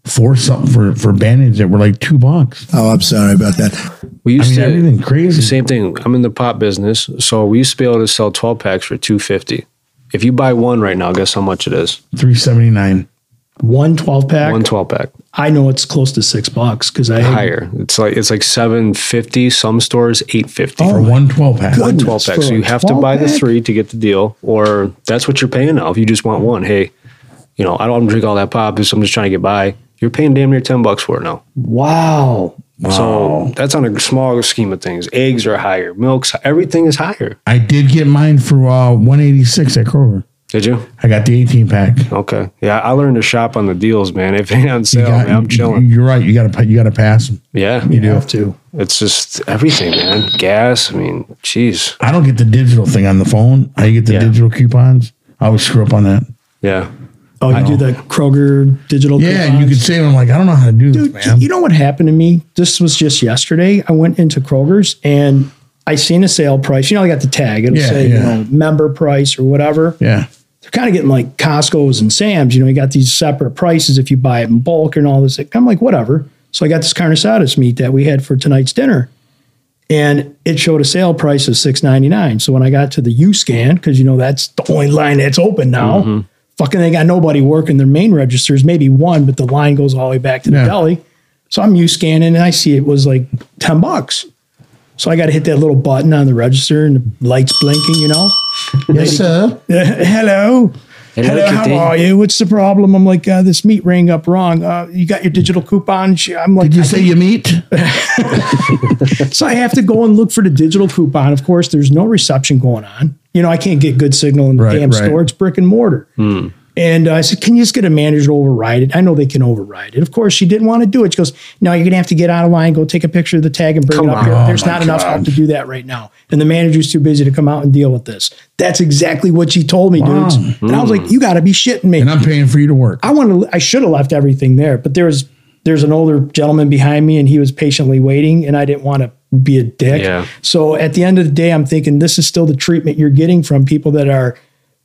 [SPEAKER 6] four something for for band aids that were like two bucks."
[SPEAKER 4] Oh, I'm sorry about that.
[SPEAKER 3] We
[SPEAKER 6] I
[SPEAKER 3] used
[SPEAKER 6] mean,
[SPEAKER 3] to
[SPEAKER 6] everything
[SPEAKER 3] the
[SPEAKER 6] crazy.
[SPEAKER 3] same thing. I'm in the pop business, so we used to be able to sell 12 packs for 250. If you buy one right now, guess how much it is?
[SPEAKER 6] Three seventy nine.
[SPEAKER 5] one 12 pack,
[SPEAKER 3] One 12 pack.
[SPEAKER 5] I know it's close to six bucks because I
[SPEAKER 3] Higher. It's like it's like 750. Some stores 850.
[SPEAKER 6] For one twelve pack.
[SPEAKER 3] one
[SPEAKER 5] Oh Goodness,
[SPEAKER 3] 12 pack.
[SPEAKER 5] for
[SPEAKER 3] So
[SPEAKER 5] a
[SPEAKER 3] you have to
[SPEAKER 5] 12
[SPEAKER 3] buy the
[SPEAKER 5] pack?
[SPEAKER 3] three to get the deal, or that's what you're paying now. If you just want one, hey, you know, I don't drink all that pop, so I'm just trying to get by. You're paying damn near 10 bucks for it now.
[SPEAKER 5] wow.
[SPEAKER 3] So that's on a smaller scheme of things. Eggs are higher, milks, everything is higher.
[SPEAKER 6] I did get mine for uh, one eighty six at Kroger.
[SPEAKER 3] Did you?
[SPEAKER 6] I got the eighteen pack.
[SPEAKER 3] Okay. Yeah, I learned to shop on the deals, man. If it ain't on
[SPEAKER 6] You
[SPEAKER 3] sale,
[SPEAKER 6] got-
[SPEAKER 3] man, I'm chilling.
[SPEAKER 6] You're right. You got to you got to pass 'em.
[SPEAKER 3] Yeah.
[SPEAKER 5] You have to.
[SPEAKER 3] It's just everything, man. Gas. I mean, jeez.
[SPEAKER 6] I don't get the digital thing on the phone. I get the
[SPEAKER 3] Yeah.
[SPEAKER 6] digital coupons. I always screw up on that.
[SPEAKER 3] Yeah.
[SPEAKER 5] Oh, you do the Kroger digital.
[SPEAKER 6] Yeah,
[SPEAKER 5] coupons?
[SPEAKER 6] you could save. I'm like, I don't know how to do this,
[SPEAKER 5] Dude,
[SPEAKER 6] Mm, man.
[SPEAKER 5] you know what happened to me? This was just yesterday. I went into Kroger's and I seen a sale price. You know, I got the tag. It'll
[SPEAKER 6] Yeah,
[SPEAKER 5] say
[SPEAKER 6] yeah.
[SPEAKER 5] you know member price or whatever.
[SPEAKER 6] Yeah.
[SPEAKER 5] They're kind of getting like Costco's and Sam's. You know, you got these separate prices if you buy it in bulk and all this. I'm like, whatever. So I got this carnisatus meat that we had for tonight's dinner, and it showed a sale price of six ninety nine. So when I got to the U scan, because you know that's the only line that's open now. Fucking, they got nobody working their main registers. Maybe one, but the line goes all the way back to the
[SPEAKER 6] Yeah.
[SPEAKER 5] deli. So I'm U scanning, and I see it was like ten bucks. So I got to hit that little button on the register and the lights blinking, you know?
[SPEAKER 4] Yes, sir.
[SPEAKER 5] Yeah, Hello.
[SPEAKER 9] Hello,
[SPEAKER 5] Hello, how
[SPEAKER 9] Kitty.
[SPEAKER 5] are you? What's the problem? I'm like, uh, this meat rang up wrong. Uh, you got your digital coupon? She- I'm like,
[SPEAKER 6] Did you say you meet?
[SPEAKER 5] so I have to go and look for the digital coupon. Of course, there's no reception going on. You know, I can't get good signal in the
[SPEAKER 6] Right,
[SPEAKER 5] damn
[SPEAKER 6] right. Hmm.
[SPEAKER 5] store. It's brick and mortar. And uh, I said, can you just get a manager to override it? I know they can override it. Of course, she didn't want to do it. She goes, no, you're going to have to get out of line, go take a picture of the tag and bring it up here. There's not enough help to do that right now. And the manager's too busy to come out and deal with this. That's exactly what she told me, dudes. And I was
[SPEAKER 6] Hmm.
[SPEAKER 5] like, you got to be shitting me.
[SPEAKER 6] And I'm paying for you to work.
[SPEAKER 5] I want to. I should have left everything there, but there was there's an older gentleman behind me, and he was patiently waiting, and I didn't want to be a dick.
[SPEAKER 3] Yeah.
[SPEAKER 5] So at the end of the day, I'm thinking this is still the treatment you're getting from people that are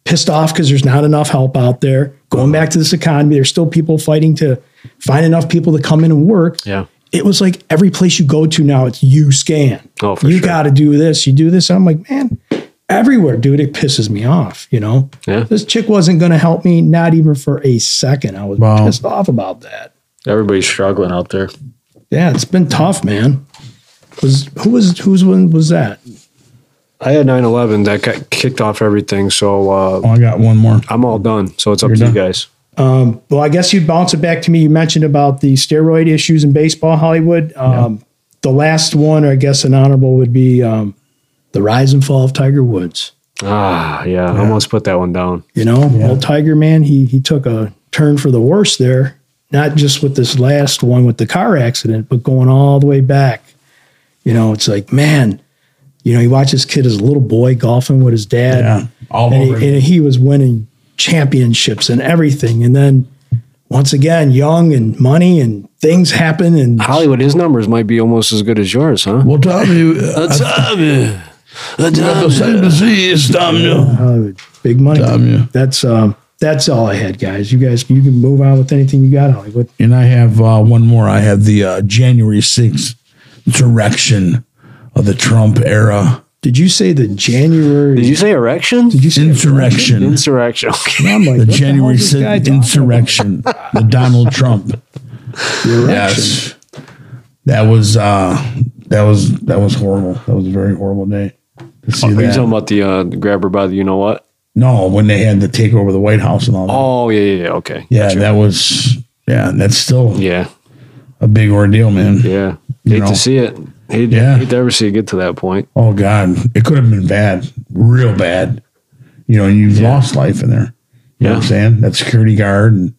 [SPEAKER 5] pissed off because there's not enough help out there. Going back to this economy, there's still people fighting to find enough people to come in and work.
[SPEAKER 3] Yeah.
[SPEAKER 5] It was like every place you go to now, it's you scan.
[SPEAKER 3] Oh, for
[SPEAKER 5] you
[SPEAKER 3] sure.
[SPEAKER 5] got to do this. You do this. I'm like, man, everywhere, dude. It pisses me off. You know,
[SPEAKER 3] Yeah.
[SPEAKER 5] this chick wasn't going to help me, not even for a second. I was
[SPEAKER 6] Wow.
[SPEAKER 5] pissed off about that.
[SPEAKER 11] Everybody's struggling out there.
[SPEAKER 5] Yeah, it's been tough, man. Was who was whose one was that?
[SPEAKER 3] I had 9/11 that got kicked off everything, so uh,
[SPEAKER 6] Oh, I got one more.
[SPEAKER 3] I'm all done. So it's up to you guys.
[SPEAKER 5] Um, well, I guess you'd bounce it back to me. You mentioned about the steroid issues in baseball, Hollywood. Um, The last one, or I guess an honorable, would be um, the rise and fall of Tiger Woods.
[SPEAKER 3] Ah, yeah, I almost put that one down.
[SPEAKER 5] You know, old Tiger man, he he took a turn for the worse there. Not just with this last one with the car accident, but going all the way back. You know, it's like man, you know, you watch this kid as a little boy golfing with his dad,
[SPEAKER 6] Yeah. All
[SPEAKER 5] and,
[SPEAKER 6] over.
[SPEAKER 5] he, and he was winning championships and everything. And then once again, young and money and things happen, and
[SPEAKER 3] Hollywood, his numbers might be almost as good as yours, huh?
[SPEAKER 6] Well, Tommy, uh,
[SPEAKER 9] Tommy.
[SPEAKER 6] you got the same disease, Tommy.
[SPEAKER 5] uh, big money.
[SPEAKER 6] Damn you.
[SPEAKER 5] That's um, that's all I had, guys. You guys, you can move on with anything you got, Hollywood.
[SPEAKER 6] And I have uh, one more. I have the uh, January 6th direction of the Trump era
[SPEAKER 5] Did you say the January?
[SPEAKER 3] Did you say erection?
[SPEAKER 5] Did you say
[SPEAKER 6] insurrection.
[SPEAKER 3] Insurrection. Okay.
[SPEAKER 5] I'm like,
[SPEAKER 6] The
[SPEAKER 5] what the
[SPEAKER 6] January
[SPEAKER 5] hell is this guy
[SPEAKER 6] 6th
[SPEAKER 5] talking
[SPEAKER 6] insurrection. the Donald Trump.
[SPEAKER 5] about? The erection.
[SPEAKER 6] Yes. That was uh that was that was horrible. That was a very horrible day. To see
[SPEAKER 3] Are you talking
[SPEAKER 6] that.
[SPEAKER 3] about Oh, the uh, grab her by the you know what?
[SPEAKER 6] No, when they had to take over the White House and all that.
[SPEAKER 3] Oh yeah, yeah, yeah. Okay.
[SPEAKER 6] yeah, that was yeah, that's still
[SPEAKER 3] Yeah,
[SPEAKER 6] a big ordeal, man.
[SPEAKER 3] yeah.
[SPEAKER 6] You
[SPEAKER 3] Hate
[SPEAKER 6] know.
[SPEAKER 3] to see it. Hate,
[SPEAKER 6] Yeah.
[SPEAKER 3] hate to ever see it get to that point.
[SPEAKER 6] Oh God. It could have been bad. Real bad. You know, and you've lost life in there. You know what I'm
[SPEAKER 3] Yeah.
[SPEAKER 6] saying? That security guard and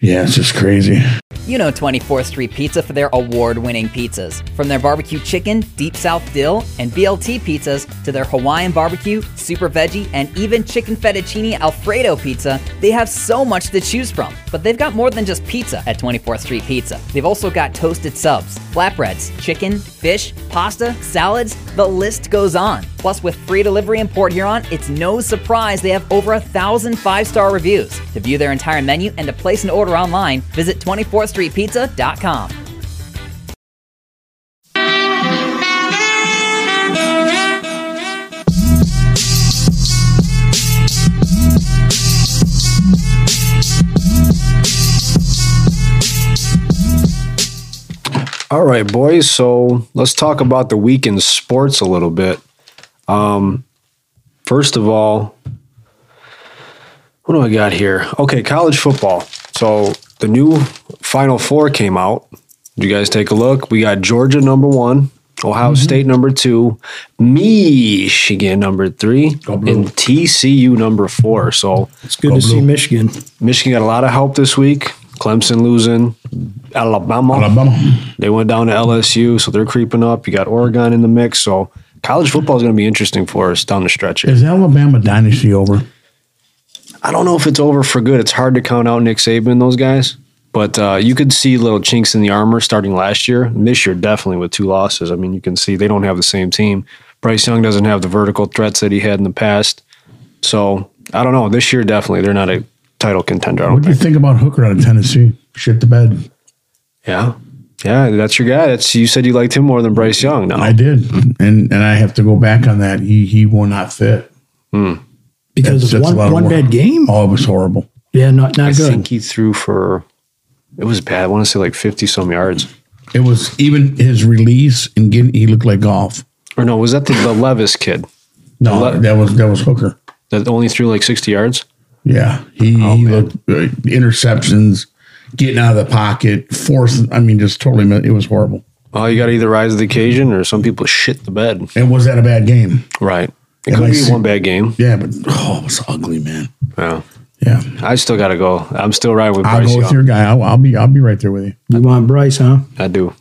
[SPEAKER 6] yeah, it's just crazy.
[SPEAKER 12] You know 24th Street Pizza for their award winning pizzas. From their barbecue chicken, deep south dill, and BLT pizzas to their Hawaiian barbecue, super veggie, and even chicken fettuccine alfredo pizza, they have so much to choose from. But they've got more than just pizza at 24th Street Pizza. They've also got toasted subs, flatbreads, chicken, fish, pasta, salads, the list goes on. Plus, with free delivery in Port Huron, it's no surprise they have over a thousand five star reviews. To view their entire menu and to place an order online, visit 24thstreetpizza.com.
[SPEAKER 3] All right, boys. So let's talk about the week in sports a little bit. Um, first of all, what do I got here? Okay, college football. So the new Final Four came out. You guys take a look. We got Georgia number one,
[SPEAKER 5] Mm-hmm.
[SPEAKER 3] Ohio State number two, Michigan number three, and TCU number four. So
[SPEAKER 5] It's good to see Michigan.
[SPEAKER 3] Michigan got a lot of help this week. Clemson losing,
[SPEAKER 6] Alabama.
[SPEAKER 3] they went down to LSU, so they're creeping up. You got Oregon in the mix, so college football is going to be interesting for us down the stretch. Here.
[SPEAKER 6] Is Alabama dynasty over?
[SPEAKER 3] I don't know if it's over for good. It's hard to count out Nick Saban and those guys. But uh, you could see little chinks in the armor starting last year. And this year, definitely with two losses. I mean, you can see they don't have the same team. Bryce Young doesn't have the vertical threats that he had in the past. So I don't know. This year, definitely, they're not a title contender. I don't
[SPEAKER 6] What do you think about Hooker out of Tennessee? Shit the bed.
[SPEAKER 3] Yeah. Yeah, that's your guy. That's you said you liked him more than Bryce Young. Now
[SPEAKER 6] I did, and and I have to go back on that. He he will not fit
[SPEAKER 5] Because of one- one bad game.
[SPEAKER 6] Oh, it was horrible.
[SPEAKER 5] Yeah, not not
[SPEAKER 3] I
[SPEAKER 5] good.
[SPEAKER 3] think he threw for it was bad. I want to say like fifty some yards.
[SPEAKER 6] It was even his release and getting he looked like golf.
[SPEAKER 3] Or no, was that the, the Levis kid
[SPEAKER 6] No,
[SPEAKER 3] Le-
[SPEAKER 6] that was that was Hooker.
[SPEAKER 3] that only threw like sixty yards?
[SPEAKER 6] Yeah, he, he looked uh, interceptions, getting out of the pocket, force. I mean, just totally. mi- It was horrible.
[SPEAKER 3] Oh, you got to either rise to the occasion or some people shit the bed.
[SPEAKER 6] And was that a bad game?
[SPEAKER 3] Right. It
[SPEAKER 6] And
[SPEAKER 3] could
[SPEAKER 6] I
[SPEAKER 3] be
[SPEAKER 6] see-
[SPEAKER 3] one bad game.
[SPEAKER 6] Yeah, but oh, it was ugly, man.
[SPEAKER 3] Yeah.
[SPEAKER 6] Yeah.
[SPEAKER 3] I still got to go. I'm still riding with
[SPEAKER 6] I'll
[SPEAKER 3] Bryce
[SPEAKER 6] go with
[SPEAKER 3] Young.
[SPEAKER 6] your guy. I'll, I'll be I'll be right there with you.
[SPEAKER 5] You want Bryce, huh?
[SPEAKER 3] I do.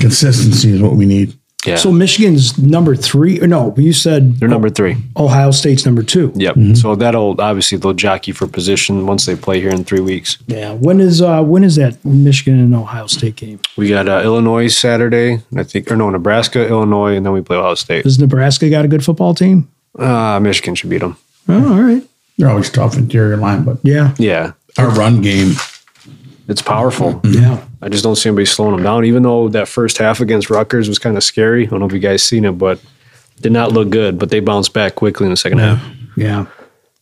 [SPEAKER 6] Consistency is what we need.
[SPEAKER 3] Yeah.
[SPEAKER 5] So Michigan's number three. Or no, you said
[SPEAKER 3] They're number three.
[SPEAKER 5] Ohio State's number two.
[SPEAKER 3] Yep. So that'll obviously they'll jockey for position once they play here in three weeks.
[SPEAKER 5] Yeah. When is uh when is that Michigan and Ohio State game?
[SPEAKER 3] We got uh, Illinois Saturday, and I think, or no, Nebraska, Illinois, and then we play Ohio State.
[SPEAKER 5] Does Nebraska got a good football team?
[SPEAKER 3] Uh, Michigan should beat them.
[SPEAKER 5] Oh, all right.
[SPEAKER 6] They're always tough interior line, but
[SPEAKER 5] Yeah.
[SPEAKER 3] Yeah,
[SPEAKER 6] our run game.
[SPEAKER 3] it's powerful.
[SPEAKER 5] Yeah.
[SPEAKER 3] I just don't see anybody slowing them down. Even though that first half against Rutgers was kind of scary. I don't know if you guys seen it, but did not look good. But they bounced back quickly in the second half.
[SPEAKER 5] Yeah.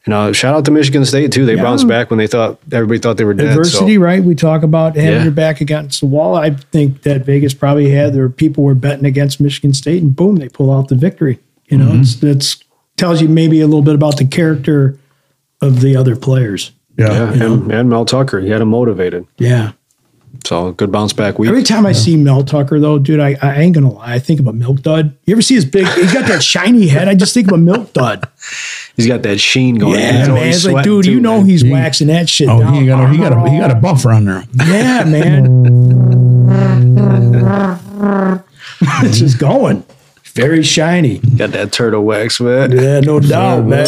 [SPEAKER 3] And uh, shout out to Michigan State too. They
[SPEAKER 5] Yeah.
[SPEAKER 3] bounced back when they thought everybody thought they were dead.
[SPEAKER 5] Adversity,
[SPEAKER 3] so
[SPEAKER 5] right? We talk about having
[SPEAKER 3] Yeah.
[SPEAKER 5] your back against the wall. I think that Vegas probably had their people were betting against Michigan State, and boom, they pull out the victory. You
[SPEAKER 3] Mm-hmm.
[SPEAKER 5] know, it's, it's tells you maybe a little bit about the character of the other players.
[SPEAKER 6] Yeah.
[SPEAKER 3] yeah, him and Mel Tucker, he had him motivated.
[SPEAKER 5] Yeah.
[SPEAKER 3] So good bounce back week.
[SPEAKER 5] Every time I see Mel Tucker, though, dude, I, I ain't gonna lie. I think of a milk dud. You ever see his big? He's got that shiny head. I just think of a milk dud.
[SPEAKER 3] He's got that sheen going.
[SPEAKER 5] Yeah,
[SPEAKER 3] Oh, He's
[SPEAKER 5] man.
[SPEAKER 3] always
[SPEAKER 5] It's like,
[SPEAKER 3] sweating,
[SPEAKER 5] dude, you
[SPEAKER 3] too,
[SPEAKER 5] know
[SPEAKER 3] man.
[SPEAKER 5] he's waxing that shit
[SPEAKER 6] Oh,
[SPEAKER 5] down.
[SPEAKER 6] he got a, he got a he got a buffer on there.
[SPEAKER 5] yeah, man. it's just going. Very shiny.
[SPEAKER 3] got that turtle wax, man.
[SPEAKER 5] Yeah, no doubt, man.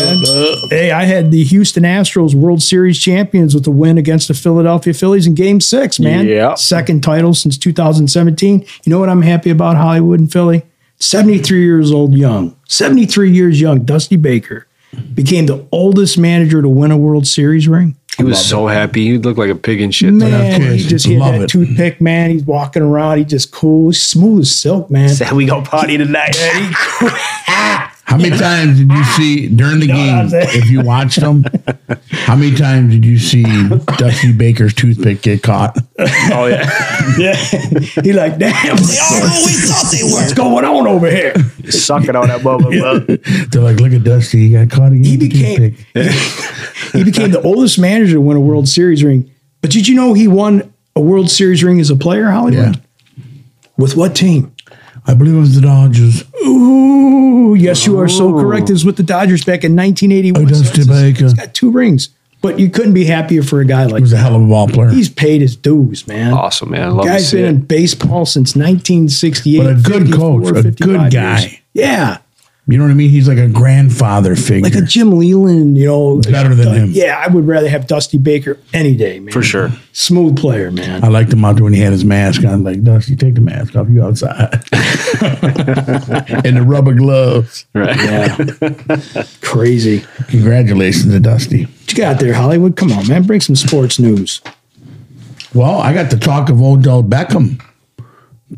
[SPEAKER 5] Hey, I had the Houston Astros World Series champions with a win against the Philadelphia Phillies in Game Six, man.
[SPEAKER 3] Yeah.
[SPEAKER 5] second title since 2017. You know what I'm happy about Hollywood and Philly? 73 years old, young. 73 years young. Dusty Baker became the oldest manager to win a World Series ring.
[SPEAKER 3] He was so happy. He looked like a pig in shit.
[SPEAKER 5] Man,
[SPEAKER 6] kidding.
[SPEAKER 5] he just he
[SPEAKER 6] Love
[SPEAKER 5] had that
[SPEAKER 6] it.
[SPEAKER 5] toothpick, man. He's walking around. He just cool, He's smooth as silk, man.
[SPEAKER 3] we go party tonight.
[SPEAKER 6] How many times did you see during the
[SPEAKER 5] what I'm
[SPEAKER 6] game?
[SPEAKER 5] saying?
[SPEAKER 6] If you watched them, how many times did you see Dusty Baker's toothpick get caught?
[SPEAKER 3] oh yeah,
[SPEAKER 5] Yeah, he like, damn, they are who we thought they were. What's going on over here?
[SPEAKER 3] sucking on that bubble.
[SPEAKER 6] They're like, look at Dusty, he got caught again.
[SPEAKER 5] He
[SPEAKER 6] with the
[SPEAKER 5] became
[SPEAKER 6] toothpick."
[SPEAKER 5] he became the oldest manager to win a World Series ring. But did you know he won a World Series ring as a player,
[SPEAKER 6] Yeah,
[SPEAKER 5] Hollywood? With what team?
[SPEAKER 6] I believe it was the Dodgers.
[SPEAKER 5] Ooh, yes, you are so correct. It was with the Dodgers back in 1981.
[SPEAKER 6] Oh, Dusty
[SPEAKER 5] So it's-
[SPEAKER 6] Baker.
[SPEAKER 5] He's got two rings, but you couldn't be happier for a guy
[SPEAKER 6] He
[SPEAKER 5] like
[SPEAKER 6] was a hell of a ball player.
[SPEAKER 5] he's paid his dues, man.
[SPEAKER 3] awesome, man. I love to
[SPEAKER 5] Guy's
[SPEAKER 3] see
[SPEAKER 5] been
[SPEAKER 3] it.
[SPEAKER 5] in baseball since 1968.
[SPEAKER 6] But a good
[SPEAKER 5] 54,
[SPEAKER 6] coach, a good
[SPEAKER 5] 55
[SPEAKER 6] guy.
[SPEAKER 5] years. Yeah,
[SPEAKER 6] You know what I mean? He's like a grandfather figure.
[SPEAKER 5] like a Jim Leland, you know.
[SPEAKER 6] Better than him.
[SPEAKER 5] Yeah, I would rather have Dusty Baker any day, man.
[SPEAKER 3] for sure.
[SPEAKER 5] Smooth player, man.
[SPEAKER 6] I liked him out there when he had his mask on. Like Dusty, take the mask off. You outside, and the rubber gloves.
[SPEAKER 3] Right.
[SPEAKER 5] Crazy.
[SPEAKER 6] Congratulations to Dusty.
[SPEAKER 5] What you got there, Hollywood? Come on, man. Bring some sports news.
[SPEAKER 6] Well, I got the talk of Odell Beckham.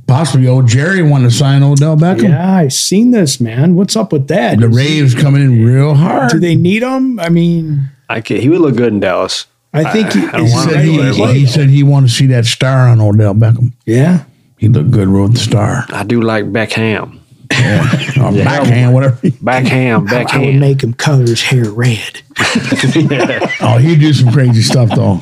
[SPEAKER 6] Possibly old Jerry wanted to sign Odell Beckham.
[SPEAKER 5] Yeah, I seen this, man. What's up with that?
[SPEAKER 6] The Raves coming in real hard.
[SPEAKER 5] Do they need him? I mean,
[SPEAKER 3] I can, he would look good in Dallas.
[SPEAKER 5] I think he,
[SPEAKER 3] I don't
[SPEAKER 5] is
[SPEAKER 6] he
[SPEAKER 3] wanna
[SPEAKER 6] said
[SPEAKER 5] ready
[SPEAKER 6] he,
[SPEAKER 5] to play,
[SPEAKER 6] he
[SPEAKER 5] though.
[SPEAKER 6] said he wanted to see that star on Odell Beckham.
[SPEAKER 5] Yeah.
[SPEAKER 6] He looked good, rode the star.
[SPEAKER 3] I do like Beckham.
[SPEAKER 6] Or Backhand, whatever.
[SPEAKER 3] Beckham.
[SPEAKER 5] I would
[SPEAKER 3] Beckham.
[SPEAKER 5] make him color his hair red.
[SPEAKER 6] Oh, he'd do some crazy stuff though.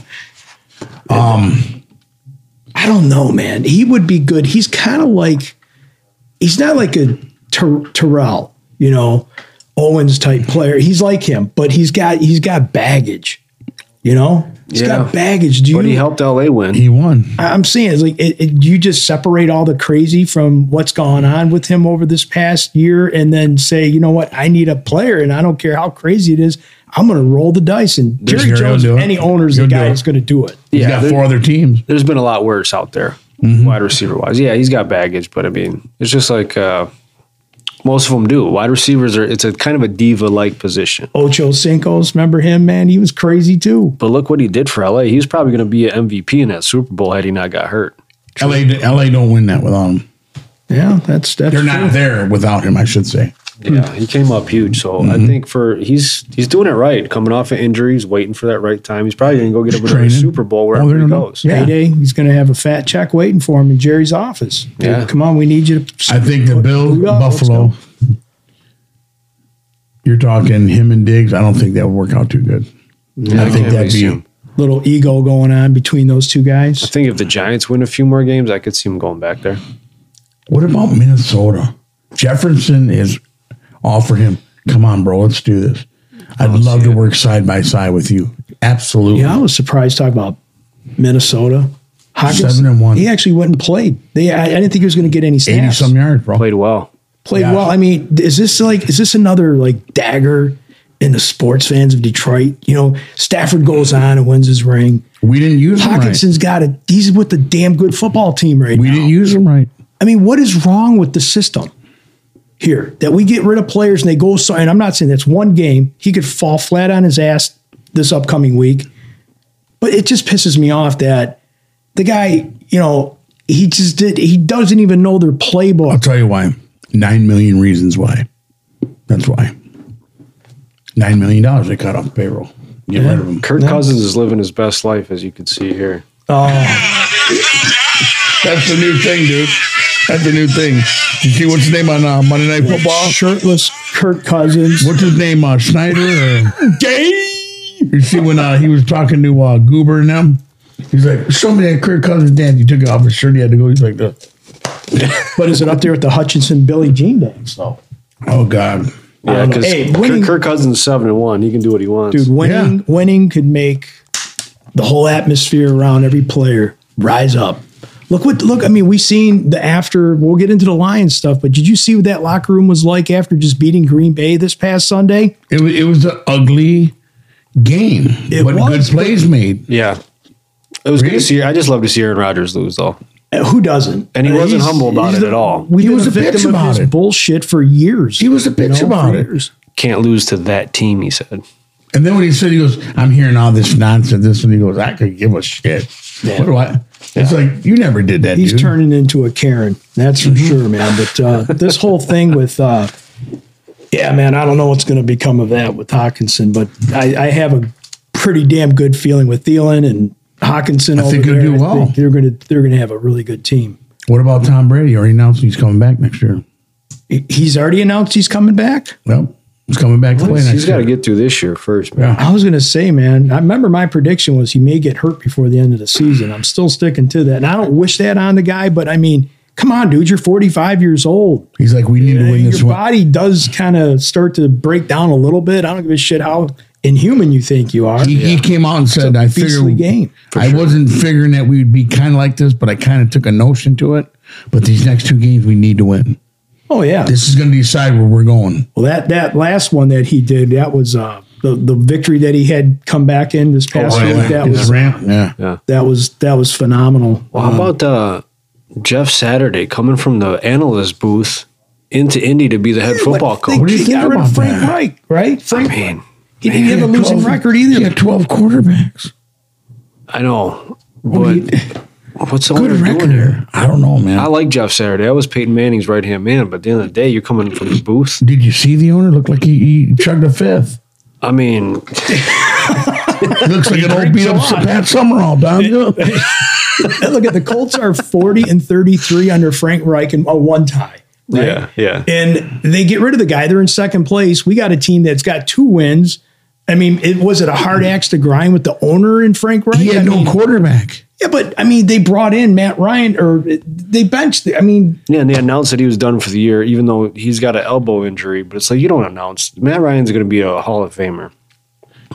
[SPEAKER 5] I don't know, man. He would be good. He's kind of like, he's not like a Ter- Terrell, you know, Owens type player. He's like him, but he's got he's got baggage, you know. He's
[SPEAKER 3] Yeah.
[SPEAKER 5] got baggage. Do you?
[SPEAKER 3] But he helped LA win.
[SPEAKER 6] He won.
[SPEAKER 5] I- I'm saying it's like it, it, you just separate all the crazy from what's gone on with him over this past year, and then say, you know what, I need a player, and I don't care how crazy it is. I'm going to roll the dice. And
[SPEAKER 3] There's
[SPEAKER 5] Jerry
[SPEAKER 3] your-
[SPEAKER 5] Jones,
[SPEAKER 3] he'll do it.
[SPEAKER 5] any owner's the
[SPEAKER 3] He'll do
[SPEAKER 5] guy
[SPEAKER 3] it.
[SPEAKER 5] that's going to do it.
[SPEAKER 3] He's
[SPEAKER 5] got four Mm-hmm.
[SPEAKER 3] other teams. There's been a lot worse out there, wide receiver wise. Yeah, he's got baggage, but I mean, it's just like uh, most of them do. Wide receivers are it's a kind of a diva like position.
[SPEAKER 5] Ocho Cinco's, remember him, man? He was crazy too.
[SPEAKER 3] But look what he did for LA. He was probably going to be an MVP in that Super Bowl had he not got hurt.
[SPEAKER 6] LA, LA don't win that without him.
[SPEAKER 5] Yeah, that's that's
[SPEAKER 6] They're not there without him. I should say.
[SPEAKER 5] Hmm.
[SPEAKER 3] Yeah, he came up huge. So
[SPEAKER 5] Mm-hmm.
[SPEAKER 3] I think for he's he's doing it right. Coming off of injuries, waiting for that right time. He's probably going to go get another Super Bowl wherever he goes.
[SPEAKER 5] Payday, he's going to have a fat check waiting for him in Jerry's office. Dude,
[SPEAKER 3] Yeah.
[SPEAKER 5] come on, we need you to.
[SPEAKER 6] I think the Bill Buffalo. You're talking him and Diggs. I don't think that would work out too good. I think that'd be.
[SPEAKER 5] little ego going on between those two guys.
[SPEAKER 3] I think if the Giants win a few more games, I could see him going back there.
[SPEAKER 6] What about Minnesota? Jefferson is offered him. Come on, bro. Let's do this. I'd love to work side by side with you. Absolutely.
[SPEAKER 5] Yeah, I was surprised. Talk about Minnesota. Hawkins,
[SPEAKER 6] Seven and one.
[SPEAKER 5] He actually went and played. They, I, I didn't think he was going to get any snaps.
[SPEAKER 6] 80 some yards, bro.
[SPEAKER 3] Played well.
[SPEAKER 5] played
[SPEAKER 6] Yeah.
[SPEAKER 5] well. I mean, is this like is this another like dagger in the sports fans of Detroit? You know, Stafford goes on and wins his ring.
[SPEAKER 6] We didn't use him right.
[SPEAKER 5] Hawkinson's got a he's with a damn good football team right
[SPEAKER 6] We
[SPEAKER 5] now.
[SPEAKER 6] didn't use him right.
[SPEAKER 5] I mean, what is wrong with the system here that we get rid of players and they go so? And I'm not saying that's one game. He could fall flat on his ass this upcoming week, but it just pisses me off that the guy, you know, he just did. He doesn't even know their playbook.
[SPEAKER 6] I'll tell you why. Nine million reasons why. That's why. Nine million dollars they cut off payroll. Get rid of him.
[SPEAKER 3] Kirk Cousins is living his best life, as you can see here.
[SPEAKER 6] That's the new thing, dude. That's the new thing. You see what's his name on uh, Monday Night Football?
[SPEAKER 5] Shirtless Kirk Cousins.
[SPEAKER 6] What's his name? Uh, Schneider or Gay? You see when uh, he was talking to uh, Goober and them, he's like, "Show me that Kirk Cousins dance." He took it off his shirt. He had to go. He's like, this.
[SPEAKER 5] But is it up there with the Hutchinson Billy Jean dance though?
[SPEAKER 6] "Oh God."
[SPEAKER 3] Yeah, because
[SPEAKER 5] Hey, winning-
[SPEAKER 3] Kirk, Kirk Cousins is seven and one. He can do what he wants.
[SPEAKER 5] Dude, winning winning could make the whole atmosphere around every player rise up. Look what look, I mean, we seen the after we'll get into the Lions stuff, but did you see what that locker room was like after just beating Green Bay this past Sunday?
[SPEAKER 6] It was it was an ugly game,
[SPEAKER 5] It
[SPEAKER 6] but
[SPEAKER 5] was,
[SPEAKER 6] good plays made.
[SPEAKER 3] yeah, it was good to see. I just love to see Aaron Rodgers lose, though.
[SPEAKER 5] Uh, Who doesn't?
[SPEAKER 3] And he
[SPEAKER 5] Uh,
[SPEAKER 3] wasn't
[SPEAKER 5] he's-
[SPEAKER 3] humble about
[SPEAKER 5] he's
[SPEAKER 3] it
[SPEAKER 5] the-
[SPEAKER 3] at all.
[SPEAKER 5] We've
[SPEAKER 6] He
[SPEAKER 5] been
[SPEAKER 6] was
[SPEAKER 5] a
[SPEAKER 6] a bitch
[SPEAKER 5] victim of
[SPEAKER 6] about
[SPEAKER 5] his
[SPEAKER 6] it.
[SPEAKER 5] bullshit for years.
[SPEAKER 6] He was a bitch
[SPEAKER 5] for
[SPEAKER 6] about it.
[SPEAKER 5] years.
[SPEAKER 3] Can't lose to that team. He said.
[SPEAKER 6] And then when he said, he goes, I'm hearing all this nonsense. This and he goes, I could give a shit. What do I? It's like, you Mm-hmm. never did that.
[SPEAKER 5] He's
[SPEAKER 6] dude.
[SPEAKER 5] turning into a Karen. That's for sure, man. But uh, this whole thing with, uh, yeah, man, I don't know what's going to become of that with Hawkinson, but I, I have a pretty damn good feeling with Thielen and Hawkinson.
[SPEAKER 6] I
[SPEAKER 5] over
[SPEAKER 6] think he'll
[SPEAKER 5] there.
[SPEAKER 6] do
[SPEAKER 5] I think
[SPEAKER 6] well.
[SPEAKER 5] they're going to they're going to have a really good team.
[SPEAKER 6] What about Tom Brady? He already announced he's coming back next year.
[SPEAKER 5] He- He's already announced he's coming back.
[SPEAKER 6] Well, he's coming back to play next
[SPEAKER 3] He's got to
[SPEAKER 6] year.
[SPEAKER 3] get through this year first, man.
[SPEAKER 5] I was going to say, man, I remember my prediction was he may get hurt before the end of the season. I'm still sticking to that, and I don't wish that on the guy, but I mean, come on, dude, you're 45 years old.
[SPEAKER 6] He's like, we need to win
[SPEAKER 5] your
[SPEAKER 6] this one.
[SPEAKER 5] body does kind of start to break down a little bit. I don't give a shit how inhuman you think you are.
[SPEAKER 6] He, he came out and said, I
[SPEAKER 5] Beastly
[SPEAKER 6] figured
[SPEAKER 5] game.
[SPEAKER 6] I wasn't figuring that we would be kind of like this, but I kind of took a notion to it. But these next two games, we need to win.
[SPEAKER 5] Oh yeah.
[SPEAKER 6] This is going to decide where we're going.
[SPEAKER 5] well, that that last one that he did, that was uh, the the victory that he had come back in this past
[SPEAKER 6] Right.
[SPEAKER 5] week. That
[SPEAKER 6] His
[SPEAKER 5] was
[SPEAKER 6] ramp. Yeah.
[SPEAKER 5] that was that was phenomenal.
[SPEAKER 3] Well, how about uh, Jeff Saturday coming from the analyst booth into Indy to be the head football coach?
[SPEAKER 5] What do you
[SPEAKER 6] think
[SPEAKER 5] got rid of
[SPEAKER 6] about
[SPEAKER 5] Frank
[SPEAKER 6] that?
[SPEAKER 5] Reich, right? Frank,
[SPEAKER 3] I mean,
[SPEAKER 5] he didn't have a losing
[SPEAKER 6] 12
[SPEAKER 5] record either.
[SPEAKER 6] He had 12 quarterbacks.
[SPEAKER 3] I know, but
[SPEAKER 6] He-
[SPEAKER 3] what's the
[SPEAKER 6] Good
[SPEAKER 3] owner doing
[SPEAKER 6] record.
[SPEAKER 3] here?
[SPEAKER 6] I don't know, man.
[SPEAKER 3] I like Jeff Saturday. I was Peyton Manning's right hand man, but at the end of the day, you're coming from the booth.
[SPEAKER 6] Did you see the owner? Looked like he, he chugged a fifth.
[SPEAKER 3] I mean,
[SPEAKER 6] Looks like an old beat up Pat Summerall, Don.
[SPEAKER 5] Look at the Colts are 40 and 33 under Frank Reich and a one tie. Right?
[SPEAKER 3] yeah, yeah.
[SPEAKER 5] and they get rid of the guy. They're in second place. We got a team that's got two wins. I mean, it was it a hard axe to grind with the owner and Frank Reich?
[SPEAKER 6] He
[SPEAKER 5] I
[SPEAKER 6] had
[SPEAKER 5] mean,
[SPEAKER 6] no quarterback.
[SPEAKER 5] yeah, but I mean, they brought in Matt Ryan or they benched. I mean,
[SPEAKER 3] Yeah, and they announced that he was done for the year, even though he's got an elbow injury. But it's like you don't announce Matt Ryan's going to be a Hall of Famer.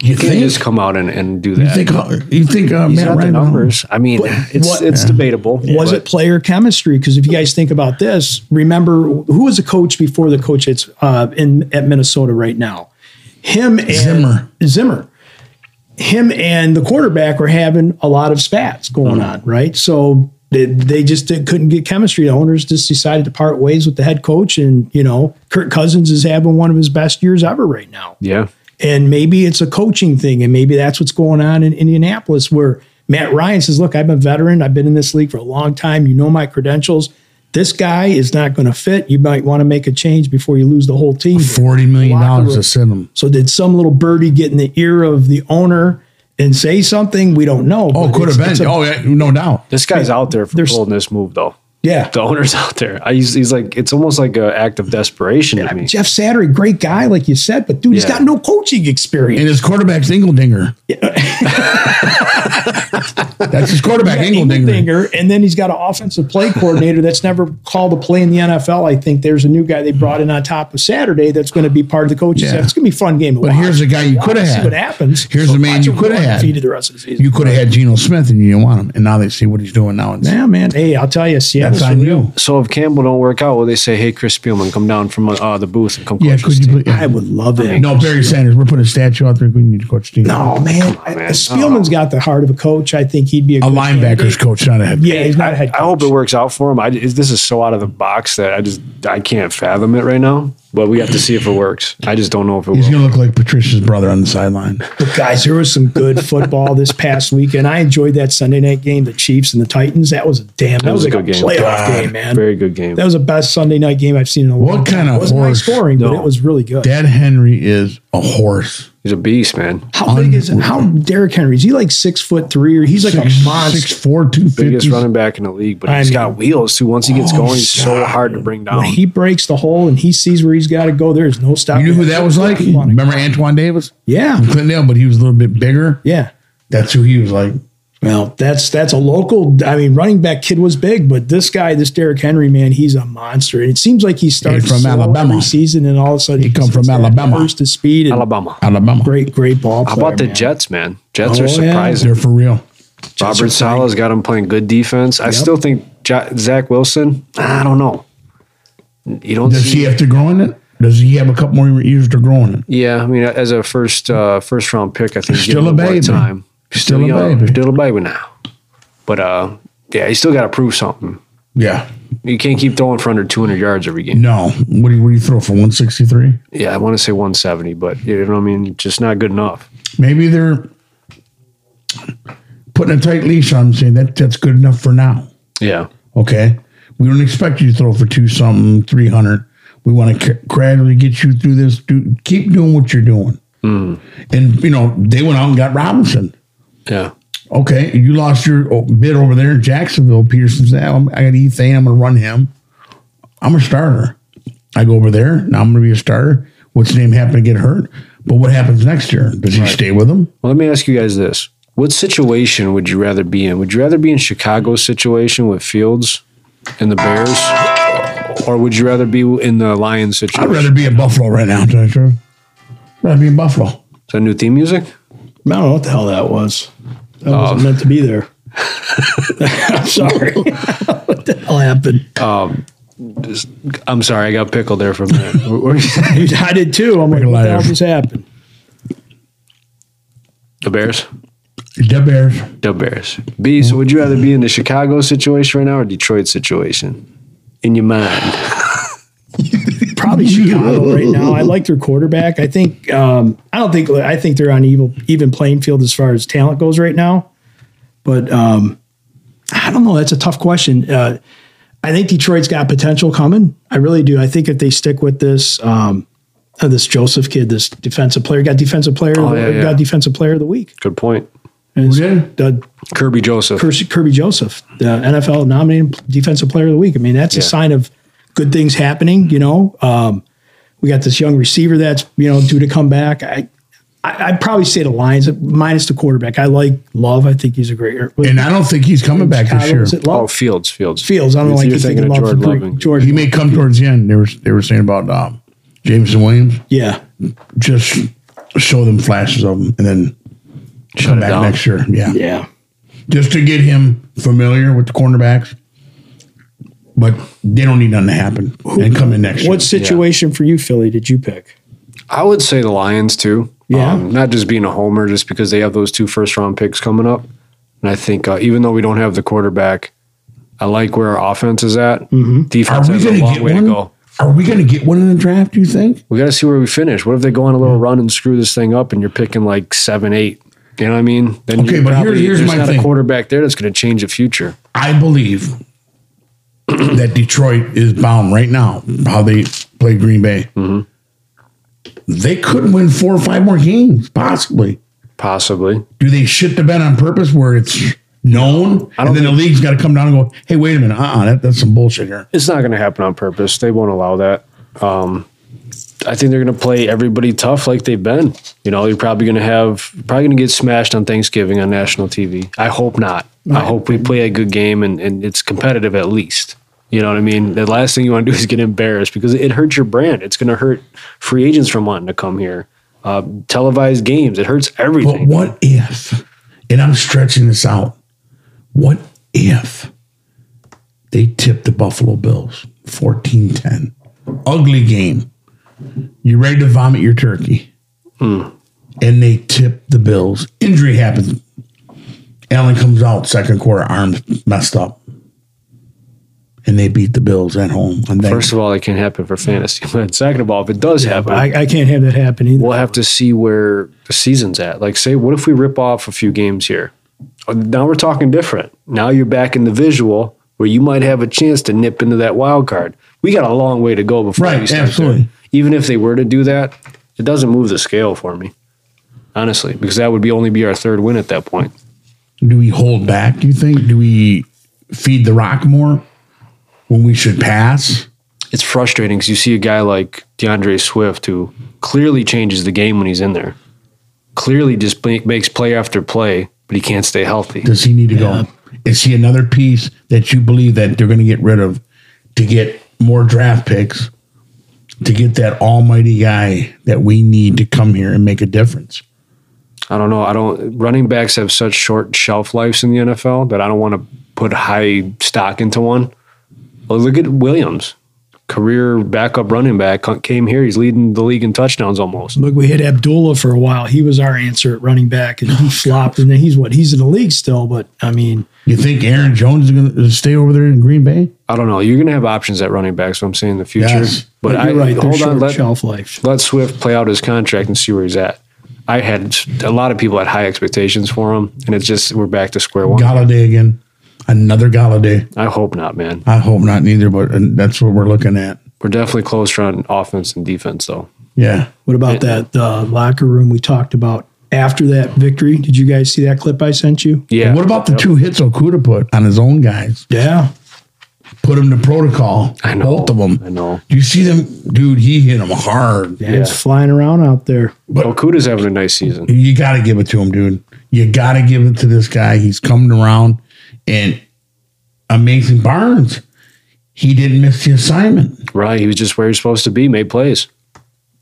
[SPEAKER 6] You
[SPEAKER 3] You can't
[SPEAKER 6] think?
[SPEAKER 3] just come out and, and do
[SPEAKER 6] You
[SPEAKER 3] that.
[SPEAKER 6] think? You think? Uh,
[SPEAKER 3] he's
[SPEAKER 6] Matt
[SPEAKER 3] got the
[SPEAKER 6] Ryan
[SPEAKER 3] numbers. I mean, it's
[SPEAKER 5] what-
[SPEAKER 3] it's debatable.
[SPEAKER 5] was it player chemistry? Because if you guys think about this, remember who was a coach before the coach that's uh, in at Minnesota right now? him and Zimmer. Zimmer. Him and the quarterback were having a lot of spats going on, right? So they, they just did, couldn't get chemistry. The owners just decided to part ways with the head coach. And, you know, Kirk Cousins is having one of his best years ever right now.
[SPEAKER 3] Yeah.
[SPEAKER 5] And maybe it's a coaching thing. And maybe that's what's going on in Indianapolis where Matt Ryan says, Look, I'm a veteran. I've been in this league for a long time. You know my credentials. This guy is not going to fit. You might want to make a change before you lose the whole team.
[SPEAKER 6] Forty million dollars to send him.
[SPEAKER 5] So did some little birdie get in the ear of the owner and say something? We don't know.
[SPEAKER 6] Oh,
[SPEAKER 5] but
[SPEAKER 6] could
[SPEAKER 5] it's-
[SPEAKER 6] have
[SPEAKER 5] it's
[SPEAKER 6] been.
[SPEAKER 5] a-
[SPEAKER 6] oh, yeah, no doubt.
[SPEAKER 3] This guy's out there for pulling this move, though.
[SPEAKER 5] Yeah.
[SPEAKER 3] The owner's out there. I, he's, he's like, it's almost like an act of desperation to me.
[SPEAKER 5] Jeff Saturday, great guy, like you said, but dude, he's
[SPEAKER 3] Yeah.
[SPEAKER 5] got no coaching experience.
[SPEAKER 6] And his quarterback's Dingledinger. That's his quarterback,
[SPEAKER 5] Yeah,
[SPEAKER 6] Dingledinger.
[SPEAKER 5] Engeldinger, and then he's got an offensive play coordinator that's never called a play in the NFL. I think there's a new guy they brought in on top of Saturday that's going to be part of the coaching
[SPEAKER 6] Yeah.
[SPEAKER 5] staff. It's going to be a fun game. To
[SPEAKER 6] But
[SPEAKER 5] watch.
[SPEAKER 6] here's a guy you
[SPEAKER 5] I
[SPEAKER 6] could have
[SPEAKER 5] wanna See
[SPEAKER 6] had.
[SPEAKER 5] what happens.
[SPEAKER 6] Here's the man
[SPEAKER 5] watch
[SPEAKER 6] you
[SPEAKER 5] him
[SPEAKER 6] could have
[SPEAKER 5] run
[SPEAKER 6] had.
[SPEAKER 5] Defeated the rest of the season.
[SPEAKER 6] You could have had Geno Smith and you didn't want him. And now they see what he's doing now. And
[SPEAKER 5] Yeah, man. Hey, I'll tell you, Seattle's
[SPEAKER 6] that's on
[SPEAKER 5] real.
[SPEAKER 6] you.
[SPEAKER 3] So if Campbell don't work out, well, they say, "Hey, Chris Spielman, come down from uh, the booth and come
[SPEAKER 6] Yeah,
[SPEAKER 3] coach."
[SPEAKER 6] could you put, yeah.
[SPEAKER 5] I would love it.
[SPEAKER 6] No, Barry Sanders. We're putting a statue out there. We need to coach team.
[SPEAKER 5] No, man.
[SPEAKER 3] man.
[SPEAKER 5] Spielman's got the heart of a coach. I think he'd be a,
[SPEAKER 6] A
[SPEAKER 5] good
[SPEAKER 6] linebacker's
[SPEAKER 5] candidate.
[SPEAKER 6] coach, not a head.
[SPEAKER 5] Yeah, he's not a head coach.
[SPEAKER 3] I hope it works out for him. I, is- this is so out of the box that I just I can't fathom it right now. But we have to see if it works. I just don't know if it
[SPEAKER 6] He's
[SPEAKER 3] will.
[SPEAKER 6] going to look like Patricia's brother on the sideline.
[SPEAKER 5] But guys, there was some good football this past weekend. I enjoyed that Sunday night game, the Chiefs and the Titans. That was a damn. That, was, a good game. playoff
[SPEAKER 6] God.
[SPEAKER 5] game, man.
[SPEAKER 3] Very good game.
[SPEAKER 5] That was the best Sunday night game I've seen in a
[SPEAKER 6] What
[SPEAKER 5] long time.
[SPEAKER 6] kind of
[SPEAKER 5] it wasn't
[SPEAKER 6] horse?
[SPEAKER 5] high scoring, but
[SPEAKER 3] No.
[SPEAKER 5] it was really good.
[SPEAKER 6] Dad Henry is a horse.
[SPEAKER 3] He's a beast, man.
[SPEAKER 5] how big is how Derrick Henry? Is he like six foot three or he's like a monster?
[SPEAKER 6] Six four two
[SPEAKER 3] Biggest
[SPEAKER 6] fifty.
[SPEAKER 3] running back in the league, but
[SPEAKER 5] I
[SPEAKER 3] he's
[SPEAKER 5] mean-
[SPEAKER 3] got wheels too. Once he gets going, he's so hard to bring down.
[SPEAKER 5] Oh, When he breaks the hole and he sees where he's got to go, there's no stopping.
[SPEAKER 6] You knew who that was like? Mm-hmm. Remember Antoine Davis?
[SPEAKER 5] Yeah,
[SPEAKER 6] Clintdale, but he was a little bit bigger.
[SPEAKER 5] yeah.
[SPEAKER 6] That's who he was like.
[SPEAKER 5] Well, that's that's a local. I mean, running back kid was big, but this guy, this Derrick Henry, man, he's a monster. And it seems like he starts
[SPEAKER 6] from
[SPEAKER 5] slow
[SPEAKER 6] Alabama.
[SPEAKER 5] every season, and all of a sudden
[SPEAKER 6] He come
[SPEAKER 5] just
[SPEAKER 6] from
[SPEAKER 5] has that
[SPEAKER 6] Alabama.
[SPEAKER 5] burst to speed and
[SPEAKER 3] Alabama.
[SPEAKER 6] Alabama.
[SPEAKER 5] great, great ball.
[SPEAKER 3] How
[SPEAKER 5] player,
[SPEAKER 3] about the
[SPEAKER 5] man.
[SPEAKER 3] Jets, man? Jets
[SPEAKER 5] Oh,
[SPEAKER 3] are
[SPEAKER 5] yeah.
[SPEAKER 3] surprising.
[SPEAKER 6] They're for real.
[SPEAKER 3] Robert Sala's got him playing good defense. I still think Ja- Zach Wilson. I don't know. You don't
[SPEAKER 6] Does
[SPEAKER 3] see
[SPEAKER 6] he have to grow in it? Does he have a couple more years to grow in it?
[SPEAKER 3] Yeah, I mean, as a first uh, first round pick, I think give
[SPEAKER 6] Still a
[SPEAKER 3] him more
[SPEAKER 6] baby.
[SPEAKER 3] Time.
[SPEAKER 6] Still a
[SPEAKER 3] young,
[SPEAKER 6] baby.
[SPEAKER 3] Still a baby now. But uh, yeah, he still got to prove something.
[SPEAKER 6] Yeah.
[SPEAKER 3] You can't keep throwing for under 200 yards every game.
[SPEAKER 6] No. What do you, what do you throw for 163?
[SPEAKER 3] Yeah, I want to say 170, but you know what I mean. Just not good enough.
[SPEAKER 6] Maybe they're putting a tight leash on him, saying that that's good enough for now.
[SPEAKER 3] Yeah,
[SPEAKER 6] Okay. We don't expect you to throw for two something, 300. We want to gradually get you through this. Do, keep doing what you're doing. And, you know, they went out and got Robinson.
[SPEAKER 3] yeah.
[SPEAKER 6] Okay. You lost your oh, bid over there in Jacksonville. Peterson said, "Oh, I got Ethan. I'm going to run him. I'm a starter. I go over there. Now I'm going to be a starter. What's his name happened to get hurt? But what happens next year? Does he stay with him?
[SPEAKER 3] Well, let me ask you guys this: What situation would you rather be in? Would you rather be in Chicago's situation with Fields and the Bears, or would you rather be in the Lions
[SPEAKER 6] I'd
[SPEAKER 3] situation?
[SPEAKER 6] rather be in Buffalo right now. To tell you the truth. I'd rather be in Buffalo.
[SPEAKER 3] Is that new theme music?
[SPEAKER 5] I don't know what the hell that was. That
[SPEAKER 3] Oh.
[SPEAKER 5] wasn't meant to be there. I'm sorry. what the hell happened?
[SPEAKER 3] I'm sorry, I got pickled there for a minute. What were you saying?
[SPEAKER 5] I did too. I'm like, what the hell just happened?
[SPEAKER 3] the Bears.
[SPEAKER 6] The Bears.
[SPEAKER 3] The Bears. B, so would you rather be in the Chicago situation right now or Detroit situation? In your mind.
[SPEAKER 5] Probably Chicago right now. I like their quarterback. I think. Um, I don't think. I think they're on evil, even playing field as far as talent goes right now. But um, I don't know. That's a tough question. Uh, I think Detroit's got potential coming. I really do. I think if they stick with this, um, uh, this Joseph kid, this defensive player, got defensive player,
[SPEAKER 3] Oh, yeah, yeah.
[SPEAKER 5] got defensive player of the week.
[SPEAKER 3] Good point.
[SPEAKER 5] And it's,
[SPEAKER 6] did?
[SPEAKER 5] uh,
[SPEAKER 3] Kirby Joseph.
[SPEAKER 5] Kirby, Kirby Joseph, the NFL nominated defensive player of the week. I mean, that's a
[SPEAKER 3] Yeah.
[SPEAKER 5] sign of good things happening. You know, um, we got this young receiver that's you know due to come back. I, I I'd probably say the Lions minus the quarterback. I like Love. I think he's a great. uh,
[SPEAKER 6] And I don't think he's coming back this year.
[SPEAKER 5] Is it
[SPEAKER 3] Oh,
[SPEAKER 5] Love?
[SPEAKER 3] Fields, Fields.
[SPEAKER 5] Fields. I don't
[SPEAKER 3] You're
[SPEAKER 5] like you
[SPEAKER 3] thinking
[SPEAKER 5] thinking
[SPEAKER 3] of
[SPEAKER 5] Love.
[SPEAKER 3] Jordan
[SPEAKER 5] for
[SPEAKER 3] Love.
[SPEAKER 5] Greek- Jordan.
[SPEAKER 6] He may come towards the end. They were they were saying about um, Jameson Williams.
[SPEAKER 5] yeah.
[SPEAKER 6] Just show them flashes of him and then
[SPEAKER 3] Shut
[SPEAKER 6] come
[SPEAKER 3] it
[SPEAKER 6] back
[SPEAKER 3] down.
[SPEAKER 6] next year. Yeah.
[SPEAKER 5] Yeah.
[SPEAKER 6] just to get him familiar with the cornerbacks. But they don't need nothing to happen and come in next
[SPEAKER 5] What
[SPEAKER 6] year.
[SPEAKER 5] situation for you, Philly? Did you pick?
[SPEAKER 3] I would say the Lions too. Yeah. Um, not just being a homer, just because they have those two first round picks coming up. And I think uh, even though we don't have the quarterback, I like where our offense is at. Defense
[SPEAKER 6] Are we
[SPEAKER 3] has a
[SPEAKER 6] gonna
[SPEAKER 3] long
[SPEAKER 6] get
[SPEAKER 3] way
[SPEAKER 6] one?
[SPEAKER 3] to go.
[SPEAKER 6] Are we going to get one in the draft? Do you think?
[SPEAKER 3] We got to see where we finish. What if they go on a little run and screw this thing up, and you're picking like seven, eight? You know what I mean? Then
[SPEAKER 6] Okay,
[SPEAKER 3] you
[SPEAKER 6] but here-
[SPEAKER 3] probably-
[SPEAKER 6] here's
[SPEAKER 3] there's
[SPEAKER 6] my
[SPEAKER 3] not
[SPEAKER 6] thing.
[SPEAKER 3] a quarterback there that's going to change the future.
[SPEAKER 6] I believe that Detroit is bound right now. How they play Green Bay,
[SPEAKER 3] Mm-hmm.
[SPEAKER 6] they could win four or five more games, possibly.
[SPEAKER 3] Possibly.
[SPEAKER 6] Do they shit the bed on purpose where it's known, and then the league's got to come down and go, "Hey, wait a minute, uh, uh that, that's some bullshit here."
[SPEAKER 3] It's not going to happen on purpose. They won't allow that. Um, I think they're going to play everybody tough like they've been. You know, you're probably going to have probably going to get smashed on Thanksgiving on national TV. I hope not. I hope we play a good game and, and it's competitive at least. You know what I mean? The last thing you want to do is get embarrassed because it hurts your brand. It's going to hurt free agents from wanting to come here. Uh, televised games, it hurts everything.
[SPEAKER 6] But what if, and I'm stretching this out, what if they tip the Buffalo Bills 14 10? Ugly game. You're ready to vomit your turkey.
[SPEAKER 3] Hmm.
[SPEAKER 6] And they tip the Bills. Injury happens. Allen comes out second quarter, arms messed up. And they beat the Bills at home. And then
[SPEAKER 3] First of all, it can happen for fantasy. But second of all, if it does happen,
[SPEAKER 5] I, I can't have that happen either.
[SPEAKER 3] we'll have to see where the season's at. Like, say, what if we rip off a few games here? Uh, Now we're talking different. Now you're back in the visual where you might have a chance to nip into that wild card. We got a long way to go before
[SPEAKER 6] Right,
[SPEAKER 3] we start there.
[SPEAKER 6] absolutely.
[SPEAKER 3] Even if they were to do that, it doesn't move the scale for me, honestly, because that would be only be our third win at that point.
[SPEAKER 6] Do we hold back? Do you think? Do we feed the rock more when we should pass?
[SPEAKER 3] It's frustrating because you see a guy like DeAndre Swift who clearly changes the game when he's in there, clearly just ma- makes play after play, but he can't stay healthy.
[SPEAKER 6] Does he need to go? Is he another piece that you believe that they're going to get rid of to get more draft picks to get that almighty guy that we need to come here and make a difference?
[SPEAKER 3] I don't know. I don't. Running backs have such short shelf lives in the NFL that I don't want to put high stock into one. Well, look at Williams, career backup running back, uh, came here. He's leading the league in touchdowns almost.
[SPEAKER 5] Look, we had Abdullah for a while. He was our answer at running back, and
[SPEAKER 3] Oh,
[SPEAKER 5] he flopped. And then he's what? He's in the league still, but I mean,
[SPEAKER 6] You think Aaron Jones is going to stay over there in Green Bay?
[SPEAKER 3] I don't know. You're going to have options at running back, so I'm saying in the future.
[SPEAKER 6] Yes.
[SPEAKER 3] but
[SPEAKER 5] But you're
[SPEAKER 3] I
[SPEAKER 5] right, they're
[SPEAKER 3] hold on.
[SPEAKER 5] short
[SPEAKER 3] Let,
[SPEAKER 5] shelf life.
[SPEAKER 3] let Swift play out his contract and see where he's at. I had a lot of people had high expectations for him, and it's just we're back to square one.
[SPEAKER 6] Galladay again, another Galladay.
[SPEAKER 3] I hope not, man.
[SPEAKER 6] I hope not, neither. But and that's what we're looking at.
[SPEAKER 3] We're definitely closer on offense and defense, though.
[SPEAKER 6] Yeah,
[SPEAKER 5] what about that uh, locker room we talked about after that victory? Did you guys see that clip I sent you?
[SPEAKER 3] Yeah.
[SPEAKER 6] What about the two hits Okuda put on his own guys?
[SPEAKER 5] Yeah.
[SPEAKER 6] Put him to protocol.
[SPEAKER 3] I know.
[SPEAKER 6] Both of them.
[SPEAKER 3] I know.
[SPEAKER 6] Do you see them, dude? He hit him hard.
[SPEAKER 5] yeah. It's flying around out there.
[SPEAKER 3] But Okuda's having a nice season.
[SPEAKER 6] You got to give it to him, dude. You got to give it to this guy. He's coming around and amazing Barnes. He didn't miss the assignment.
[SPEAKER 3] Right. He was just where he was supposed to be, made plays.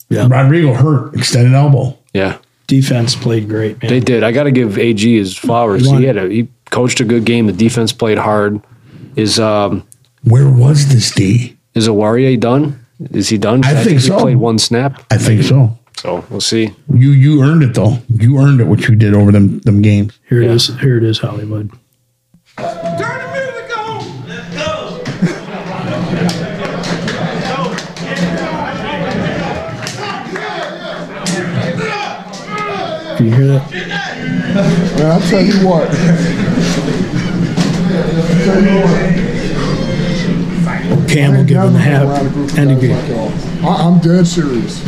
[SPEAKER 6] Rodrigo hurt, extended elbow.
[SPEAKER 3] Yeah.
[SPEAKER 5] Defense played great, man.
[SPEAKER 3] They did. I got to give AG his flowers. He had a, he coached a good game. The defense played hard. Is um
[SPEAKER 6] Where was this D?
[SPEAKER 3] is Awarie done? Is he done?
[SPEAKER 6] I think
[SPEAKER 3] he
[SPEAKER 6] so.
[SPEAKER 3] played one snap.
[SPEAKER 6] I think so.
[SPEAKER 3] So we'll see.
[SPEAKER 6] You you earned it though. You earned it what you did over them them games.
[SPEAKER 5] Here it is. Here it is, Hollywood. Turn the music on. Let's go. Can you hear that?
[SPEAKER 1] Man, I'll tell you what. Tell you what.
[SPEAKER 5] Cam will give him the half
[SPEAKER 1] Around a group of
[SPEAKER 5] and a
[SPEAKER 1] guys
[SPEAKER 5] game.
[SPEAKER 1] like y'all. I, I'm dead serious.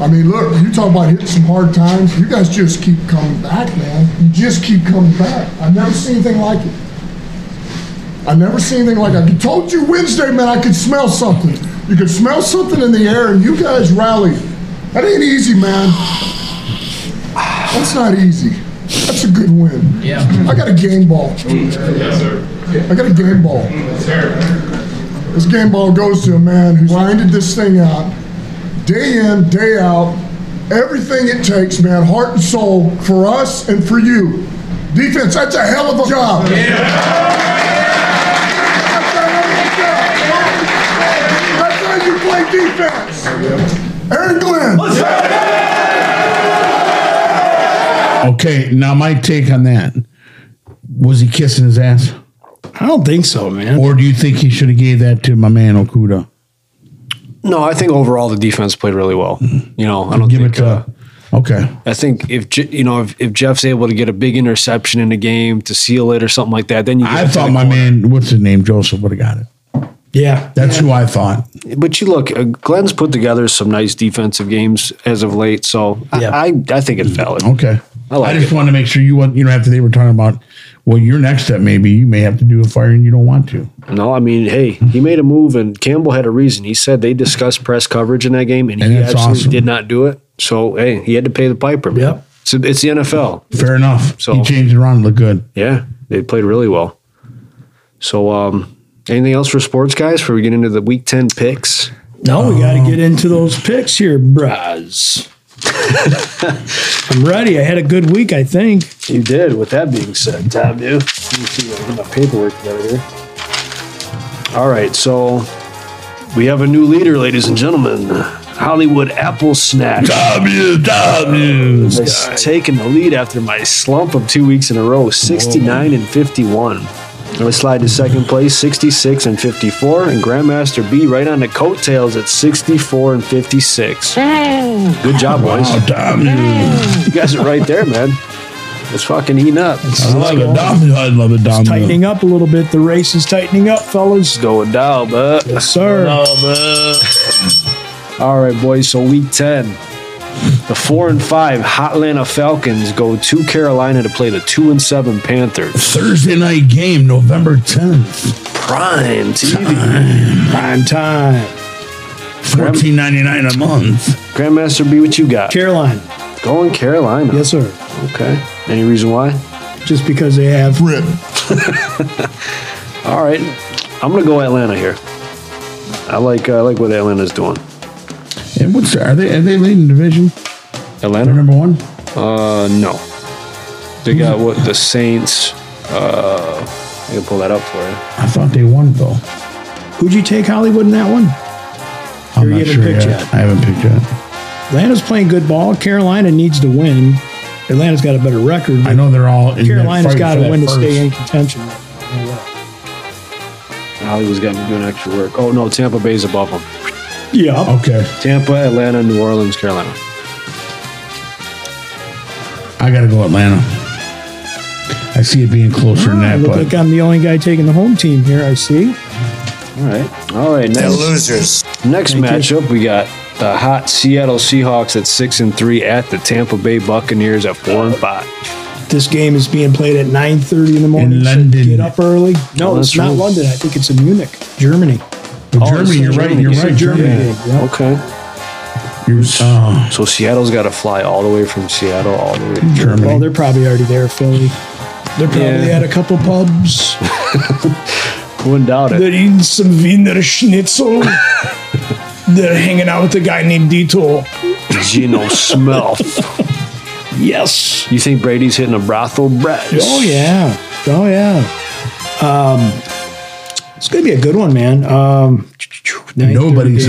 [SPEAKER 1] I mean, look, you talk about hitting some hard times. You guys just keep coming back, man. You just keep coming back. I've never seen anything like it. I never seen anything like it. I told you Wednesday, man, I could smell something. You could smell something in the air, and you guys rallied. That ain't easy, man. That's not easy. That's a good win. Yeah. I got a game ball. I got a game ball. This game ball goes to a man who's grinded this thing out day in, day out, everything it takes, man, heart and soul for us and for you. Defense, that's a hell of a job. That's how you play defense. Aaron Glenn.
[SPEAKER 6] Okay, now my take on that was he kissing his ass?
[SPEAKER 5] I don't think so, man.
[SPEAKER 6] Or do you think he should have gave that to my man Okuda?
[SPEAKER 3] No, I think overall the defense played really well. You know, I don't
[SPEAKER 6] Mm-hmm. Give
[SPEAKER 3] think, uh,
[SPEAKER 6] it to okay.
[SPEAKER 3] I think if Je- you know if, if Jeff's able to get a big interception in the game to seal it or something like that, then you. give
[SPEAKER 6] I
[SPEAKER 3] it to
[SPEAKER 6] thought
[SPEAKER 3] the
[SPEAKER 6] my
[SPEAKER 3] corner.
[SPEAKER 6] man, what's his name, Joseph would have got it.
[SPEAKER 5] Yeah,
[SPEAKER 6] that's who I thought.
[SPEAKER 3] But you look, uh, Glenn's put together some nice defensive games as of late, so I, I I think it's valid.
[SPEAKER 6] Okay.
[SPEAKER 3] I
[SPEAKER 6] I,
[SPEAKER 3] like
[SPEAKER 6] just
[SPEAKER 3] it.
[SPEAKER 6] wanted to make sure you want you know after they were talking about well your next step maybe you may have to do a firing you don't want to.
[SPEAKER 3] No, I mean, hey, he made a move, and Campbell had a reason. He said they discussed press coverage in that game, and,
[SPEAKER 6] And
[SPEAKER 3] he
[SPEAKER 6] that's
[SPEAKER 3] absolutely
[SPEAKER 6] awesome.
[SPEAKER 3] did not do it. So, hey, he had to pay the piper. man.
[SPEAKER 5] Yep.
[SPEAKER 3] It's, it's the NFL.
[SPEAKER 6] Fair enough.
[SPEAKER 3] So-
[SPEAKER 6] he changed it around and looked good.
[SPEAKER 3] Yeah, they played really well. So, um, anything else for sports, guys, before we get into the Week 10 picks?
[SPEAKER 5] Now we got to
[SPEAKER 6] Um,
[SPEAKER 5] get into those picks here, bros. I'm ready. I had a good week, I think.
[SPEAKER 3] You did. With that being said, Tom, dude, let me see. I got my paperwork together here. All right, so we have a new leader, ladies and gentlemen. Hollywood Apple Snack
[SPEAKER 6] W W.
[SPEAKER 3] has taken the lead after my slump of two weeks in a row, 69 and 51. I slide to second place, 66 and 54, and Grandmaster B right on the coattails at 64 and 56. Good job, boys.
[SPEAKER 6] Wow, W.
[SPEAKER 3] You guys are right there, man. It's fucking eating up.
[SPEAKER 6] I love it, W. I love it, W.
[SPEAKER 5] Tightening up a little bit. The race is tightening up, fellas.
[SPEAKER 3] Going down, but.
[SPEAKER 5] Yes, sir.
[SPEAKER 3] All right, boys. So week ten, the four and five Hotlanta Falcons go to Carolina to play the two and seven Panthers.
[SPEAKER 6] Thursday night game, November tenth,
[SPEAKER 3] Prime TV.
[SPEAKER 5] Prime time.
[SPEAKER 6] fourteen ninety nine a month.
[SPEAKER 3] Grandmaster B, what you got?
[SPEAKER 5] Caroline.
[SPEAKER 3] Going Carolina.
[SPEAKER 5] Yes, sir.
[SPEAKER 3] Okay. Any reason why?
[SPEAKER 5] Just because they have
[SPEAKER 1] Rip.
[SPEAKER 3] All right. I'm gonna go Atlanta here. I like uh, I like what Atlanta's doing.
[SPEAKER 6] And what's are they? Are they leading division? They're
[SPEAKER 3] Atlanta?
[SPEAKER 6] number one.
[SPEAKER 3] Uh, no. They got what the Saints. Uh, I can pull that up for you.
[SPEAKER 6] I thought they won though.
[SPEAKER 5] Who'd you take Hollywood in that one?
[SPEAKER 6] I'm
[SPEAKER 5] You're
[SPEAKER 6] not
[SPEAKER 5] getting
[SPEAKER 6] sure
[SPEAKER 5] picked
[SPEAKER 6] yet.
[SPEAKER 5] yet.
[SPEAKER 6] I haven't picked yet.
[SPEAKER 5] Atlanta's playing good ball. Carolina needs to win. Atlanta's got a better record.
[SPEAKER 6] I know they're all. In
[SPEAKER 5] Carolina's got to
[SPEAKER 6] to
[SPEAKER 5] win to stay in contention.
[SPEAKER 3] Hollywood's got me doing extra work. Oh no, Tampa Bay's above them.
[SPEAKER 5] Yeah.
[SPEAKER 6] Okay,
[SPEAKER 3] Tampa, Atlanta, New Orleans, Carolina.
[SPEAKER 6] I got to go Atlanta. I see it being closer than
[SPEAKER 5] I
[SPEAKER 6] that,
[SPEAKER 5] Ah, look
[SPEAKER 6] but
[SPEAKER 5] like I'm the only guy taking the home team here. I see.
[SPEAKER 3] All right, all right. Next,
[SPEAKER 4] losers.
[SPEAKER 3] next
[SPEAKER 5] Thank
[SPEAKER 3] matchup, we got the hot Seattle Seahawks at six and three at the Tampa Bay Buccaneers at four and five.
[SPEAKER 5] This game is being played at 9:30 in the morning. so
[SPEAKER 6] London.
[SPEAKER 5] get up early. No,
[SPEAKER 3] Oh,
[SPEAKER 5] it's
[SPEAKER 3] that's
[SPEAKER 5] not
[SPEAKER 3] right.
[SPEAKER 5] London. I think it's in Munich, Germany.
[SPEAKER 6] But
[SPEAKER 3] Oh,
[SPEAKER 6] Germany,
[SPEAKER 3] it's
[SPEAKER 6] you're right. You're
[SPEAKER 3] Germany.
[SPEAKER 6] right.
[SPEAKER 5] Germany.
[SPEAKER 6] Germany.
[SPEAKER 5] game, yeah.
[SPEAKER 3] Okay,
[SPEAKER 6] You're, oh,
[SPEAKER 3] so Seattle's got to fly all the way from Seattle all the way. To-
[SPEAKER 6] Germany.
[SPEAKER 5] Well, they're probably already there, Philly. They're probably
[SPEAKER 3] Yeah.
[SPEAKER 5] at a couple pubs.
[SPEAKER 3] Wouldn't doubt
[SPEAKER 5] They're
[SPEAKER 3] it.
[SPEAKER 5] eating some Wiener Schnitzel. They're hanging out with a guy named Dito.
[SPEAKER 3] Geno Smith.
[SPEAKER 5] Yes.
[SPEAKER 3] You think Brady's hitting a brothel? Brad.
[SPEAKER 5] Oh yeah. Oh yeah. Um, it's gonna be a good one, man. Um,
[SPEAKER 6] Nobody's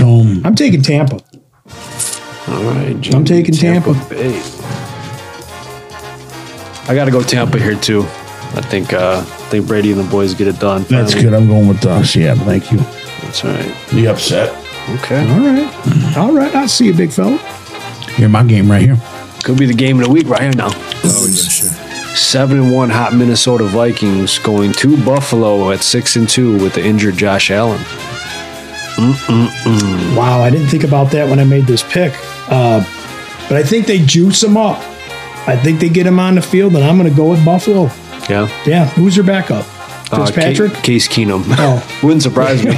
[SPEAKER 5] 9:30.
[SPEAKER 6] home.
[SPEAKER 5] I'm taking Tampa.
[SPEAKER 3] All right,
[SPEAKER 5] I'm taking Tampa.
[SPEAKER 3] Bay. I got to go Tampa here too. I think uh, I think Brady and the boys get it done.
[SPEAKER 6] That's
[SPEAKER 3] finally.
[SPEAKER 6] good. I'm going with uh, Seattle. Thank you.
[SPEAKER 3] That's all right.
[SPEAKER 6] You upset?
[SPEAKER 3] Okay,
[SPEAKER 5] All right. All right. I see you, big fella.
[SPEAKER 6] Here, my game right here.
[SPEAKER 3] could be the game of the week right here now.
[SPEAKER 4] Oh, yes, sir.
[SPEAKER 3] Seven and one hot Minnesota Vikings going to Buffalo at six and two with the injured Josh Allen.
[SPEAKER 5] Wow, I didn't think about that when I made this pick. Uh, but I think they juice him up. I think they get him on the field, and I'm going to go with Buffalo.
[SPEAKER 3] Yeah,
[SPEAKER 5] Yeah, who's your backup?
[SPEAKER 3] Uh, Ca-
[SPEAKER 5] Fitzpatrick.
[SPEAKER 3] Case Keenum.
[SPEAKER 5] Oh.
[SPEAKER 3] Wouldn't surprise me.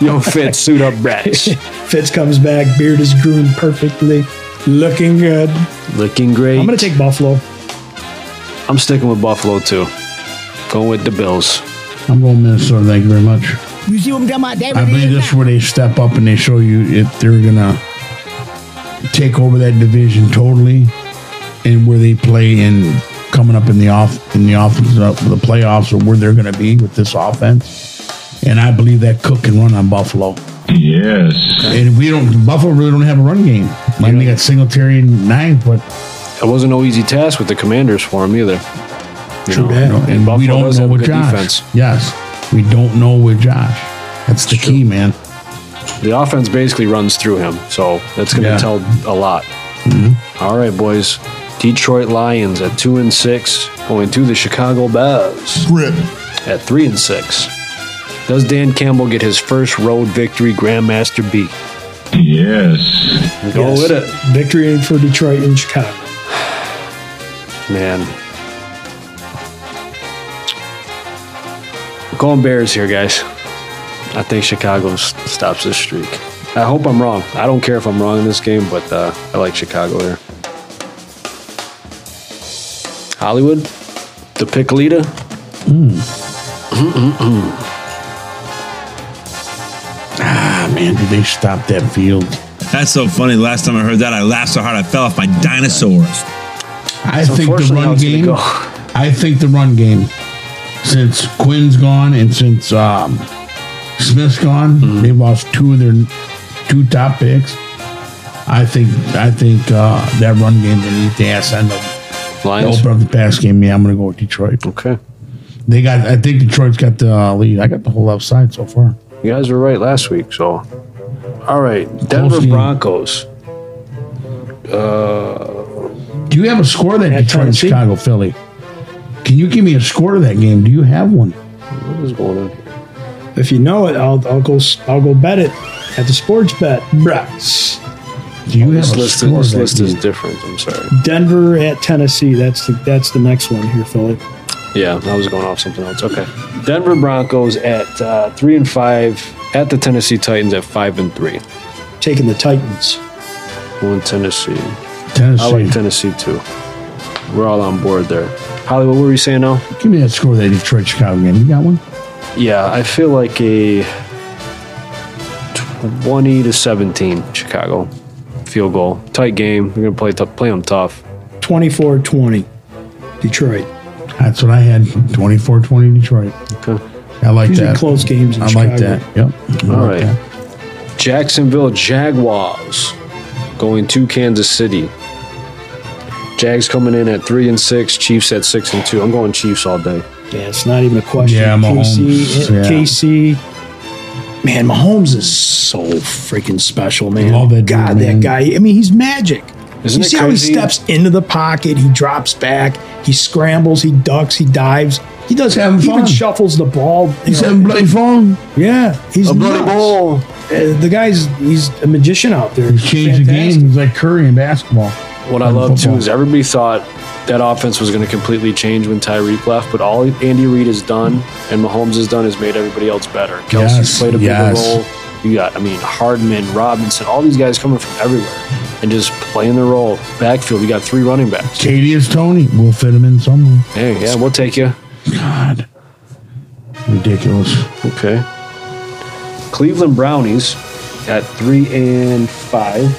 [SPEAKER 3] Yo, Fitz, suit up, brats.
[SPEAKER 5] Fitz comes back, beard is groomed perfectly, looking good.
[SPEAKER 3] Looking great.
[SPEAKER 5] I'm going to take Buffalo.
[SPEAKER 3] I'm sticking with Buffalo too. Going with the Bills.
[SPEAKER 6] I'm going Minnesota. Thank you very much.
[SPEAKER 10] You see what I'm talking about? There
[SPEAKER 6] I
[SPEAKER 10] it
[SPEAKER 6] believe
[SPEAKER 10] is
[SPEAKER 6] this is
[SPEAKER 10] now.
[SPEAKER 6] where they step up and they show you if they're gonna take over that division totally, and where they play in coming up in the off in the offense up for the playoffs or where they're gonna be with this offense. And I believe that Cook can run on Buffalo. Yes. And we don't. Buffalo really don't have a run game. I mean, they got Singletary and nine, but
[SPEAKER 3] It wasn't no easy task with the Commanders for him either. You
[SPEAKER 6] Too bad.
[SPEAKER 3] And
[SPEAKER 6] we
[SPEAKER 3] Buffalo
[SPEAKER 6] don't
[SPEAKER 3] does
[SPEAKER 6] know
[SPEAKER 3] have
[SPEAKER 6] with
[SPEAKER 3] good
[SPEAKER 6] Josh. Yes, we don't know with Josh. That's the key, man.
[SPEAKER 3] The offense basically runs through him, so that's going to
[SPEAKER 6] Yeah. Mm-hmm.
[SPEAKER 3] tell a lot. All right, boys. Detroit Lions at two and six, going to the Chicago Bears
[SPEAKER 1] Grit.
[SPEAKER 3] at three and six. Does Dan Campbell get his first road victory, Grandmaster B? Yes. Go
[SPEAKER 5] Yes.
[SPEAKER 3] with it.
[SPEAKER 5] Victory for Detroit and Chicago.
[SPEAKER 3] Man. Going Bears here, guys. I think Chicago s- stops this streak. I hope I'm wrong. I don't care if I'm wrong in this game, but uh, I like Chicago here. Hollywood, the Piccolita.
[SPEAKER 6] Ah, man, did they stop that field?
[SPEAKER 13] That's so funny. The last time I heard that, I laughed so hard I fell off my dinosaur.
[SPEAKER 6] I
[SPEAKER 13] That's
[SPEAKER 6] think the
[SPEAKER 13] unfortunately how
[SPEAKER 6] run
[SPEAKER 13] it's gonna
[SPEAKER 6] game.
[SPEAKER 13] go.
[SPEAKER 6] I think the run game. Since Quinn's gone and since um, Smith's gone, they've lost two of their two top picks. I think I think uh, that run game they need to ass end up.
[SPEAKER 3] Lions?
[SPEAKER 6] Open up the pass game. Yeah, I'm going to go with Detroit.
[SPEAKER 3] Okay.
[SPEAKER 6] They got. I think Detroit's got the uh, lead. I got the whole left side so far.
[SPEAKER 3] You guys were right last week, so. All right, Denver
[SPEAKER 6] game.
[SPEAKER 3] Broncos. Uh,
[SPEAKER 6] Do you have a score that Detroit, and Chicago, Philly? Can you give me a score to that game? Do you have one?
[SPEAKER 3] What is going on here?
[SPEAKER 5] If you know it, I'll, I'll go. s- I'll go bet it at the sports bet. Brats.
[SPEAKER 6] Do you
[SPEAKER 3] this
[SPEAKER 5] have a
[SPEAKER 3] list,
[SPEAKER 5] score
[SPEAKER 3] this
[SPEAKER 5] that
[SPEAKER 3] list is
[SPEAKER 5] game?
[SPEAKER 3] different. I'm sorry.
[SPEAKER 5] Denver at Tennessee. That's the that's the next one here, Philip.
[SPEAKER 3] Yeah, I was going off something else. Okay. Denver Broncos at uh, three and five, at the Tennessee Titans at five and three.
[SPEAKER 5] Taking the Titans.
[SPEAKER 3] Going Tennessee.
[SPEAKER 6] Tennessee.
[SPEAKER 3] I like Tennessee too. We're all on board there. Hollywood, what were you saying now?
[SPEAKER 6] Give me that score of that Detroit Chicago game. You got one?
[SPEAKER 3] Yeah, I feel like a 20 to 17 Chicago field goal. Tight game. We're going to play, t- play them tough.
[SPEAKER 5] 24-20. Detroit.
[SPEAKER 6] That's what I had. 24-20 Detroit.
[SPEAKER 3] Okay.
[SPEAKER 6] I like
[SPEAKER 5] Usually
[SPEAKER 6] that.
[SPEAKER 5] close games in
[SPEAKER 6] I
[SPEAKER 5] Chicago.
[SPEAKER 6] like that. Yep. I
[SPEAKER 3] All
[SPEAKER 6] like
[SPEAKER 3] right.
[SPEAKER 6] that.
[SPEAKER 3] Jacksonville Jaguars going to Kansas City. Jags coming in at three and six. Chiefs at six and two. I'm going Chiefs all day.
[SPEAKER 5] Yeah, it's not even a question.
[SPEAKER 3] Yeah, Mahomes,
[SPEAKER 5] KC,
[SPEAKER 3] yeah.
[SPEAKER 5] KC. Man, Mahomes is so freaking special, man.
[SPEAKER 6] Love that dude,
[SPEAKER 5] God,
[SPEAKER 6] man.
[SPEAKER 5] that guy. I mean, he's magic.
[SPEAKER 6] Isn't
[SPEAKER 5] you
[SPEAKER 6] it
[SPEAKER 5] see how he
[SPEAKER 6] crazy?
[SPEAKER 5] steps into the pocket, he drops back, he scrambles, he ducks, he dives, he does
[SPEAKER 6] having
[SPEAKER 5] he even
[SPEAKER 6] fun.
[SPEAKER 5] shuffles the ball.
[SPEAKER 6] He's having bloody fun.
[SPEAKER 5] Yeah, he's
[SPEAKER 6] A bloody
[SPEAKER 5] nuts.
[SPEAKER 6] ball.
[SPEAKER 5] Uh, the guy's he's a magician out there.
[SPEAKER 6] He's changed the game. He's like Curry in basketball.
[SPEAKER 3] What I
[SPEAKER 6] In
[SPEAKER 3] love too
[SPEAKER 6] football.
[SPEAKER 3] is everybody thought that offense was going to completely change when Tyreek left, but all Andy Reid has done and Mahomes has done is made everybody else better. Kelsey's
[SPEAKER 6] Yes,
[SPEAKER 3] played a bigger
[SPEAKER 6] yes.
[SPEAKER 3] role. You got, I mean, Hardman, Robinson, all these guys coming from everywhere and just playing their role. Backfield, you got three running backs.
[SPEAKER 6] Katie is Tony. We'll fit him in somewhere.
[SPEAKER 3] Hey, yeah, we'll take you.
[SPEAKER 6] God. Ridiculous.
[SPEAKER 3] Okay. Cleveland Brownies at three and five.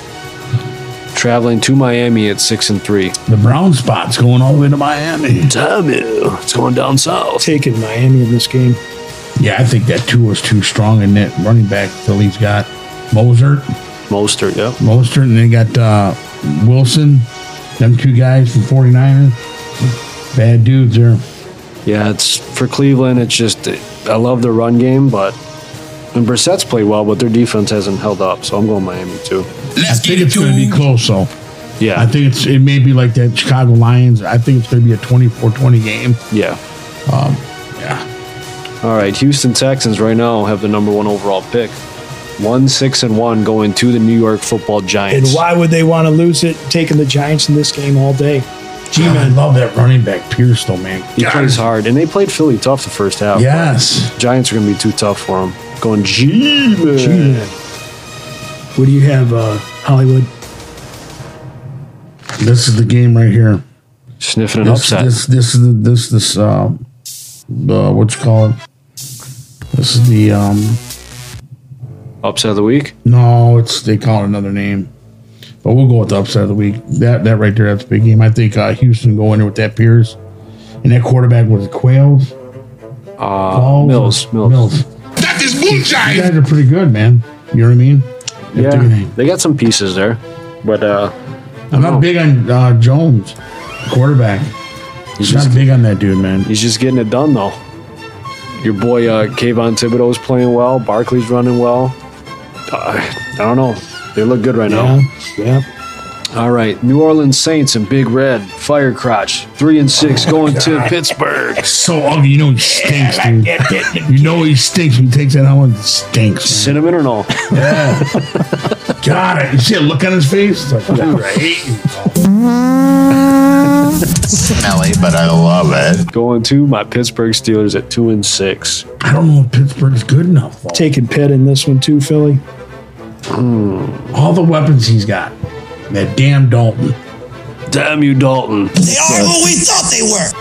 [SPEAKER 3] Traveling to Miami at six and three.
[SPEAKER 6] The brown spot's going all the way to Miami.
[SPEAKER 3] Damn you. It's going down south.
[SPEAKER 5] Taking Miami in this game.
[SPEAKER 6] Yeah, I think that two was too strong in that running back Philly's got Mozart.
[SPEAKER 3] Mostert, yeah.
[SPEAKER 6] Mostert, and they got uh, Wilson. Them two guys from 49ers. Bad dudes there.
[SPEAKER 3] Yeah, it's for Cleveland. It's just I love their run game, but and Brissett's played well, but their defense hasn't held up. So I'm going Miami too.
[SPEAKER 6] I think it's going to be close, though.
[SPEAKER 3] Yeah.
[SPEAKER 6] I think it's it may be like that Chicago Lions. I think it's going to be a 24-20 game.
[SPEAKER 3] Yeah.
[SPEAKER 6] Um, yeah.
[SPEAKER 3] All right, Houston Texans right now have the number one overall pick, one six and one going to the New York Football
[SPEAKER 5] And
[SPEAKER 3] Giants.
[SPEAKER 5] why would they want to lose it taking the Giants in this game all day?
[SPEAKER 6] G-Man, I love that running back Pierce, though, man.
[SPEAKER 3] He plays hard, and they played Philly tough the first half.
[SPEAKER 6] Yes.
[SPEAKER 3] Giants are going to be too tough for them. Going G
[SPEAKER 5] G-Man. What do you have, uh, Hollywood?
[SPEAKER 6] This is the game right here.
[SPEAKER 3] sniffing an
[SPEAKER 6] this,
[SPEAKER 3] upset.
[SPEAKER 6] This this is the, this this um uh, what's it called? This is the um
[SPEAKER 3] Upset of the week.
[SPEAKER 6] no, it's they call it another name, but we'll go with the upset of the week. That that right there, that's a big game. I think uh, Houston go in there with that Pierce and that quarterback was it Quails.
[SPEAKER 3] Uh, Mills, Mills.
[SPEAKER 6] Mills. That is moonshine. You guys are pretty good, man. You know what I mean? If they're gonna-
[SPEAKER 3] they got some pieces there, but uh,
[SPEAKER 6] I'm not big on uh, Jones, quarterback.
[SPEAKER 3] He's
[SPEAKER 6] He's not
[SPEAKER 3] just-
[SPEAKER 6] big on that dude, man.
[SPEAKER 3] he's just getting it done though. Your boy uh, Kayvon Thibodeau's playing well. Barkley's running well. Uh, I don't know. They look good right now.
[SPEAKER 5] Yeah.
[SPEAKER 3] All right, New Orleans Saints and Big Red Fire Crotch three and
[SPEAKER 5] Oh
[SPEAKER 3] six going to Pittsburgh.
[SPEAKER 6] So ugly. You know he stinks, dude. You know he stinks. When he takes that helmet, it stinks.
[SPEAKER 3] Cinnamon or no?
[SPEAKER 6] Yeah. Got it. You see a look on his face? It's like, "Dude, I hate you."
[SPEAKER 3] Smelly, but I love it. Going to my Pittsburgh Steelers at two and six.
[SPEAKER 6] I don't know if Pittsburgh's good enough. though.
[SPEAKER 5] Taking Pitt in this one too, Philly.
[SPEAKER 6] All the weapons he's got. That damn Dalton.
[SPEAKER 3] Damn you, Dalton.
[SPEAKER 6] They are who we thought they were.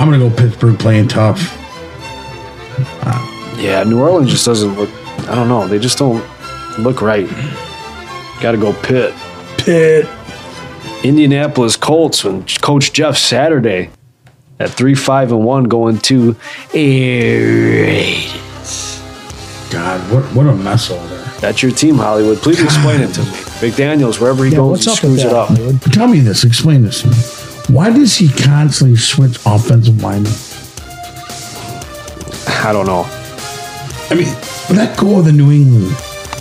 [SPEAKER 6] I'm gonna go Pittsburgh playing tough.
[SPEAKER 3] Yeah, New Orleans just doesn't look. I don't know. They just don't look right. Got to go Pitt.
[SPEAKER 5] Pitt.
[SPEAKER 3] Indianapolis Colts and Coach Jeff Saturday at three five and one going to Raiders.
[SPEAKER 6] God, what what a mess over there.
[SPEAKER 3] That's your team, Hollywood. Please explain it to me. McDaniel's wherever he
[SPEAKER 6] Yeah,
[SPEAKER 3] goes, he
[SPEAKER 6] what's up with
[SPEAKER 3] screws it
[SPEAKER 6] that,
[SPEAKER 3] up.
[SPEAKER 6] Tell me this. Explain this to me. Why does he constantly switch offensive linemen?
[SPEAKER 3] I don't know.
[SPEAKER 6] I mean, let go of the New England.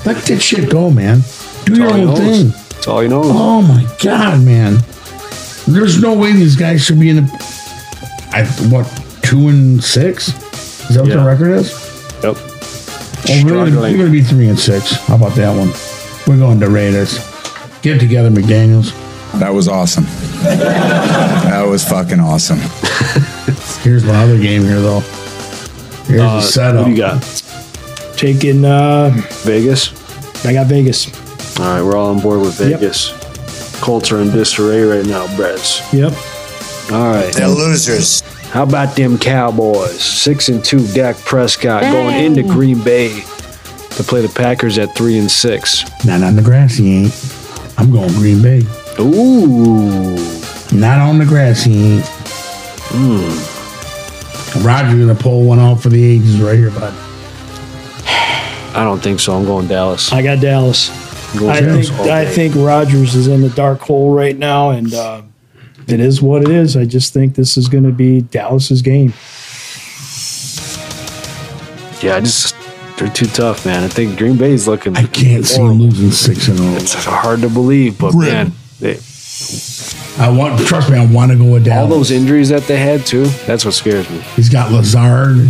[SPEAKER 6] Let that shit go, man. Do your
[SPEAKER 3] all he
[SPEAKER 6] own thing.
[SPEAKER 3] knows. That's all you know.
[SPEAKER 6] Oh my god, man! There's no way these guys should be in the. I what two and six? Is that what
[SPEAKER 3] Yeah.
[SPEAKER 6] the record is?
[SPEAKER 3] Yep.
[SPEAKER 6] Oh, really?
[SPEAKER 3] Struggling.
[SPEAKER 6] We're gonna be three and six. How about that one? We're going to Raiders. Get together, McDaniel's.
[SPEAKER 14] That was awesome. that was fucking awesome.
[SPEAKER 6] Here's my other game here, though. Here's
[SPEAKER 14] Uh,
[SPEAKER 6] the setup.
[SPEAKER 14] what do you
[SPEAKER 3] got?
[SPEAKER 5] Taking uh,
[SPEAKER 3] Vegas.
[SPEAKER 5] I got Vegas.
[SPEAKER 3] All right, we're all on board with
[SPEAKER 5] Yep.
[SPEAKER 3] Vegas. Colts are in disarray right now, Brez.
[SPEAKER 5] Yep.
[SPEAKER 3] All right.
[SPEAKER 4] They're losers.
[SPEAKER 3] How about them Cowboys? Six and two, Dak Prescott going into Green Bay to play the Packers at three and six.
[SPEAKER 6] Not on the grass, he ain't. I'm going Green Bay.
[SPEAKER 3] Ooh.
[SPEAKER 6] Not on the grass, he ain't. Roger's gonna pull one off for the ages right here, bud.
[SPEAKER 3] I don't think so. I'm going Dallas.
[SPEAKER 5] I got Dallas.
[SPEAKER 3] I'm going
[SPEAKER 5] I
[SPEAKER 3] Dallas
[SPEAKER 5] think
[SPEAKER 3] all
[SPEAKER 5] I
[SPEAKER 3] day.
[SPEAKER 5] think Rodgers is in the dark hole right now, and uh, it is what it is. I just think this is going to be Dallas's game.
[SPEAKER 3] Yeah, I just they're too tough, man. I think Green Bay's looking. I
[SPEAKER 6] can't see them losing six and zero.
[SPEAKER 3] It's hard to believe, but
[SPEAKER 6] Grim.
[SPEAKER 3] man, they,
[SPEAKER 6] I want. Trust me, I want to go with
[SPEAKER 3] all
[SPEAKER 6] Dallas.
[SPEAKER 3] those injuries that they had too—that's what scares me.
[SPEAKER 6] He's got Lazard.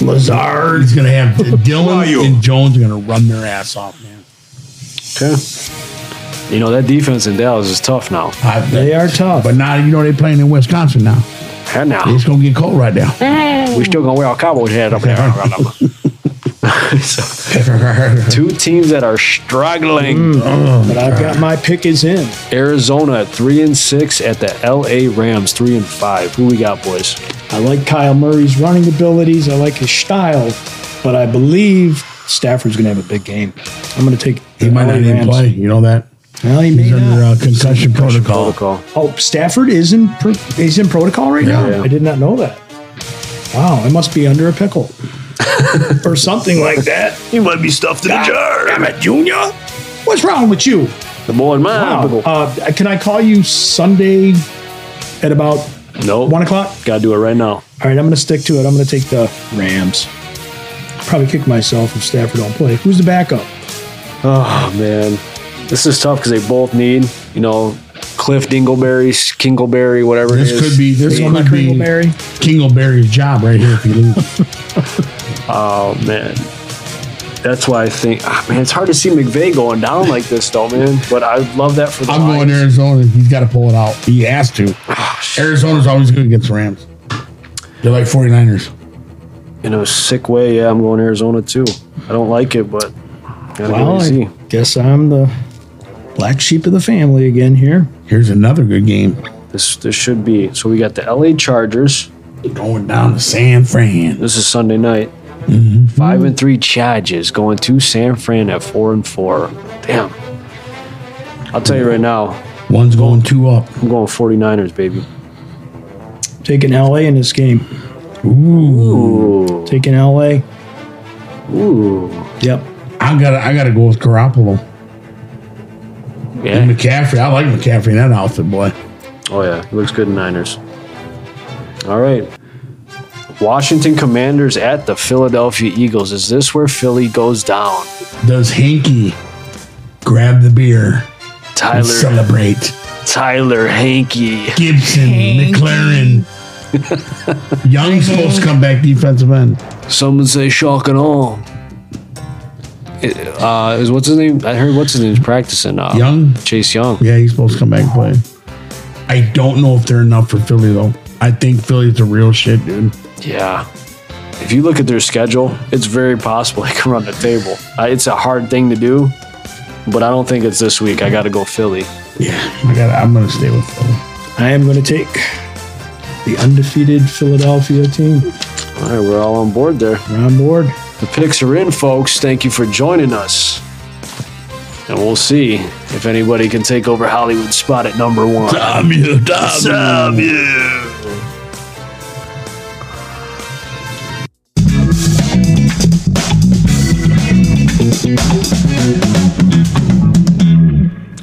[SPEAKER 6] Lazard. He's gonna have Dylan and Jones are gonna run their ass off, man.
[SPEAKER 3] Okay. You know that defense in Dallas is tough now.
[SPEAKER 6] they are tough, but now you know they playing in Wisconsin now.
[SPEAKER 3] And now
[SPEAKER 6] It's gonna get cold right now.
[SPEAKER 3] we still gonna wear our cowboy hat up there. So, two teams that are struggling.
[SPEAKER 6] Mm.
[SPEAKER 5] But I've got my pick is in.
[SPEAKER 3] Arizona at three and six at the L.A. Rams three and five. Who we got, boys?
[SPEAKER 5] I like Kyle Murray's running abilities. I like his style, but I believe Stafford's going to have a big game. I'm going to take.
[SPEAKER 6] He might not even play. You know that?
[SPEAKER 5] Well, he
[SPEAKER 6] He's under uh, concussion protocol.
[SPEAKER 5] Oh, Stafford is in pro- is in protocol right now.
[SPEAKER 6] Yeah.
[SPEAKER 5] I did not know that. Wow, I must be under a pickle or something like that.
[SPEAKER 3] You might be stuffed in a jar.
[SPEAKER 5] Damn it, Junior! What's wrong with you?
[SPEAKER 3] The boy, my
[SPEAKER 5] wow.
[SPEAKER 3] pickle.
[SPEAKER 5] uh, Can I call you Sunday at about
[SPEAKER 3] Nope.
[SPEAKER 5] one o'clock?
[SPEAKER 3] Gotta do it right now.
[SPEAKER 5] All right, I'm going to stick to it. I'm going to take the Rams. Probably kick myself if Stafford don't play. Who's the backup?
[SPEAKER 3] Oh man, this is tough because they both need you know Cliff Dingleberry, Kingleberry, whatever it
[SPEAKER 6] This
[SPEAKER 3] is.
[SPEAKER 6] could be this
[SPEAKER 3] They-
[SPEAKER 6] could be Kingleberry's job right here if you lose.
[SPEAKER 3] Oh man, that's why I think ah, man it's hard to see McVay going down like this though, man. But I love that for the
[SPEAKER 6] I'm going
[SPEAKER 3] Lions.
[SPEAKER 6] Arizona. He's got to pull it out. He has to. Arizona's always good against the Rams. They're like 49ers.
[SPEAKER 3] in a sick way. Yeah, I'm going Arizona too. I don't like it, but gotta wait
[SPEAKER 5] Well, Oh, I
[SPEAKER 3] and see.
[SPEAKER 5] guess I'm the black sheep of the family again here.
[SPEAKER 6] Here's another good game.
[SPEAKER 3] This this should be. So we got the LA Chargers
[SPEAKER 6] going down to San Fran.
[SPEAKER 3] This is Sunday night. Five and three Chargers going to San Fran at four and four. Damn. I'll tell you right now,
[SPEAKER 6] One's going two up.
[SPEAKER 3] I'm going 49ers, baby.
[SPEAKER 5] Taking LA in this game.
[SPEAKER 6] Ooh.
[SPEAKER 3] Ooh.
[SPEAKER 5] Taking LA.
[SPEAKER 3] Ooh.
[SPEAKER 5] Yep.
[SPEAKER 6] I gotta I gotta go with Garoppolo. And McCaffrey. I like McCaffrey in that outfit, boy.
[SPEAKER 11] Oh yeah, he looks good in Niners.
[SPEAKER 3] All right. Washington Commanders at the Philadelphia Eagles. Is this where Philly goes down?
[SPEAKER 6] Does Hanky grab the beer?
[SPEAKER 3] Tyler-
[SPEAKER 6] and celebrate.
[SPEAKER 3] Tyler Hanky.
[SPEAKER 6] Gibson, McLaren. Young's supposed to come back defensive end.
[SPEAKER 3] Someone say shock and all. Uh, is what's his name? I heard what's his name's practicing. Uh,
[SPEAKER 6] Young?
[SPEAKER 3] Chase Young.
[SPEAKER 6] Yeah, he's supposed to come back and play. I don't know if they're enough for Philly though. I think Philly's the real shit, dude.
[SPEAKER 3] Yeah. If you look at their schedule, it's very possible they can run the table. Uh, it's a hard thing to do, but I don't think it's this week. I got to go Philly.
[SPEAKER 6] I got. Oh I'm gonna stay with Philly.
[SPEAKER 5] I am going to take the undefeated Philadelphia team.
[SPEAKER 3] All right, we're all on board there.
[SPEAKER 5] We're on board.
[SPEAKER 3] The picks are in, folks. Thank you for joining us. And we'll see if anybody can take over Hollywood's spot at number one.
[SPEAKER 6] Damn you, damn you.
[SPEAKER 3] Damn you.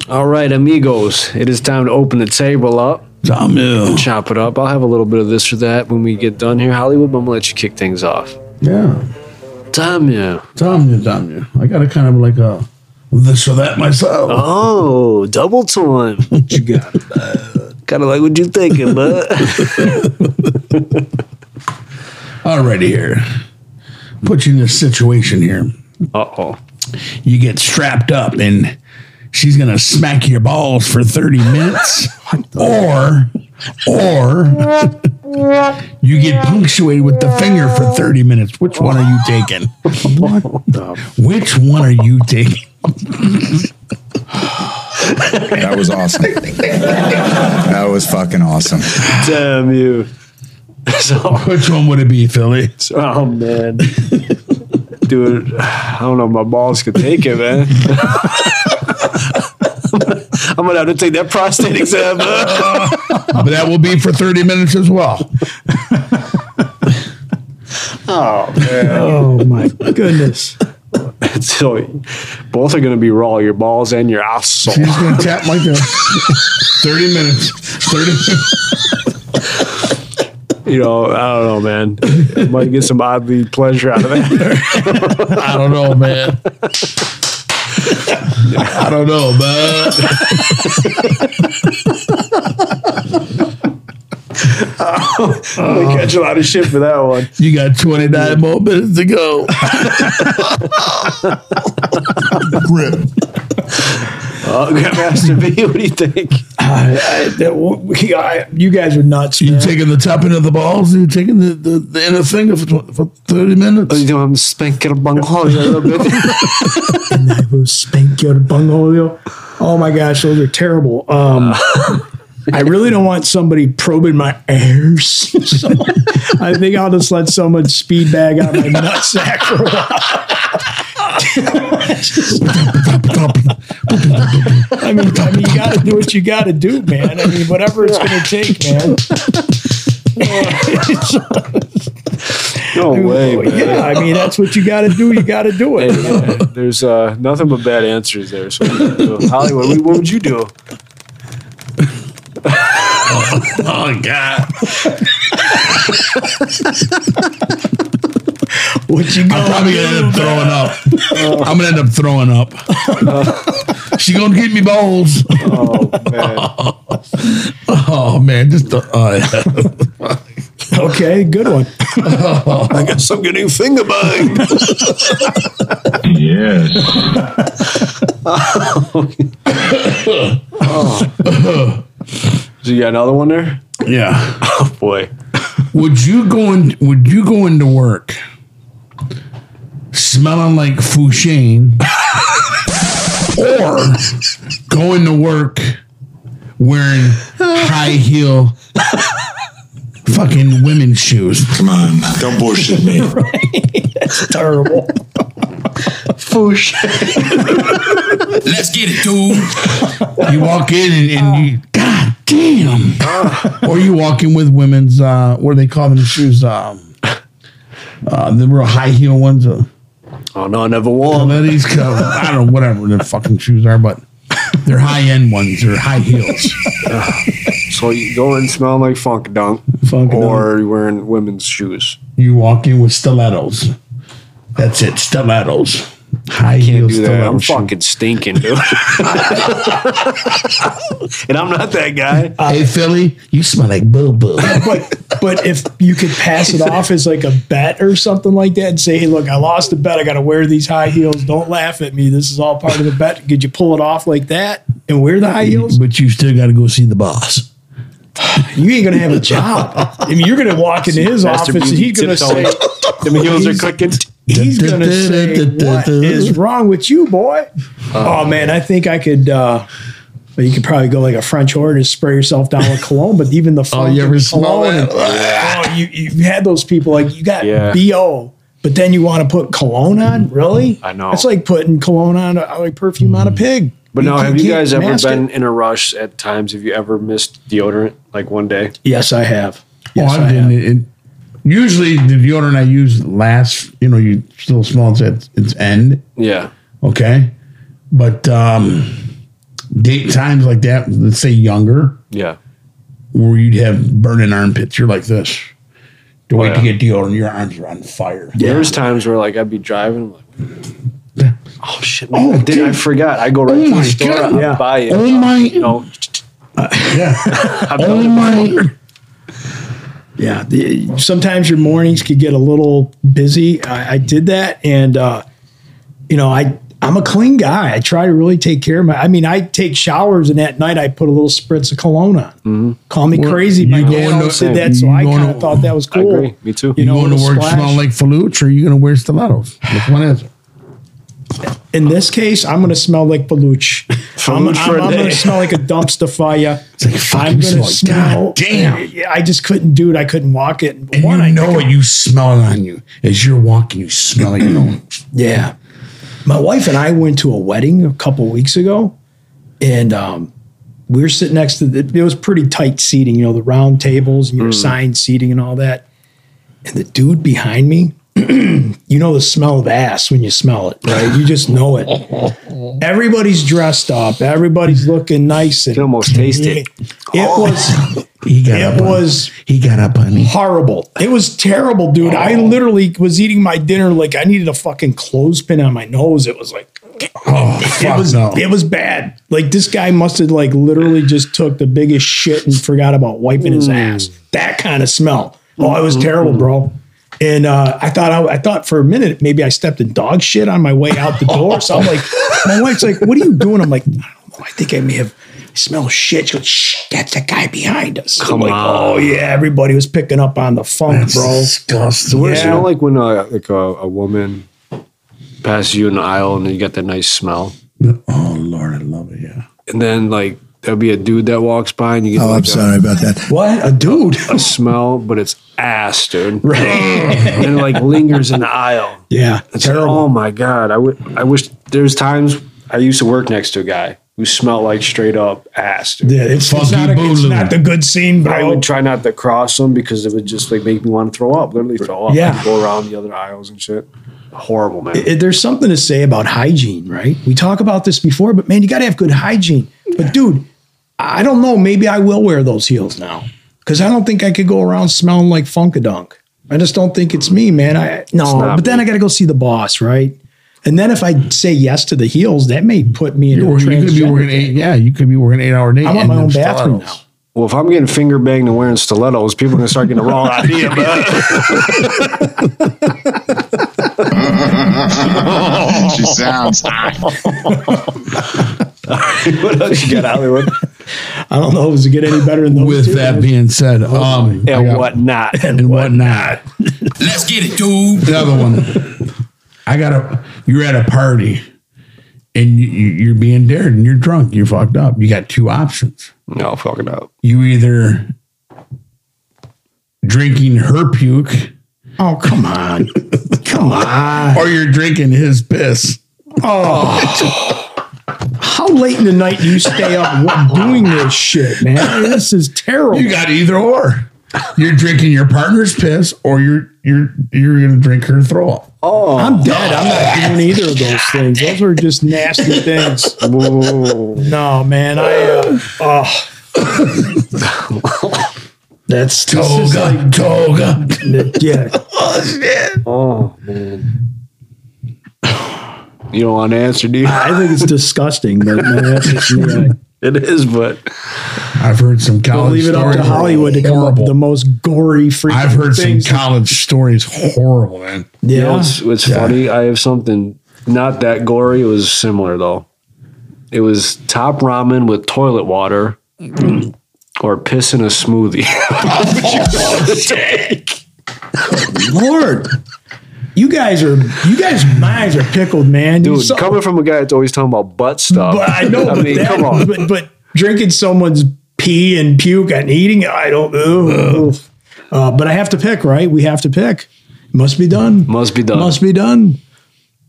[SPEAKER 3] All right, amigos, it is time to open the table up.
[SPEAKER 6] Damn
[SPEAKER 3] Chop it up. I'll have a little bit of this or that when we get done here, Hollywood, but I'm gonna let you kick things off.
[SPEAKER 6] Yeah.
[SPEAKER 3] Damn you.
[SPEAKER 6] Damn you, damn you. I got a kind of like a this or that myself.
[SPEAKER 3] Oh, double time.
[SPEAKER 6] What you got?
[SPEAKER 3] kind of like what you thinking, bud.
[SPEAKER 6] Alrighty here. Put you in this situation here.
[SPEAKER 3] Uh oh.
[SPEAKER 6] You get strapped up and she's gonna smack your balls for 30 minutes. or or you get punctuated with the finger for 30 minutes. Which one are you taking? Which one are you taking?
[SPEAKER 14] That was awesome. that was fucking awesome.
[SPEAKER 3] Damn you.
[SPEAKER 6] Which one would it be, Philly?
[SPEAKER 3] Oh man. Dude, I don't know if my balls could take it, man. I'm gonna have to take that prostate exam.
[SPEAKER 6] but that will be for 30 minutes as well.
[SPEAKER 3] oh man.
[SPEAKER 5] Oh my goodness.
[SPEAKER 3] so both are gonna be raw, your balls and your asshole.
[SPEAKER 6] She's gonna tap like a 30 minutes. 30 minutes.
[SPEAKER 3] You know, I don't know, man. Might get some oddly pleasure out of that.
[SPEAKER 6] I don't know, man. I don't know, man.
[SPEAKER 3] They catch a lot of shit for that one.
[SPEAKER 6] You got 29 more minutes to go.
[SPEAKER 1] Grip.
[SPEAKER 3] Uh, Grandmaster V, what do you think?
[SPEAKER 5] I, I, that, we, I, you guys are nuts.
[SPEAKER 6] You
[SPEAKER 5] man.
[SPEAKER 6] taking the top end of the balls? You taking the, the, the inner finger for, tw- for 30 minutes?
[SPEAKER 3] know, I'm spanking a bunghole a little bit.
[SPEAKER 5] and I will spank your bunghole. Oh my gosh, those are terrible. Um, I really don't want somebody probing my ears. So I think I'll just let someone speed bag out my nutsack for a while. I mean, I mean, you got to do what you got to do, man. I mean, whatever it's going to take, man.
[SPEAKER 3] No way, man.
[SPEAKER 5] yeah, I mean, that's what you got to do. You got to do it.
[SPEAKER 3] Hey, There's uh, nothing but bad answers there. So what would you do? Hollywood, what would you do?
[SPEAKER 6] Oh, God.
[SPEAKER 5] What you
[SPEAKER 6] I'm
[SPEAKER 5] got?
[SPEAKER 6] probably gonna end up throwing up. I'm gonna end up throwing up. she gonna give me balls.
[SPEAKER 3] Oh man,
[SPEAKER 6] Oh man, just the, uh,
[SPEAKER 5] Okay, good one.
[SPEAKER 3] I guess I'm getting finger banged.
[SPEAKER 8] Yes.
[SPEAKER 3] So you got another one there?
[SPEAKER 6] yeah.
[SPEAKER 3] Oh boy.
[SPEAKER 6] Would you go in? Would you go into work smelling like Fushane, or go into work wearing high heel fucking women's shoes?
[SPEAKER 14] Come on, don't bullshit me.
[SPEAKER 5] Terrible.
[SPEAKER 3] Foosh.
[SPEAKER 13] Let's get it, dude.
[SPEAKER 6] You walk in and, and you, God damn. or you walk in with women's, uh, what do they call them shoes? Um, uh, the real high heel ones. Uh,
[SPEAKER 3] Oh no, I never wore
[SPEAKER 6] them. These come, I don't know whatever the fucking shoes are, but they're high end ones. They're high heels.
[SPEAKER 3] So you go in smelling like funk dunk,
[SPEAKER 5] funk
[SPEAKER 3] or you're wearing women's shoes.
[SPEAKER 6] You walk in with stilettos. That's it, stilettos. High
[SPEAKER 3] Can't
[SPEAKER 6] heels
[SPEAKER 3] do that.
[SPEAKER 6] stiletto
[SPEAKER 3] I'm
[SPEAKER 6] shoe.
[SPEAKER 3] fucking stinking, dude. and I'm not that guy.
[SPEAKER 6] Hey Philly, you smell like boo boo.
[SPEAKER 5] but but if you could pass it off as like a bet or something like that and say, hey, look, I lost the bet. I got to wear these high heels. Don't laugh at me. This is all part of the bet. Could you pull it off like that and wear the high heels?
[SPEAKER 6] But you still got to go see the boss.
[SPEAKER 5] You ain't gonna have a job. I mean, you're gonna walk into his
[SPEAKER 3] Master
[SPEAKER 5] office and
[SPEAKER 3] Bean
[SPEAKER 5] he's gonna say,
[SPEAKER 3] tiptoeing. Them heels are cooking.
[SPEAKER 5] he's gonna say, what is wrong with you, boy?
[SPEAKER 3] Uh-huh.
[SPEAKER 5] Oh man, I think I could. uh well, you could probably go like a French whore and just spray yourself down with cologne, but even the
[SPEAKER 6] Oh,
[SPEAKER 5] funk
[SPEAKER 6] you
[SPEAKER 5] of
[SPEAKER 6] ever smell
[SPEAKER 5] cologne and-
[SPEAKER 6] that?
[SPEAKER 5] Oh, you, you had those people like you got
[SPEAKER 3] Yeah.
[SPEAKER 5] bo, but then you want to put cologne on? Really?
[SPEAKER 3] I know.
[SPEAKER 5] It's like putting cologne on a, like perfume on a pig.
[SPEAKER 3] But now,
[SPEAKER 5] can't-
[SPEAKER 3] have you
[SPEAKER 5] can't
[SPEAKER 3] guys ever
[SPEAKER 5] mask it.
[SPEAKER 3] been in a rush at times? Have you ever missed deodorant like one day?
[SPEAKER 5] Yes, I have.
[SPEAKER 6] Oh,
[SPEAKER 5] Yes,
[SPEAKER 6] I,
[SPEAKER 5] I
[SPEAKER 6] didn't. It, it- usually, the deodorant I use lasts. You know, you still smell it at its end.
[SPEAKER 3] Yeah.
[SPEAKER 6] Okay, but um, date times like that. Let's say younger,
[SPEAKER 3] Yeah.
[SPEAKER 6] where you'd have burning armpits. You're like this. To
[SPEAKER 3] Oh,
[SPEAKER 6] wait to
[SPEAKER 3] yeah.
[SPEAKER 6] get deodorant, your arms are on fire.
[SPEAKER 3] There was times where like I'd be driving, I'm like, oh shit, man,
[SPEAKER 6] Oh,
[SPEAKER 3] I, did, I
[SPEAKER 6] dude.
[SPEAKER 3] forgot. I go right
[SPEAKER 6] Oh
[SPEAKER 3] to
[SPEAKER 6] my
[SPEAKER 3] the store,
[SPEAKER 6] God.
[SPEAKER 3] I
[SPEAKER 5] Yeah.
[SPEAKER 3] buy it.
[SPEAKER 6] Oh my-
[SPEAKER 3] You know,
[SPEAKER 6] Oh my!
[SPEAKER 5] Yeah. the- sometimes your mornings could get a little busy. I, I did that, and uh, you know, I I'm a clean guy. I try to really take care of my. I mean, I take showers, and at night I put a little spritz of cologne on.
[SPEAKER 3] Mm-hmm.
[SPEAKER 5] Call me
[SPEAKER 6] Well,
[SPEAKER 5] crazy.
[SPEAKER 6] you
[SPEAKER 5] My
[SPEAKER 6] go
[SPEAKER 5] dad
[SPEAKER 6] into-
[SPEAKER 5] always did that, so
[SPEAKER 6] you
[SPEAKER 5] I
[SPEAKER 6] go
[SPEAKER 5] kind
[SPEAKER 6] into-
[SPEAKER 5] of thought that was
[SPEAKER 3] I
[SPEAKER 5] cool.
[SPEAKER 3] agree. Me too.
[SPEAKER 5] You know,
[SPEAKER 6] you going
[SPEAKER 5] the
[SPEAKER 6] to work
[SPEAKER 5] splash.
[SPEAKER 6] smelling like Faluch, or you going to wear stilettos? Which one is it?
[SPEAKER 5] In this case, I'm going to smell like Baluch. I'm,
[SPEAKER 3] Baluch for a
[SPEAKER 5] going
[SPEAKER 3] day.
[SPEAKER 5] to smell like a dumpster fire.
[SPEAKER 6] It's like
[SPEAKER 5] I'm going
[SPEAKER 6] fucking
[SPEAKER 5] to
[SPEAKER 6] smell like-
[SPEAKER 5] smell.
[SPEAKER 6] God damn.
[SPEAKER 5] Yeah, I just couldn't do it. I couldn't walk it.
[SPEAKER 6] And
[SPEAKER 5] One,
[SPEAKER 6] you
[SPEAKER 5] I
[SPEAKER 6] know
[SPEAKER 5] think
[SPEAKER 6] it. You smell it on you as you're walking. You smell it. You know.
[SPEAKER 5] Yeah. My wife and I went to a wedding a couple weeks ago, and um, we were sitting next to the, it was pretty tight seating, you know, the round tables and your assigned seating and all that. And the dude behind me, you know the smell of ass when you smell it, right? You just know it. Everybody's dressed up, everybody's looking nice. And
[SPEAKER 3] can almost taste it.
[SPEAKER 5] It was
[SPEAKER 6] He got
[SPEAKER 5] it
[SPEAKER 6] up. On,
[SPEAKER 5] was
[SPEAKER 6] he got up on me.
[SPEAKER 5] horrible. It was terrible, dude. I
[SPEAKER 6] Oh.
[SPEAKER 5] literally was eating my dinner like I needed a fucking clothespin on my nose. It was like
[SPEAKER 6] Oh fuck
[SPEAKER 5] it was
[SPEAKER 6] no!
[SPEAKER 5] it was bad. Like this guy must have like literally just took the biggest shit and forgot about wiping his
[SPEAKER 6] Mm.
[SPEAKER 5] ass. That kind of smell. Oh, it was
[SPEAKER 6] Mm-hmm.
[SPEAKER 5] terrible, bro. And uh, I thought I, I thought for a minute maybe I stepped in dog shit on my way out the door. So I'm like, my wife's like, "What are you doing?" I'm like, "I don't know. I think I may have smelled shit." She goes, "Shh, that's that guy behind us." I'm
[SPEAKER 3] Come
[SPEAKER 5] like,
[SPEAKER 3] on.
[SPEAKER 5] "Oh yeah, everybody was picking up on the funk, bro."
[SPEAKER 6] disgusting.
[SPEAKER 3] Whereas,
[SPEAKER 5] Yeah.
[SPEAKER 3] You know, like when uh, like a, a woman passes you in the aisle and you got that nice smell,
[SPEAKER 6] Oh lord, I love it. Yeah.
[SPEAKER 3] and then like there'll be a dude that walks by and you get
[SPEAKER 14] Oh,
[SPEAKER 3] like,
[SPEAKER 14] I'm sorry about that.
[SPEAKER 5] What a dude!
[SPEAKER 3] A, a smell, but it's ass, dude. Right. and it like lingers in the aisle.
[SPEAKER 5] Yeah,
[SPEAKER 3] It's like, oh my god! I wi- I wish there's times I used to work next to a guy who smelled like straight up ass. Dude.
[SPEAKER 5] Yeah, it's, it's,
[SPEAKER 6] Funky
[SPEAKER 5] not, a, it's
[SPEAKER 6] boogaloo.
[SPEAKER 5] not the good scene, bro.
[SPEAKER 3] I would try not to cross them because it would just like make me want to throw up, literally throw up.
[SPEAKER 5] Yeah.
[SPEAKER 3] I'd go around the other aisles and shit. Horrible, man.
[SPEAKER 5] it- there's something to say about hygiene, right? We talk about this before, but man, you got to have good hygiene. But dude, I don't know. Maybe I will wear those heels now because I don't think I could go around smelling like Funkadunk. I just don't think it's me, man. I no,
[SPEAKER 3] not
[SPEAKER 5] but then
[SPEAKER 3] me.
[SPEAKER 5] I got to go see the boss, right? And then if I say yes to the heels, that may put me in
[SPEAKER 6] You're
[SPEAKER 5] a
[SPEAKER 6] working, you could be
[SPEAKER 5] transgender
[SPEAKER 6] working
[SPEAKER 5] thing.
[SPEAKER 6] eight. Yeah, you could be working eight hour day.
[SPEAKER 5] I want
[SPEAKER 6] and
[SPEAKER 5] my
[SPEAKER 6] them
[SPEAKER 5] own bathroom now.
[SPEAKER 6] stilettos.
[SPEAKER 3] well, if I'm getting finger banged and wearing stilettos, people are gonna start getting the wrong idea. But
[SPEAKER 14] she sounds hot.
[SPEAKER 3] what else you got, Hollywood?
[SPEAKER 5] I don't know if it's gonna get any better than those
[SPEAKER 6] With
[SPEAKER 5] two.
[SPEAKER 6] that being said, um, I
[SPEAKER 3] And
[SPEAKER 6] got-
[SPEAKER 3] whatnot.
[SPEAKER 6] and whatnot.
[SPEAKER 13] Let's get it, dude.
[SPEAKER 6] the other one. I got a. You're at a party, and you, you, you're being dared, and you're drunk. You're fucked up. You got two options.
[SPEAKER 3] No, fucking up.
[SPEAKER 6] You either drinking her puke,
[SPEAKER 5] Oh come on, come on!
[SPEAKER 6] or you're drinking his piss.
[SPEAKER 5] How late in the night do you stay up wa- doing this shit, man? This is terrible.
[SPEAKER 6] You got either or. You're drinking your partner's piss, or you're you're you're gonna drink her throw up.
[SPEAKER 5] Oh, I'm dead. I'm not doing either of those things. Those were just nasty things. No, man. I. Uh, oh. That's this is
[SPEAKER 6] Toga, toga.
[SPEAKER 5] Yeah.
[SPEAKER 6] Oh shit.
[SPEAKER 3] Oh man. You don't want to answer, do you?
[SPEAKER 5] I think it's disgusting, but man, that's just me. I-
[SPEAKER 3] It is, but
[SPEAKER 6] I've heard some
[SPEAKER 5] Don't
[SPEAKER 6] college
[SPEAKER 5] leave it up
[SPEAKER 6] stories
[SPEAKER 5] to Hollywood to come up
[SPEAKER 6] horrible.
[SPEAKER 5] with the most gory freaking
[SPEAKER 6] I've heard some
[SPEAKER 5] things.
[SPEAKER 6] college stories horrible, man.
[SPEAKER 5] yeah.
[SPEAKER 3] You know, it's, it's funny. I have something not that gory. It was similar though. It was top ramen with toilet water, or piss in a smoothie.
[SPEAKER 5] Lord. You guys are you guys minds are pickled, man. You
[SPEAKER 3] Dude,
[SPEAKER 5] saw-
[SPEAKER 3] coming from a guy that's always talking about butt stuff.
[SPEAKER 5] but I know
[SPEAKER 3] I
[SPEAKER 5] but
[SPEAKER 3] mean,
[SPEAKER 5] that-
[SPEAKER 3] come on.
[SPEAKER 5] But, but drinking someone's pee and puke and eating it, I don't know. Uh, but I have to pick, right? We have to pick. Must be done.
[SPEAKER 3] Must be done.
[SPEAKER 5] Must be done.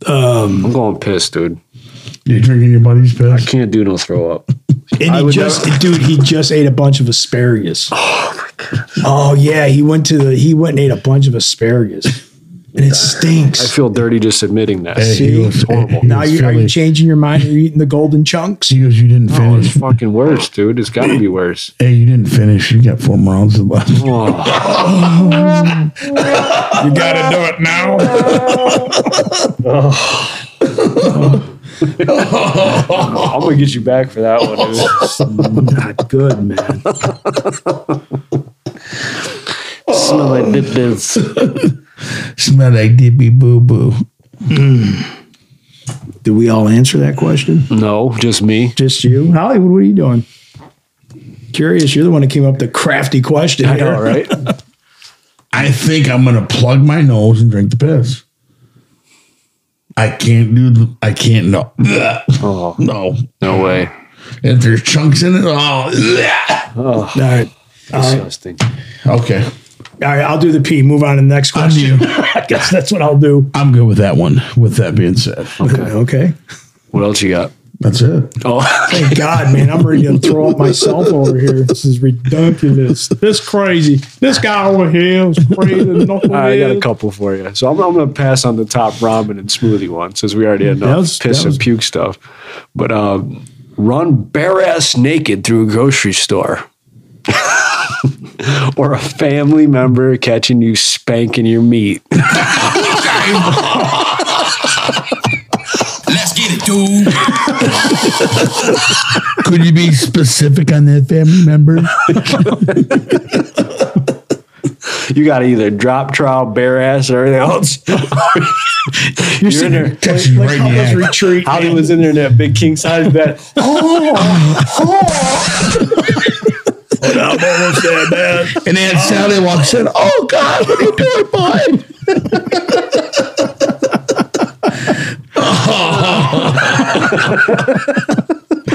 [SPEAKER 3] I'm going piss, dude.
[SPEAKER 6] You drinking your buddy's
[SPEAKER 3] I
[SPEAKER 6] piss?
[SPEAKER 3] can't do no throw up.
[SPEAKER 5] And
[SPEAKER 3] I
[SPEAKER 5] he
[SPEAKER 3] would
[SPEAKER 5] just, dude, he just ate a bunch of asparagus. Oh, yeah, he went to the, he went and ate a bunch of asparagus, and it
[SPEAKER 3] I
[SPEAKER 5] stinks.
[SPEAKER 3] feel dirty just admitting that.
[SPEAKER 6] Hey,
[SPEAKER 5] See?
[SPEAKER 6] he was horrible. He
[SPEAKER 5] Now
[SPEAKER 6] was
[SPEAKER 5] you are you
[SPEAKER 6] fairly-
[SPEAKER 5] changing your mind? You're eating the golden chunks.
[SPEAKER 6] He goes, you didn't
[SPEAKER 3] Oh, it's
[SPEAKER 6] finish.
[SPEAKER 3] fucking worse, dude. It's got to be worse.
[SPEAKER 6] Hey, you didn't finish. You got four more rounds left. you
[SPEAKER 3] Oh,
[SPEAKER 6] gotta do it now.
[SPEAKER 3] I'm gonna get you back for that one. Dude.
[SPEAKER 5] Not good, man.
[SPEAKER 9] Smell like bibbins.
[SPEAKER 6] Smell like dippy boo boo.
[SPEAKER 5] Did we all answer that question?
[SPEAKER 3] No, just me.
[SPEAKER 5] Just you, Hollywood. What are you doing? Curious. You're the one that came up with the crafty question.
[SPEAKER 3] I know,
[SPEAKER 5] here.
[SPEAKER 3] right?
[SPEAKER 6] I think I'm gonna plug my nose and drink the piss. I can't do. The, I can't no.
[SPEAKER 3] Oh,
[SPEAKER 6] No,
[SPEAKER 3] no way.
[SPEAKER 6] if there's chunks in it, oh.
[SPEAKER 5] All
[SPEAKER 3] Uh-huh.
[SPEAKER 5] right.
[SPEAKER 3] Disgusting.
[SPEAKER 6] Okay,
[SPEAKER 5] All right. I'll do the pee. Move on to the next
[SPEAKER 6] I'm
[SPEAKER 5] question. I guess that's what I'll do.
[SPEAKER 6] I'm good with that one. With that being said,
[SPEAKER 5] Okay.
[SPEAKER 3] What else you got?
[SPEAKER 6] that's it.
[SPEAKER 3] Oh,
[SPEAKER 5] Thank God, man. I'm ready to throw up myself over here. This is ridiculous. This crazy. This guy over here is crazy.
[SPEAKER 3] I got a couple for you. So I'm, I'm going to pass on the top ramen and smoothie one since we already had enough
[SPEAKER 5] That was-
[SPEAKER 3] piss
[SPEAKER 5] that was-
[SPEAKER 3] and puke stuff. But um, run bare ass naked through a grocery store. or a family member catching you spanking your meat.
[SPEAKER 13] Let's get it, dude.
[SPEAKER 6] Could you be specific on that family member?
[SPEAKER 3] You got to either drop trowel, bare ass, or everything else. You're, in there.
[SPEAKER 6] Catch you right in the act.
[SPEAKER 5] retreat.
[SPEAKER 3] Holly was in there in that big king size bed.
[SPEAKER 6] And then Sally walks in. Oh God, what are you doing, bud?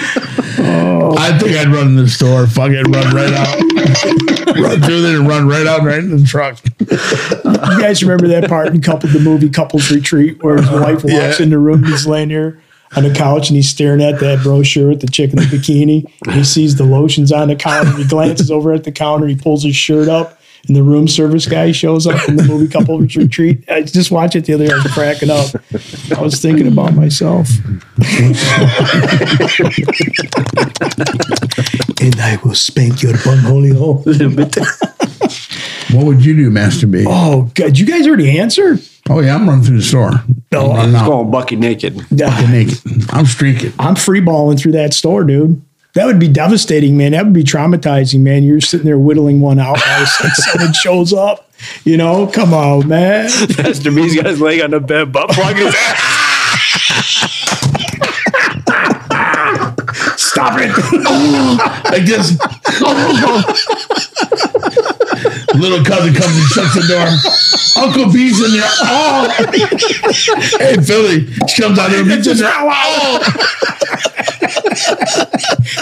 [SPEAKER 6] I think I'd run in the store. Fucking run right out. run through there and run right out right into the truck.
[SPEAKER 5] You guys remember that part in couple the movie Couples Retreat where his wife walks
[SPEAKER 6] Yeah.
[SPEAKER 5] in the room, he's laying there on the couch and he's staring at that brochure with the chick in the bikini. And he sees the lotions on the counter. He glances over at the counter, he pulls his shirt up, and the room service guy shows up in the movie Couples Retreat. I just watched it the other day, I was cracking up. I was thinking about myself. and I will spank your unholy hole.
[SPEAKER 6] What would you do, masturbate? Oh,
[SPEAKER 5] Oh god, you guys already answered?
[SPEAKER 6] yeah, I'm running through the store.
[SPEAKER 5] No,
[SPEAKER 6] I'm running out.
[SPEAKER 3] Going bucket naked.
[SPEAKER 5] Yeah.
[SPEAKER 6] Fucking naked. I'm streaking.
[SPEAKER 5] I'm free balling through that store, dude. That would be devastating, man. That would be traumatizing, man. You're sitting there whittling one out, all of a sudden someone shows up. You know, come on, man.
[SPEAKER 3] Pastor B's got his leg on the bed, butt plug his ass.
[SPEAKER 6] Stop it! like this. Little cousin comes and shuts the door. Uncle B's in there. Oh, hey Philly, she comes out here. B's in there. Oh,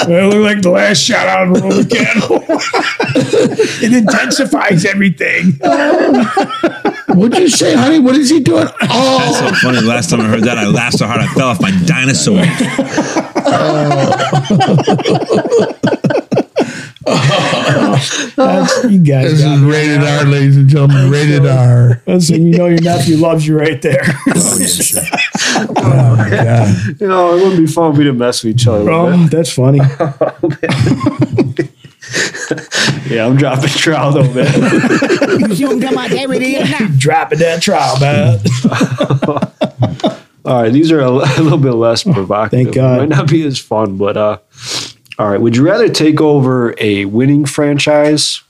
[SPEAKER 5] It looked like the last shot out of the candle. it intensifies everything.
[SPEAKER 6] what'd you say, honey? What is he doing?
[SPEAKER 13] That's
[SPEAKER 6] Oh,
[SPEAKER 13] so funny. The last time I heard that, I laughed so hard I fell off my dinosaur.
[SPEAKER 5] Oh. That's You guys
[SPEAKER 6] This
[SPEAKER 5] got
[SPEAKER 6] is
[SPEAKER 5] me.
[SPEAKER 6] rated R, ladies and gentlemen. Rated R.
[SPEAKER 5] That's when you know your nephew loves you right there.
[SPEAKER 3] You know, it wouldn't be fun if we didn't mess with each other. would it?
[SPEAKER 5] Oh, that's funny.
[SPEAKER 3] Yeah, I'm dropping trial though, man.
[SPEAKER 5] Dropping that trial, man.
[SPEAKER 3] all right, these are a, li- a little bit less provocative.
[SPEAKER 5] Oh, Thank God.
[SPEAKER 3] Might not be as fun, but uh, all right. Would you rather take over a winning franchise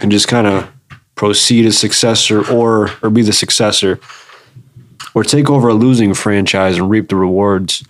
[SPEAKER 3] and just kind of proceed as successor, or or be the successor, or take over a losing franchise and reap the rewards,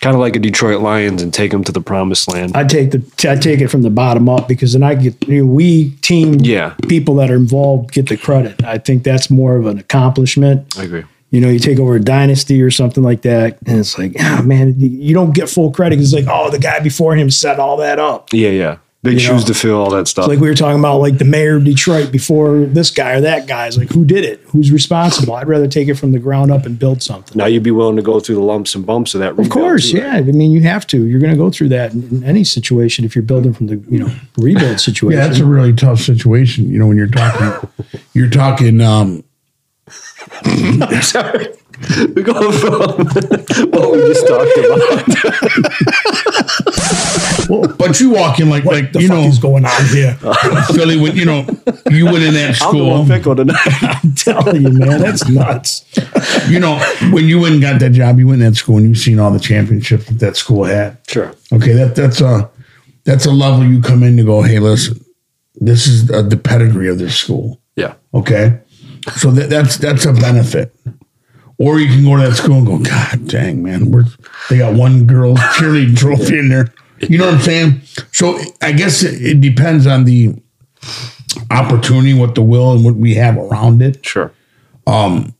[SPEAKER 3] kind of like a Detroit Lions and take them to the promised land?
[SPEAKER 5] I take the I take it from the bottom up because then I get you know, we team
[SPEAKER 3] Yeah.
[SPEAKER 5] people that are involved get the credit. I think that's more of an accomplishment.
[SPEAKER 3] I agree.
[SPEAKER 5] You know, you take over a dynasty or something like that, and it's like, ah, man, you- you don't get full credit. 'cause It's like, oh, the guy before him set all that up.
[SPEAKER 3] Yeah, yeah. Big
[SPEAKER 5] You
[SPEAKER 3] shoes
[SPEAKER 5] know,
[SPEAKER 3] to fill, all that stuff.
[SPEAKER 5] It's like we were talking about, like the mayor of Detroit before this guy or that guy. It's like, who did it? Who's responsible? I'd rather take it from the ground up and build something.
[SPEAKER 3] now you'd be willing to go through the lumps and bumps of that.
[SPEAKER 5] Of course, yeah. I mean, you have to. You're going to go through that in, in any situation if you're building from the you know rebuild situation.
[SPEAKER 6] Yeah, that's a really tough situation. You know, when you're talking, you're talking. Um,
[SPEAKER 3] I'm sorry. We go from what we just talked about.
[SPEAKER 6] but you walk in like like you know is
[SPEAKER 5] going on here,
[SPEAKER 6] Philly. When you know you went in that
[SPEAKER 3] I'm the one
[SPEAKER 6] school,
[SPEAKER 3] pickle tonight.
[SPEAKER 5] I'm telling you, man, that's nuts.
[SPEAKER 6] you know when you went and got that job, you went in that school and you've seen all the championships that that school had.
[SPEAKER 3] Sure.
[SPEAKER 6] Okay, that that's a that's a level you come in to go. Hey, listen, this is uh, the pedigree of this school.
[SPEAKER 3] Yeah.
[SPEAKER 6] Okay, so that, that's that's a benefit. Or you can go to that school and go, God dang, man, we're they got one girl cheerleading trophy in there. You know what I'm saying? So I guess it, it depends on the opportunity, what the will, and what we have around it.
[SPEAKER 3] Sure.
[SPEAKER 6] Um,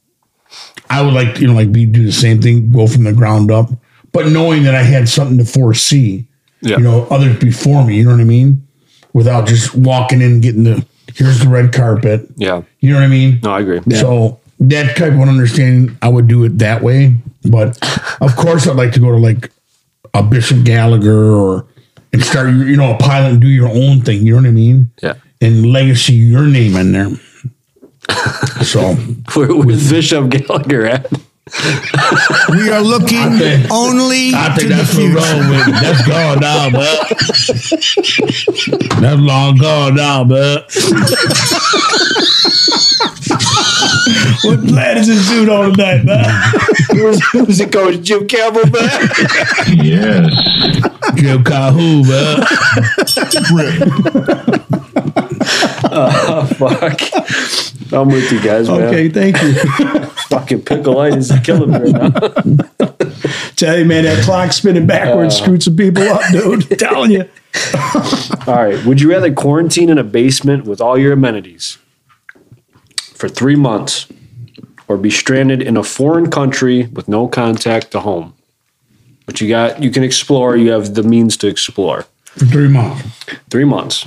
[SPEAKER 6] I would like you know like be do the same thing, go from the ground up, but knowing that I had something to foresee.
[SPEAKER 3] Yeah.
[SPEAKER 6] You know, others before me. You know what I mean? Without just walking in, and getting the here's the red carpet.
[SPEAKER 3] Yeah.
[SPEAKER 6] You know what I mean?
[SPEAKER 3] No, I agree.
[SPEAKER 6] So that type of understanding, I would do it that way. But of course, I'd like to go to like a Bishop Gallagher or and start, you know, a pilot and do your own thing. You know what I mean?
[SPEAKER 3] Yeah.
[SPEAKER 6] And legacy your name in there. So
[SPEAKER 3] Where was Bishop Gallagher at?
[SPEAKER 4] We are looking
[SPEAKER 6] think-
[SPEAKER 4] only
[SPEAKER 6] I
[SPEAKER 4] to
[SPEAKER 6] think
[SPEAKER 4] the
[SPEAKER 6] that's what's
[SPEAKER 4] future.
[SPEAKER 6] wrong with it. That's gone now, man. That's long gone now, man.
[SPEAKER 5] what plan is this dude on tonight, man?
[SPEAKER 3] Who's, who's it coach Jim Campbell back?
[SPEAKER 6] Jim Calhoun, man.
[SPEAKER 3] Oh, fuck. I'm with you guys, man.
[SPEAKER 5] Okay, thank you.
[SPEAKER 3] Fucking pickleitis is killing me right now.
[SPEAKER 5] Tell you, man, that clock spinning backwards screwed some people up, dude. Uh. telling you.
[SPEAKER 3] All right. Would you rather quarantine in a basement with all your amenities for three months or be stranded in a foreign country with no contact to home? But you got you can explore, you have the means to explore.
[SPEAKER 6] For three months.
[SPEAKER 3] Three months.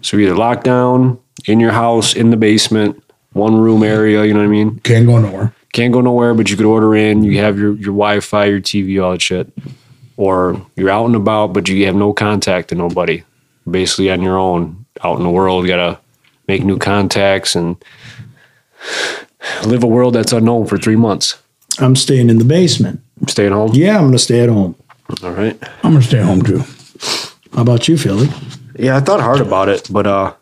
[SPEAKER 3] So either lockdown, in your house, in the basement, one room area, you know what I mean?
[SPEAKER 6] Can't go nowhere.
[SPEAKER 3] Can't go nowhere, but you could order in, you have your, your Wi Fi, your TV, all that shit. Or you're out and about, but you have no contact to nobody. Basically on your own, out in the world, you gotta make new contacts and live a world that's unknown for three months.
[SPEAKER 5] I'm staying in the basement.
[SPEAKER 3] Stay at home.
[SPEAKER 5] Yeah, I'm going to stay at home.
[SPEAKER 3] All right.
[SPEAKER 6] I'm gonna stay home too.
[SPEAKER 5] How about you, Philly?
[SPEAKER 3] Yeah, I thought hard about it, but uh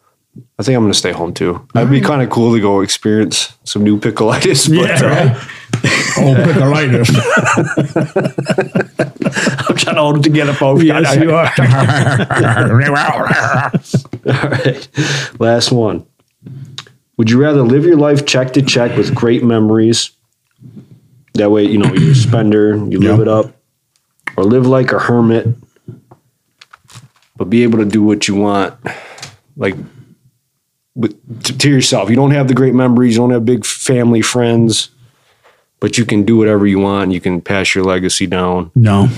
[SPEAKER 3] I think I'm gonna stay home too. That'd be kind of cool to go experience some new pickleitis, but uh,
[SPEAKER 6] Oh, pick a lighter.
[SPEAKER 3] I'm trying to hold it together, folks.
[SPEAKER 5] are.
[SPEAKER 3] All right. Last one. Would you rather live your life check to check with great memories? That way, you know, you're a spender, you live
[SPEAKER 6] Yeah.
[SPEAKER 3] it up, or live like a hermit, but be able to do what you want, like with, to, to yourself. You don't have the great memories, you don't have big family, friends, but you can do whatever you want. You can pass your legacy down,
[SPEAKER 6] no.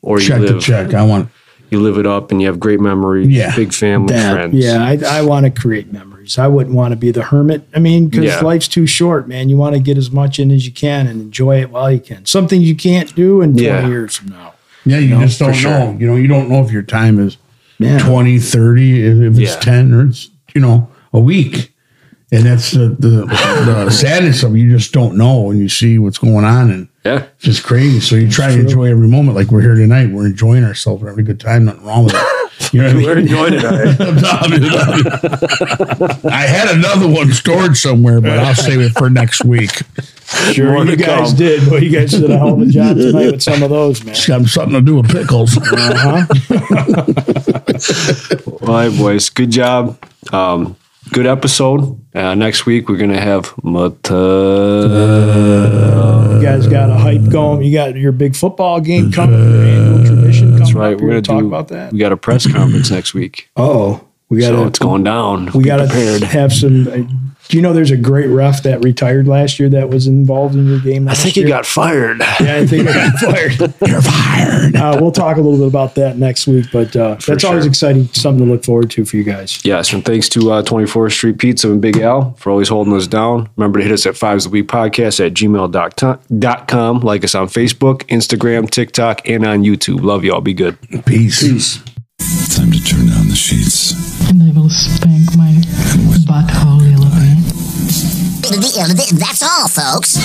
[SPEAKER 3] or you
[SPEAKER 6] Check the
[SPEAKER 3] live,
[SPEAKER 6] check. I want
[SPEAKER 3] you live it up, and you have great memories,
[SPEAKER 6] Yeah.
[SPEAKER 3] big family,
[SPEAKER 5] That-
[SPEAKER 3] friends.
[SPEAKER 5] yeah, I, I want to create memories. I wouldn't want to be the hermit. I mean, because
[SPEAKER 3] Yeah.
[SPEAKER 5] life's too short, man. You want to get as much in as you can and enjoy it while you can. Something you can't do in 20
[SPEAKER 3] Yeah.
[SPEAKER 5] years from now.
[SPEAKER 6] Yeah, you just
[SPEAKER 5] for
[SPEAKER 6] don't
[SPEAKER 5] sure.
[SPEAKER 6] know. You know, you don't know if your time is
[SPEAKER 5] Yeah.
[SPEAKER 6] twenty, thirty, 20, 30, if if it's
[SPEAKER 3] Yeah.
[SPEAKER 6] 10 or it's you know, a week. And that's the, the, the sadness of it. You just don't know and you see what's going on and
[SPEAKER 3] yeah.
[SPEAKER 6] it's just crazy. So you try to enjoy every moment. Like we're here tonight. We're enjoying ourselves. We're having a good time. Nothing wrong with it. You know what I mean?
[SPEAKER 3] We're enjoying it, all right.
[SPEAKER 6] I had another one stored somewhere, but I'll save it for next week.
[SPEAKER 5] Sure, you guys did. Well, you guys did a hell of a job tonight with some of those, man.
[SPEAKER 6] It's got something to do with pickles.
[SPEAKER 3] All right, boys. Good job. Um, good episode. Uh, next week we're gonna have Mata.
[SPEAKER 5] You guys got a hype going. You got your big football game coming. Your annual tradition coming.
[SPEAKER 3] That's right.
[SPEAKER 5] We're
[SPEAKER 3] We're gonna
[SPEAKER 5] going to talk
[SPEAKER 3] do,
[SPEAKER 5] about that.
[SPEAKER 3] We got a press conference next week.
[SPEAKER 5] Oh, we got
[SPEAKER 3] so
[SPEAKER 5] to
[SPEAKER 3] it's going down.
[SPEAKER 5] We
[SPEAKER 3] Be
[SPEAKER 5] got
[SPEAKER 3] prepared.
[SPEAKER 5] to have some. Uh, do you know there's a great ref that retired last year that was involved in your game?
[SPEAKER 3] I
[SPEAKER 5] Last
[SPEAKER 3] think
[SPEAKER 5] year?
[SPEAKER 3] he got fired.
[SPEAKER 5] Yeah, I think I got fired. You're fired. Uh, we'll talk a little bit about that next week, but uh, that's always
[SPEAKER 3] sure.
[SPEAKER 5] exciting. Something to look forward to for you guys.
[SPEAKER 3] Yes, and thanks to uh, 24th Street Pizza and Big Al for always holding us down. Remember to hit us at fives the week podcast at gmail.com. Like us on Facebook, Instagram, TikTok, and on YouTube. Love y'all. Be good.
[SPEAKER 6] Peace.
[SPEAKER 3] Peace.
[SPEAKER 8] Time to turn down the sheets.
[SPEAKER 2] And I will spank my butthole a little bit.
[SPEAKER 15] That's all, folks.